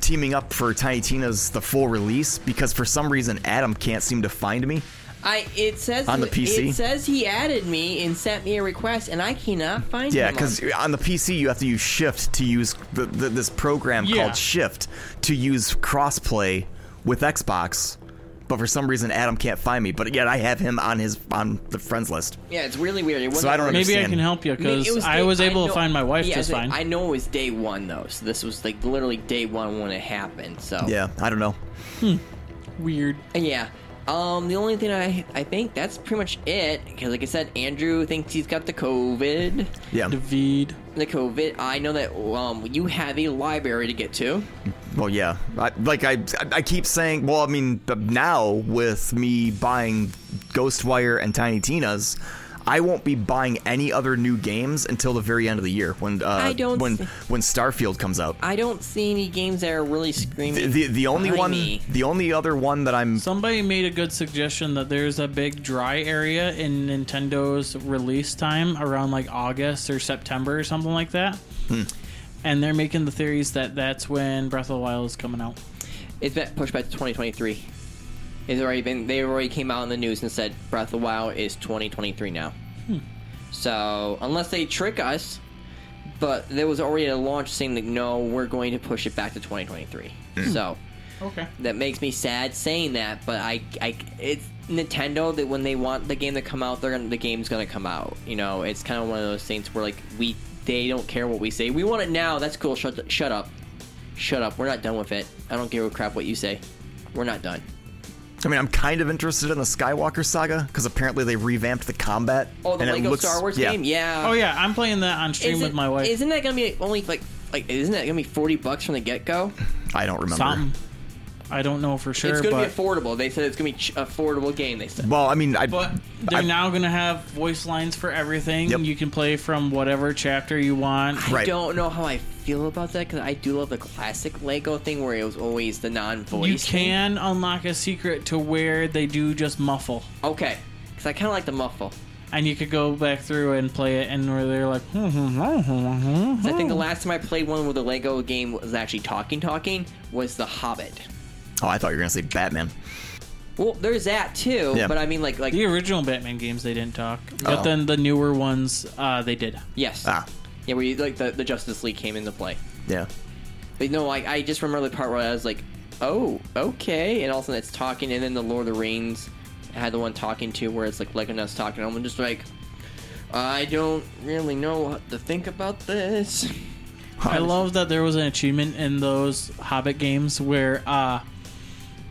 Speaker 3: Teaming up for Tiny Tina's the full release because for some reason Adam can't seem to find me.
Speaker 4: I it says
Speaker 3: On the PC?
Speaker 4: It says he added me and sent me a request, and I cannot find
Speaker 3: Yeah,
Speaker 4: him. on-
Speaker 3: because on the PC you have to use Shift to use the, the, this program
Speaker 4: Yeah.
Speaker 3: called Shift to use crossplay with Xbox. But for some reason, Adam can't find me. But yet I have him on his on the friends list.
Speaker 4: yeah, it's really weird. It
Speaker 3: So
Speaker 4: wasn't
Speaker 3: I don't
Speaker 4: working.
Speaker 5: Maybe I
Speaker 3: understand.
Speaker 5: can help you
Speaker 4: I mean, it
Speaker 5: because I
Speaker 4: day-
Speaker 5: was able
Speaker 4: know-
Speaker 5: to find my wife
Speaker 4: yeah,
Speaker 5: just
Speaker 4: I was
Speaker 5: fine.
Speaker 4: like, I know it was day one though, so this was like literally day one when it happened. So
Speaker 3: Yeah, I don't know.
Speaker 5: Weird.
Speaker 4: Yeah. Um, the only thing I I think that's pretty much it because like I said, Andrew thinks he's got the COVID.
Speaker 3: Yeah.
Speaker 5: David.
Speaker 4: The COVID. I know that um you have a library to get to.
Speaker 3: Well, yeah. I, like I, I keep saying. Well, I mean, but now with me buying Ghostwire and Tiny Tina's, I won't be buying any other new games until the very end of the year when uh,
Speaker 4: I don't
Speaker 3: when
Speaker 4: thi-
Speaker 3: when Starfield comes out.
Speaker 4: I don't see any games that are really screaming.
Speaker 3: The the, the only
Speaker 4: Buy
Speaker 3: one,
Speaker 4: me.
Speaker 3: the only other one that I'm
Speaker 5: Somebody made a good suggestion that there's a big dry area in Nintendo's release time around like August or September or something like that.
Speaker 3: Hmm.
Speaker 5: And they're making the theories that that's when Breath of the Wild is coming out.
Speaker 4: It's been pushed back to 2023. It's already been. They already came out in the news and said Breath of the Wild is 2023 now.
Speaker 5: Hmm.
Speaker 4: So unless they trick us, but there was already a launch saying that no, we're going to push it back to 2023. So
Speaker 5: Okay.
Speaker 4: that makes me sad saying that, but I, I, it's Nintendo that when they want the game to come out, they're gonna, the game's gonna come out. You know, it's kind of one of those things where like we, they don't care what we say. We want it now. That's cool. Shut, shut up, shut up. We're not done with it. I don't give a crap what you say. We're not done.
Speaker 3: I mean, I'm kind of interested in the Skywalker saga because apparently they revamped the combat.
Speaker 4: Oh, the
Speaker 3: and it
Speaker 4: Lego
Speaker 3: looks-
Speaker 4: Star Wars
Speaker 3: yeah.
Speaker 4: game. Yeah.
Speaker 5: Oh yeah, I'm playing that on stream
Speaker 4: Isn't-
Speaker 5: with my wife.
Speaker 4: Isn't that gonna be only like, like, isn't that gonna be forty bucks from the get go?
Speaker 3: I don't remember.
Speaker 5: Something. I don't know for sure,
Speaker 4: it's gonna
Speaker 5: but
Speaker 4: be affordable. They said it's gonna be ch- affordable game. They said.
Speaker 3: Well, I mean, I
Speaker 5: but they're now gonna have voice lines for everything. You can play from whatever chapter you want.
Speaker 4: I don't know how I feel about that because I do love the classic Lego thing where it was always the non-voice.
Speaker 5: You can unlock a secret to where they do just muffle.
Speaker 4: Okay, because I kind of like the muffle.
Speaker 5: And you could go back through and play it, and where they're like, hmm,
Speaker 4: 'Cause I think
Speaker 5: Oh.
Speaker 4: the last time I played one where the Lego game was actually talking, talking was The Hobbit.
Speaker 3: Oh, I thought you were gonna say Batman.
Speaker 4: Well, there's that too,
Speaker 5: Yeah.
Speaker 4: but I mean, like, like
Speaker 5: the original Batman games they didn't talk, but
Speaker 4: Oh.
Speaker 5: then the newer ones uh, they did.
Speaker 4: yes,
Speaker 3: ah,
Speaker 4: yeah, where you, like the, the Justice League came into play.
Speaker 3: yeah.
Speaker 4: But no, I, I just remember the part where I was like, oh, okay. And all of a sudden it's talking. And then the Lord of the Rings had the one talking to where it's like Legolas talking. I'm just like, I don't really know what to think about this.
Speaker 5: I love that there was an achievement in those Hobbit games where uh,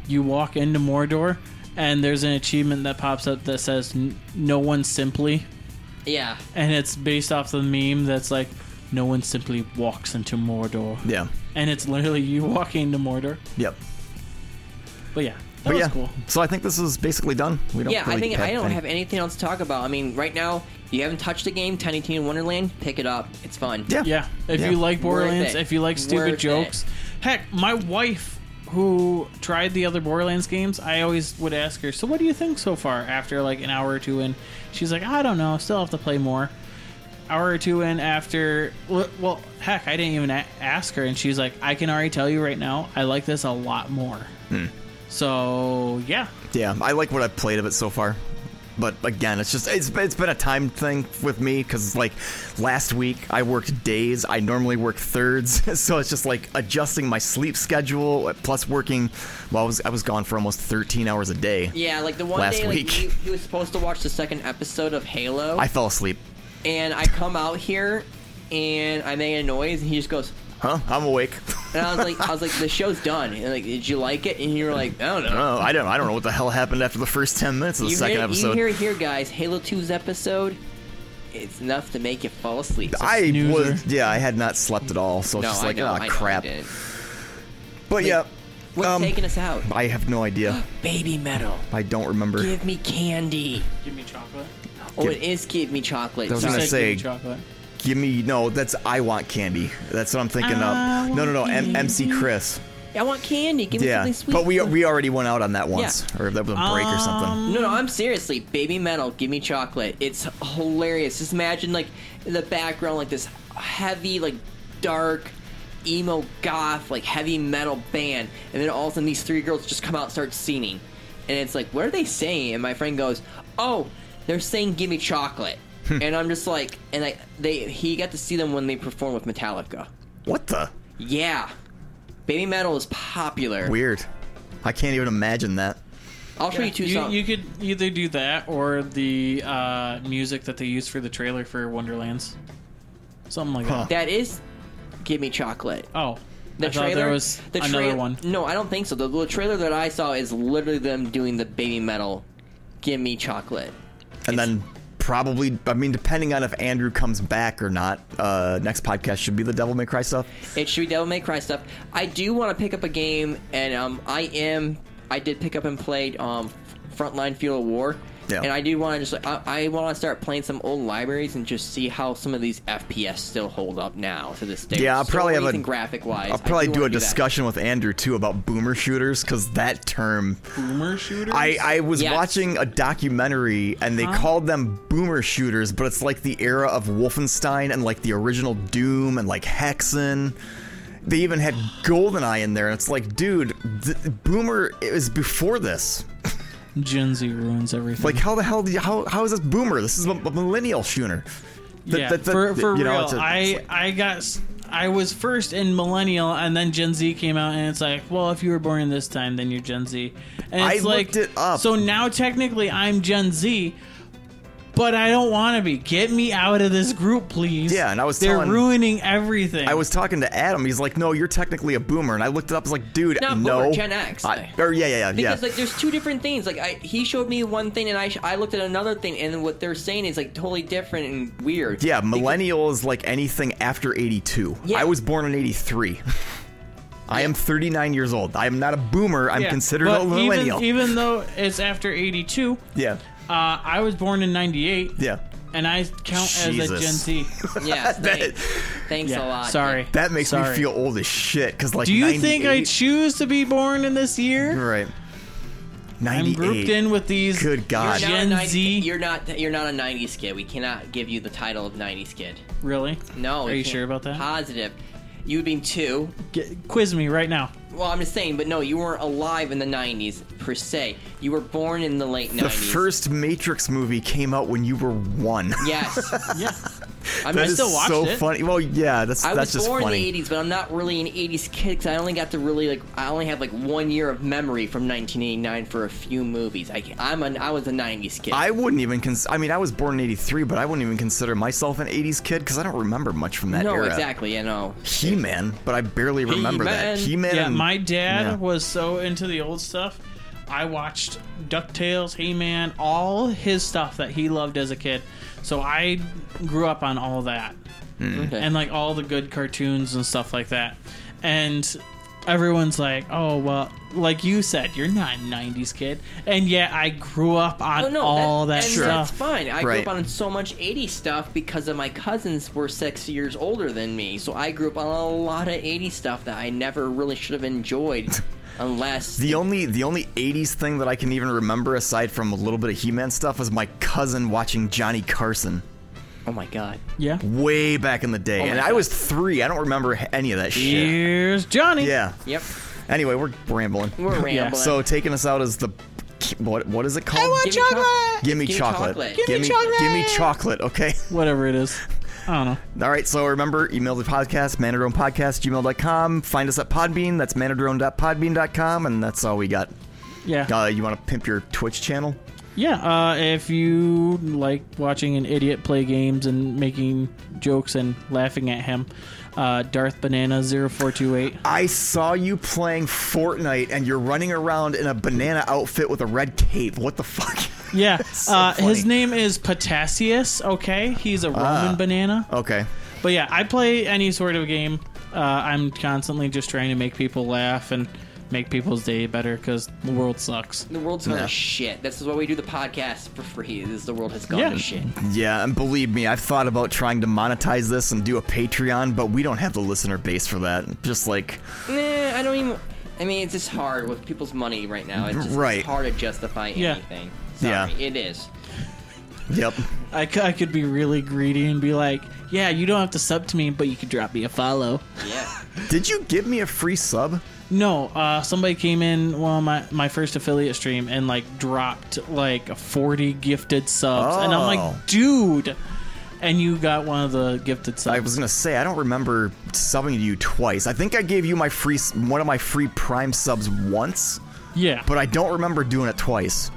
Speaker 5: you walk into Mordor and there's an achievement that pops up that says "N- "No one simply,"
Speaker 4: Yeah.
Speaker 5: and it's based off the meme that's like "No one simply walks into Mordor."
Speaker 3: Yeah.
Speaker 5: and it's literally you walking into Mordor.
Speaker 3: Yep.
Speaker 5: But yeah, that
Speaker 3: But
Speaker 5: was
Speaker 3: yeah.
Speaker 5: cool.
Speaker 3: So I think this is basically done. We don't.
Speaker 4: yeah,
Speaker 3: really
Speaker 4: I think
Speaker 3: have
Speaker 4: I don't
Speaker 3: any-
Speaker 4: have anything else to talk about. I mean, right now, you haven't touched the game, Tiny Teen Wonderland, pick it up. It's fun.
Speaker 3: Yeah.
Speaker 5: Yeah. If
Speaker 4: Yeah.
Speaker 5: you like Borderlands,
Speaker 4: Worth it.
Speaker 5: if you like stupid
Speaker 4: Worth it.
Speaker 5: jokes. Heck, my wife who tried the other Borderlands games, I always would ask her, "So what do you think so far?" after like an hour or two in. She's like, "I don't know, still have to play more." Hour or two in after well- well, heck, I didn't even a- ask her and she's like, "I can already tell you right now, I like this a lot more."
Speaker 3: Hmm.
Speaker 5: So, yeah.
Speaker 3: Yeah, I like what I've played of it so far. But again, it's just it's it's been a time thing with me because like last week I worked days. I normally work thirds, so it's just like adjusting my sleep schedule plus working. Well, I was I was gone for almost 13 hours a day.
Speaker 4: Yeah, like the one
Speaker 3: last
Speaker 4: day like,
Speaker 3: week.
Speaker 4: he, he was supposed to watch the second episode of Halo.
Speaker 3: I fell asleep.
Speaker 4: and I come out here and I make a noise, and he just goes,
Speaker 3: "Huh? I'm awake."
Speaker 4: And I was like, "I was like, the show's done." And like, did you like it? And you were like, "I don't
Speaker 3: Oh,
Speaker 4: know."
Speaker 3: I don't I don't know what the hell happened after the first 10 minutes of the
Speaker 4: you
Speaker 3: second
Speaker 4: hear,
Speaker 3: episode.
Speaker 4: You hear it here, guys. Halo 2's episode, it's enough to make you fall asleep. So-
Speaker 3: I was yeah, I had not slept at all, so it's
Speaker 4: No,
Speaker 3: just
Speaker 4: I
Speaker 3: like
Speaker 4: know,
Speaker 3: ah
Speaker 4: I know, I
Speaker 3: crap. Um,
Speaker 4: didn't.
Speaker 3: But yeah,
Speaker 4: What's taking us out?
Speaker 3: I have no idea.
Speaker 4: Baby metal.
Speaker 3: I don't remember.
Speaker 4: Give me candy.
Speaker 5: Give me chocolate.
Speaker 4: Oh,
Speaker 3: Give-
Speaker 4: it is give me chocolate.
Speaker 3: I was
Speaker 4: Sorry.
Speaker 3: gonna say, give me no. That's I want candy. That's what I'm thinking
Speaker 4: I
Speaker 3: of. No, no, no.
Speaker 4: want
Speaker 3: M- MC Chris.
Speaker 4: I want candy. Give me
Speaker 3: yeah,
Speaker 4: something sweet.
Speaker 3: but we we already went out on that once, or that was a break or something.
Speaker 4: No, no, I'm seriously. Baby metal, give me chocolate. It's hilarious. Just imagine like in the background, like this heavy, like dark emo goth, like heavy metal band, and then all of a sudden these three girls just come out and start singing, and it's like, what are they saying? And my friend goes, oh, they're saying give me chocolate, and I'm just like, and I they he got to see them when they performed with Metallica.
Speaker 3: What the
Speaker 4: Yeah, baby metal is popular.
Speaker 3: weird? I can't even imagine that.
Speaker 4: I'll show you two songs.
Speaker 5: You, could either do that or the uh, music that they used for the trailer for Wonderlands. Something like that.
Speaker 4: That is, give me chocolate.
Speaker 5: Oh,
Speaker 4: the
Speaker 5: I thought
Speaker 4: trailer
Speaker 5: there was
Speaker 4: the
Speaker 5: another
Speaker 4: trail-
Speaker 5: one.
Speaker 4: No, I don't think so. The, the trailer that I saw is literally them doing the baby metal, give me chocolate.
Speaker 3: And then probably, I mean, depending on if Andrew comes back or not, uh, next podcast should be the Devil May Cry stuff.
Speaker 4: It should be Devil May Cry stuff. I do want to pick up a game, and um, I am. I did pick up and played um, Frontline Field of War.
Speaker 3: Yeah.
Speaker 4: And I do want to just like I, I want to start playing some old libraries and just see how some of these FPS still hold up now to this day.
Speaker 3: Yeah, I'll
Speaker 4: So
Speaker 3: probably have a-
Speaker 4: amazing graphic-wise.
Speaker 3: I'll probably
Speaker 4: I
Speaker 3: do a
Speaker 4: wanna that.
Speaker 3: discussion with Andrew too about boomer shooters because that term.
Speaker 5: Boomer shooters.
Speaker 3: I, I was
Speaker 5: Yes.
Speaker 3: watching a documentary and they
Speaker 5: Huh?
Speaker 3: called them boomer shooters, but it's like the era of Wolfenstein and like the original Doom and like Hexen. They even had GoldenEye in there, and it's like, dude, th- boomer is before this.
Speaker 5: Gen Z ruins everything.
Speaker 3: Like, how the hell? Do you, how how is this boomer? This is a, a millennial shooter. Th-
Speaker 5: yeah,
Speaker 3: th- th-
Speaker 5: for, for
Speaker 3: you know,
Speaker 5: real.
Speaker 3: it's a-
Speaker 5: I
Speaker 3: it's like-
Speaker 5: I got s- I was first in millennial, and then Gen Z came out, and it's like, well, if you were born in this time, then you're Gen Z. And
Speaker 3: I
Speaker 5: it's like,
Speaker 3: looked it up.
Speaker 5: So now technically, I'm Gen Z. But I don't want to be. Get me out of this group, please.
Speaker 3: Yeah, and I was
Speaker 5: They're
Speaker 3: telling-
Speaker 5: ruining everything.
Speaker 3: I was talking to Adam. He's like, "No, you're technically a boomer." And I looked it up. I was like, "Dude,
Speaker 4: Not
Speaker 3: no."
Speaker 4: boomer, Gen X.
Speaker 3: I- or yeah, yeah, yeah,
Speaker 4: Because
Speaker 3: yeah.
Speaker 4: like there's two different things. Like I, he showed me one thing, and I sh- I looked at another thing, and what they're saying is like totally different and weird.
Speaker 3: yeah, millennial is like anything after 82.
Speaker 4: Yeah.
Speaker 3: I was born in 83. I am 39 years old. I am not a boomer. I'm
Speaker 5: Yeah,
Speaker 3: considered
Speaker 5: but
Speaker 3: a millennial.
Speaker 5: Even, even though it's after 82,
Speaker 3: yeah,
Speaker 5: uh, I was born in 98,
Speaker 3: yeah.
Speaker 5: and I count as a
Speaker 3: Jesus.
Speaker 5: Gen Z.
Speaker 4: Yeah.
Speaker 3: That-
Speaker 4: Thanks, thanks a
Speaker 5: Yeah,
Speaker 4: lot.
Speaker 5: sorry.
Speaker 3: That makes me
Speaker 5: Sorry.
Speaker 3: feel old as shit. Cause like,
Speaker 5: Do you think I
Speaker 3: 98
Speaker 5: choose to be born in this year?
Speaker 3: You're right.
Speaker 5: I'm
Speaker 3: 98.
Speaker 5: grouped in with these.
Speaker 3: Good
Speaker 4: You're
Speaker 3: God.
Speaker 4: not a
Speaker 5: Gen
Speaker 4: 90 You're not. You're not a '90s kid. We cannot give you the title of '90s kid.
Speaker 5: Really?
Speaker 4: No.
Speaker 5: Are
Speaker 4: we
Speaker 5: you
Speaker 4: can't.
Speaker 5: sure about that?
Speaker 4: Positive. You would be two.
Speaker 5: Get, quiz me right now.
Speaker 4: Well, I'm just saying, but no, you weren't alive in the '90s per se. You were born in the late
Speaker 3: The
Speaker 4: '90s.
Speaker 3: first Matrix movie came out when you were one.
Speaker 4: yes.
Speaker 5: yeah.
Speaker 4: I'm
Speaker 3: That
Speaker 4: I
Speaker 3: is
Speaker 4: still watched
Speaker 3: so
Speaker 4: it.
Speaker 3: funny. Well, yeah, that's
Speaker 4: I
Speaker 3: that's
Speaker 4: was
Speaker 3: just
Speaker 4: born
Speaker 3: funny.
Speaker 4: in the 80s, but I'm not really an 80s kid because I only got to really like I only have like one year of memory from 1989 for a few movies. I I'm an I was a 90s kid.
Speaker 3: I wouldn't even cons- I mean, I was born in '83, but I wouldn't even consider myself an '80s kid because I don't remember much from that
Speaker 4: no,
Speaker 3: era.
Speaker 4: exactly. You know,
Speaker 3: He-Man, but I barely remember that. He-Man.
Speaker 5: Yeah,
Speaker 3: and-
Speaker 5: my dad
Speaker 3: yeah.
Speaker 5: was so into the old stuff. I watched DuckTales, Hey Man, all his stuff that he loved as a kid. So I grew up on all that.
Speaker 3: Hmm.
Speaker 4: Mm. Okay.
Speaker 5: And like all the good cartoons and stuff like that. And everyone's like, oh, well, like you said, you're not a 90s kid. And yet I grew up on
Speaker 4: Oh, no,
Speaker 5: all that,
Speaker 4: and
Speaker 5: stuff.
Speaker 4: That's fine. I
Speaker 5: Right.
Speaker 4: grew up on so much 80s stuff because of my cousins were six years older than me, so I grew up on a lot of 80s stuff that I never really should have enjoyed, unless
Speaker 3: The only the only '80s thing that I can even remember, aside from a little bit of He-Man stuff, was my cousin watching Johnny Carson.
Speaker 4: Oh my god!
Speaker 5: Yeah.
Speaker 3: Way back in the day,
Speaker 4: Oh my
Speaker 3: and I
Speaker 4: God.
Speaker 3: was three. I don't remember h- any of that shit.
Speaker 5: Here's Johnny.
Speaker 3: Yeah.
Speaker 4: Yep.
Speaker 3: Anyway, we're rambling.
Speaker 4: We're Yeah. rambling.
Speaker 3: So taking us out is the what what is it called? I
Speaker 5: want Gimme chocolate. chocolate.
Speaker 3: Give me
Speaker 5: Gimme
Speaker 3: chocolate.
Speaker 5: chocolate.
Speaker 3: Give
Speaker 5: Gimme
Speaker 3: me
Speaker 5: chocolate.
Speaker 3: Give me chocolate. Okay.
Speaker 5: Whatever it is. I don't
Speaker 3: know. All right, so remember, email the podcast, manadronepodcast, gmail.com. Find us at Podbean. That's manadrone.podbean.com, and that's all we got.
Speaker 5: Yeah.
Speaker 3: Uh, you want to pimp your Twitch channel?
Speaker 5: Yeah, uh, if you like watching an idiot play games and making jokes and laughing at him, uh, Darth Banana 0428.
Speaker 3: I saw you playing Fortnite, and you're running around in a banana outfit with a red cape. What the fuck?
Speaker 5: Yeah,
Speaker 3: so
Speaker 5: uh,
Speaker 3: funny.
Speaker 5: his name is Potassius. Okay, he's a
Speaker 3: Ah.
Speaker 5: Roman banana.
Speaker 3: Okay.
Speaker 5: But yeah, I play any sort of game. Uh, I'm constantly just trying to make people laugh and make people's day better because the world sucks.
Speaker 4: The world's gone
Speaker 3: Yeah.
Speaker 4: to shit. This is why we do the podcast for free. This is the world has gone
Speaker 5: Yeah.
Speaker 4: to shit.
Speaker 3: Yeah, and believe me, I've thought about trying to monetize this and do a Patreon, but we don't have the listener base for that. Just like,
Speaker 4: Nah, I don't even. I mean, it's just hard with people's money right now. It's just
Speaker 3: Right.
Speaker 4: hard to justify
Speaker 5: Yeah.
Speaker 4: anything.
Speaker 3: Yeah.
Speaker 4: Sorry, it is.
Speaker 3: yep.
Speaker 5: I, c- I could be really greedy and be like, yeah, you don't have to sub to me, but you could drop me a follow.
Speaker 4: Yeah.
Speaker 3: Did you give me a free sub?
Speaker 5: No, uh, somebody came in well my, my first affiliate stream and like dropped like 40 gifted subs, and I'm
Speaker 3: Oh.
Speaker 5: like, dude, and you got one of the gifted subs.
Speaker 3: I was gonna say I don't remember subbing to you twice. I think I gave you my free s- one of my free Prime subs once.
Speaker 5: Yeah.
Speaker 3: But I don't remember doing it twice.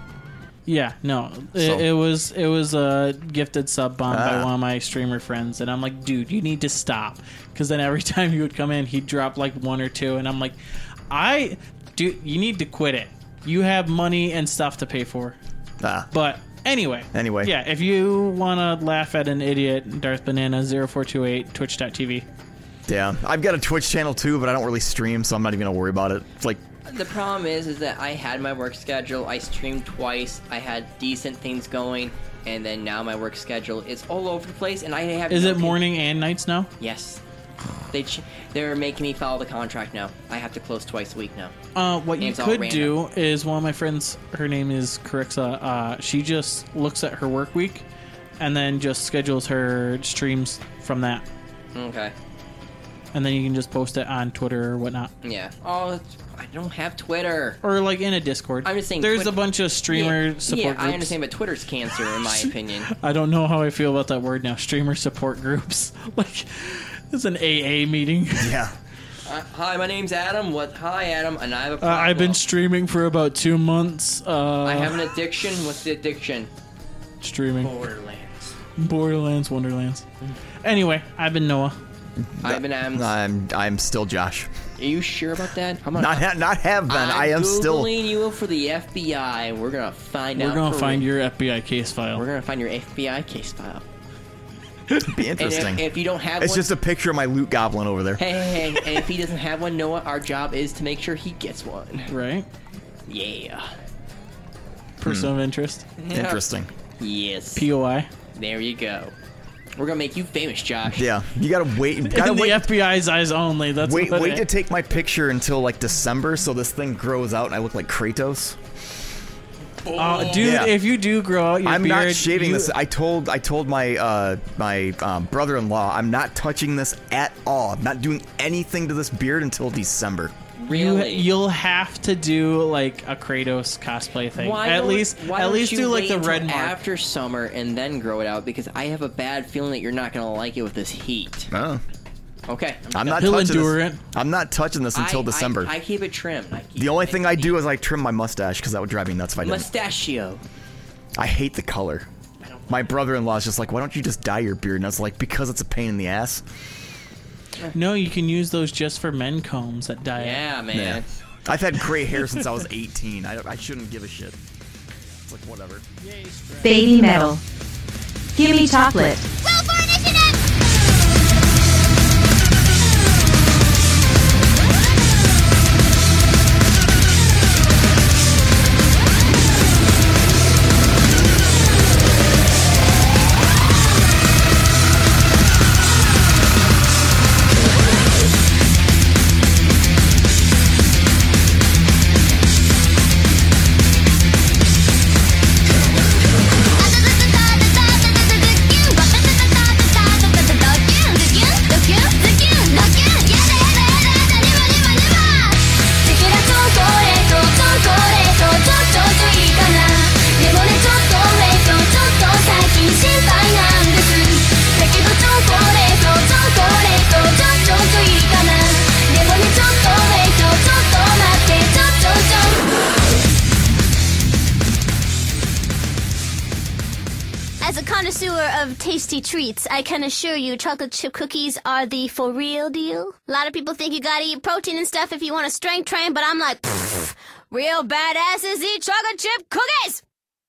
Speaker 5: Yeah, no, it,
Speaker 3: So-
Speaker 5: it was it was a gifted sub bomb by
Speaker 3: Ah.
Speaker 5: one of my streamer friends, and I'm like, dude, you need to stop, because then every time he would come in, he'd drop like one or two, and I'm like, I, dude, you need to quit it. You have money and stuff to pay for.
Speaker 3: Ah.
Speaker 5: But anyway,
Speaker 3: Anyway.
Speaker 5: yeah, if you wanna laugh at an idiot, Darth Banana 0428 Twitch.tv.
Speaker 3: Yeah, I've got a Twitch channel too, but I don't really stream, so I'm not even gonna worry about it. It's like,
Speaker 4: The problem is, is that I had my work schedule. I streamed twice. I had decent things going, and then now my work schedule is all over the place. And I have.
Speaker 5: Is
Speaker 4: no
Speaker 5: it morning and nights now?
Speaker 4: Yes. They ch- they're making me follow the contract now. I have to close twice a week now.
Speaker 5: Uh, what
Speaker 4: And
Speaker 5: you
Speaker 4: it's all
Speaker 5: could
Speaker 4: random.
Speaker 5: do is one of my friends, her name is Carixa, uh, she just looks at her work week and then just schedules her streams from that.
Speaker 4: Okay.
Speaker 5: And then you can just post it on Twitter or whatnot.
Speaker 4: Yeah. Oh, it's- I don't have Twitter.
Speaker 5: Or like in a Discord.
Speaker 4: I'm just saying.
Speaker 5: There's
Speaker 4: Twitter-
Speaker 5: a bunch of streamer
Speaker 4: yeah,
Speaker 5: support
Speaker 4: Yeah,
Speaker 5: groups.
Speaker 4: I understand, but Twitter's cancer, in my opinion.
Speaker 5: I don't know how I feel about that word now. Streamer support groups. like, it's an AA meeting.
Speaker 3: Yeah.
Speaker 4: Uh, hi, my name's Adam. What? Hi, Adam. And I have a
Speaker 5: Uh,
Speaker 4: problem.
Speaker 5: I've been streaming for about two months. Uh,
Speaker 4: I have an addiction. What's the addiction?
Speaker 5: streaming.
Speaker 4: Borderlands.
Speaker 5: Borderlands, Wonderlands. Anyway, I've been Noah.
Speaker 4: I've been Adams.
Speaker 3: I'm I'm still Josh.
Speaker 4: Are you sure about that? I'm
Speaker 3: Not ha- not have been.
Speaker 4: I'm
Speaker 3: I am still-
Speaker 4: Googling you for the FBI, and we're gonna find out.
Speaker 5: We're gonna
Speaker 4: for
Speaker 5: find
Speaker 4: real.
Speaker 5: your FBI case file. We're
Speaker 4: gonna find your FBI case file.
Speaker 3: be
Speaker 4: And if-
Speaker 3: interesting.
Speaker 4: if you don't have
Speaker 3: it's
Speaker 4: one-
Speaker 3: just a picture of my loot goblin over there.
Speaker 4: Hey, hey, hey, and if he doesn't have one, Noah, our job is to make sure he gets one.
Speaker 5: Right?
Speaker 4: Hmm. Yeah.
Speaker 5: Person of interest.
Speaker 3: Interesting.
Speaker 4: Yes.
Speaker 5: POI.
Speaker 4: There you go. We're gonna make you famous, Josh.
Speaker 3: Yeah, you gotta wait. Gotta
Speaker 5: In the
Speaker 3: wait.
Speaker 5: FBI's eyes only. That's
Speaker 3: Wait,
Speaker 5: what
Speaker 3: wait
Speaker 5: it-
Speaker 3: to take my picture until like December, so this thing grows out and I look like Kratos.
Speaker 5: Oh, dude,
Speaker 3: Yeah.
Speaker 5: if you do grow out your
Speaker 3: I'm
Speaker 5: beard,
Speaker 3: not shaving
Speaker 5: you-
Speaker 3: this. I told I told my uh, my um, brother-in-law I'm not touching this at all. I'm not doing anything to this beard until December.
Speaker 5: You, you'll have to do like a Kratos cosplay thing. at
Speaker 4: don't-
Speaker 5: least,
Speaker 4: why
Speaker 5: at
Speaker 4: don't
Speaker 5: least
Speaker 4: you
Speaker 5: do like
Speaker 4: wait
Speaker 5: the
Speaker 4: until
Speaker 5: red mark.
Speaker 4: after summer and then grow it out because I have a bad feeling that you're not gonna like it with this heat.
Speaker 3: Oh.
Speaker 4: Okay. I'm,
Speaker 3: I'm
Speaker 4: done.
Speaker 3: not touching this. I'm not touching this until
Speaker 4: I- I-
Speaker 3: December.
Speaker 4: I, keep it trimmed. I
Speaker 3: the only thing I do is I trim my mustache because that would drive me nuts if I didn't.
Speaker 4: Mustachio.
Speaker 3: I hate the color. My brother-in-law's just like, why don't you just dye your beard? And I was like, because it's a pain in the ass.
Speaker 5: No, you can use those just for men combs that die.
Speaker 4: Yeah, man.
Speaker 3: I've had gray hair since I was 18. I, I shouldn't give a shit. It's like whatever.
Speaker 2: Baby metal. Gimme chocolate.
Speaker 1: You
Speaker 11: connoisseur of tasty treats, I can assure you chocolate chip cookies are the for real deal.
Speaker 1: A lot of people think you gotta eat protein and stuff if you want to strength train, but I'm like, pfft, real badasses eat chocolate chip cookies!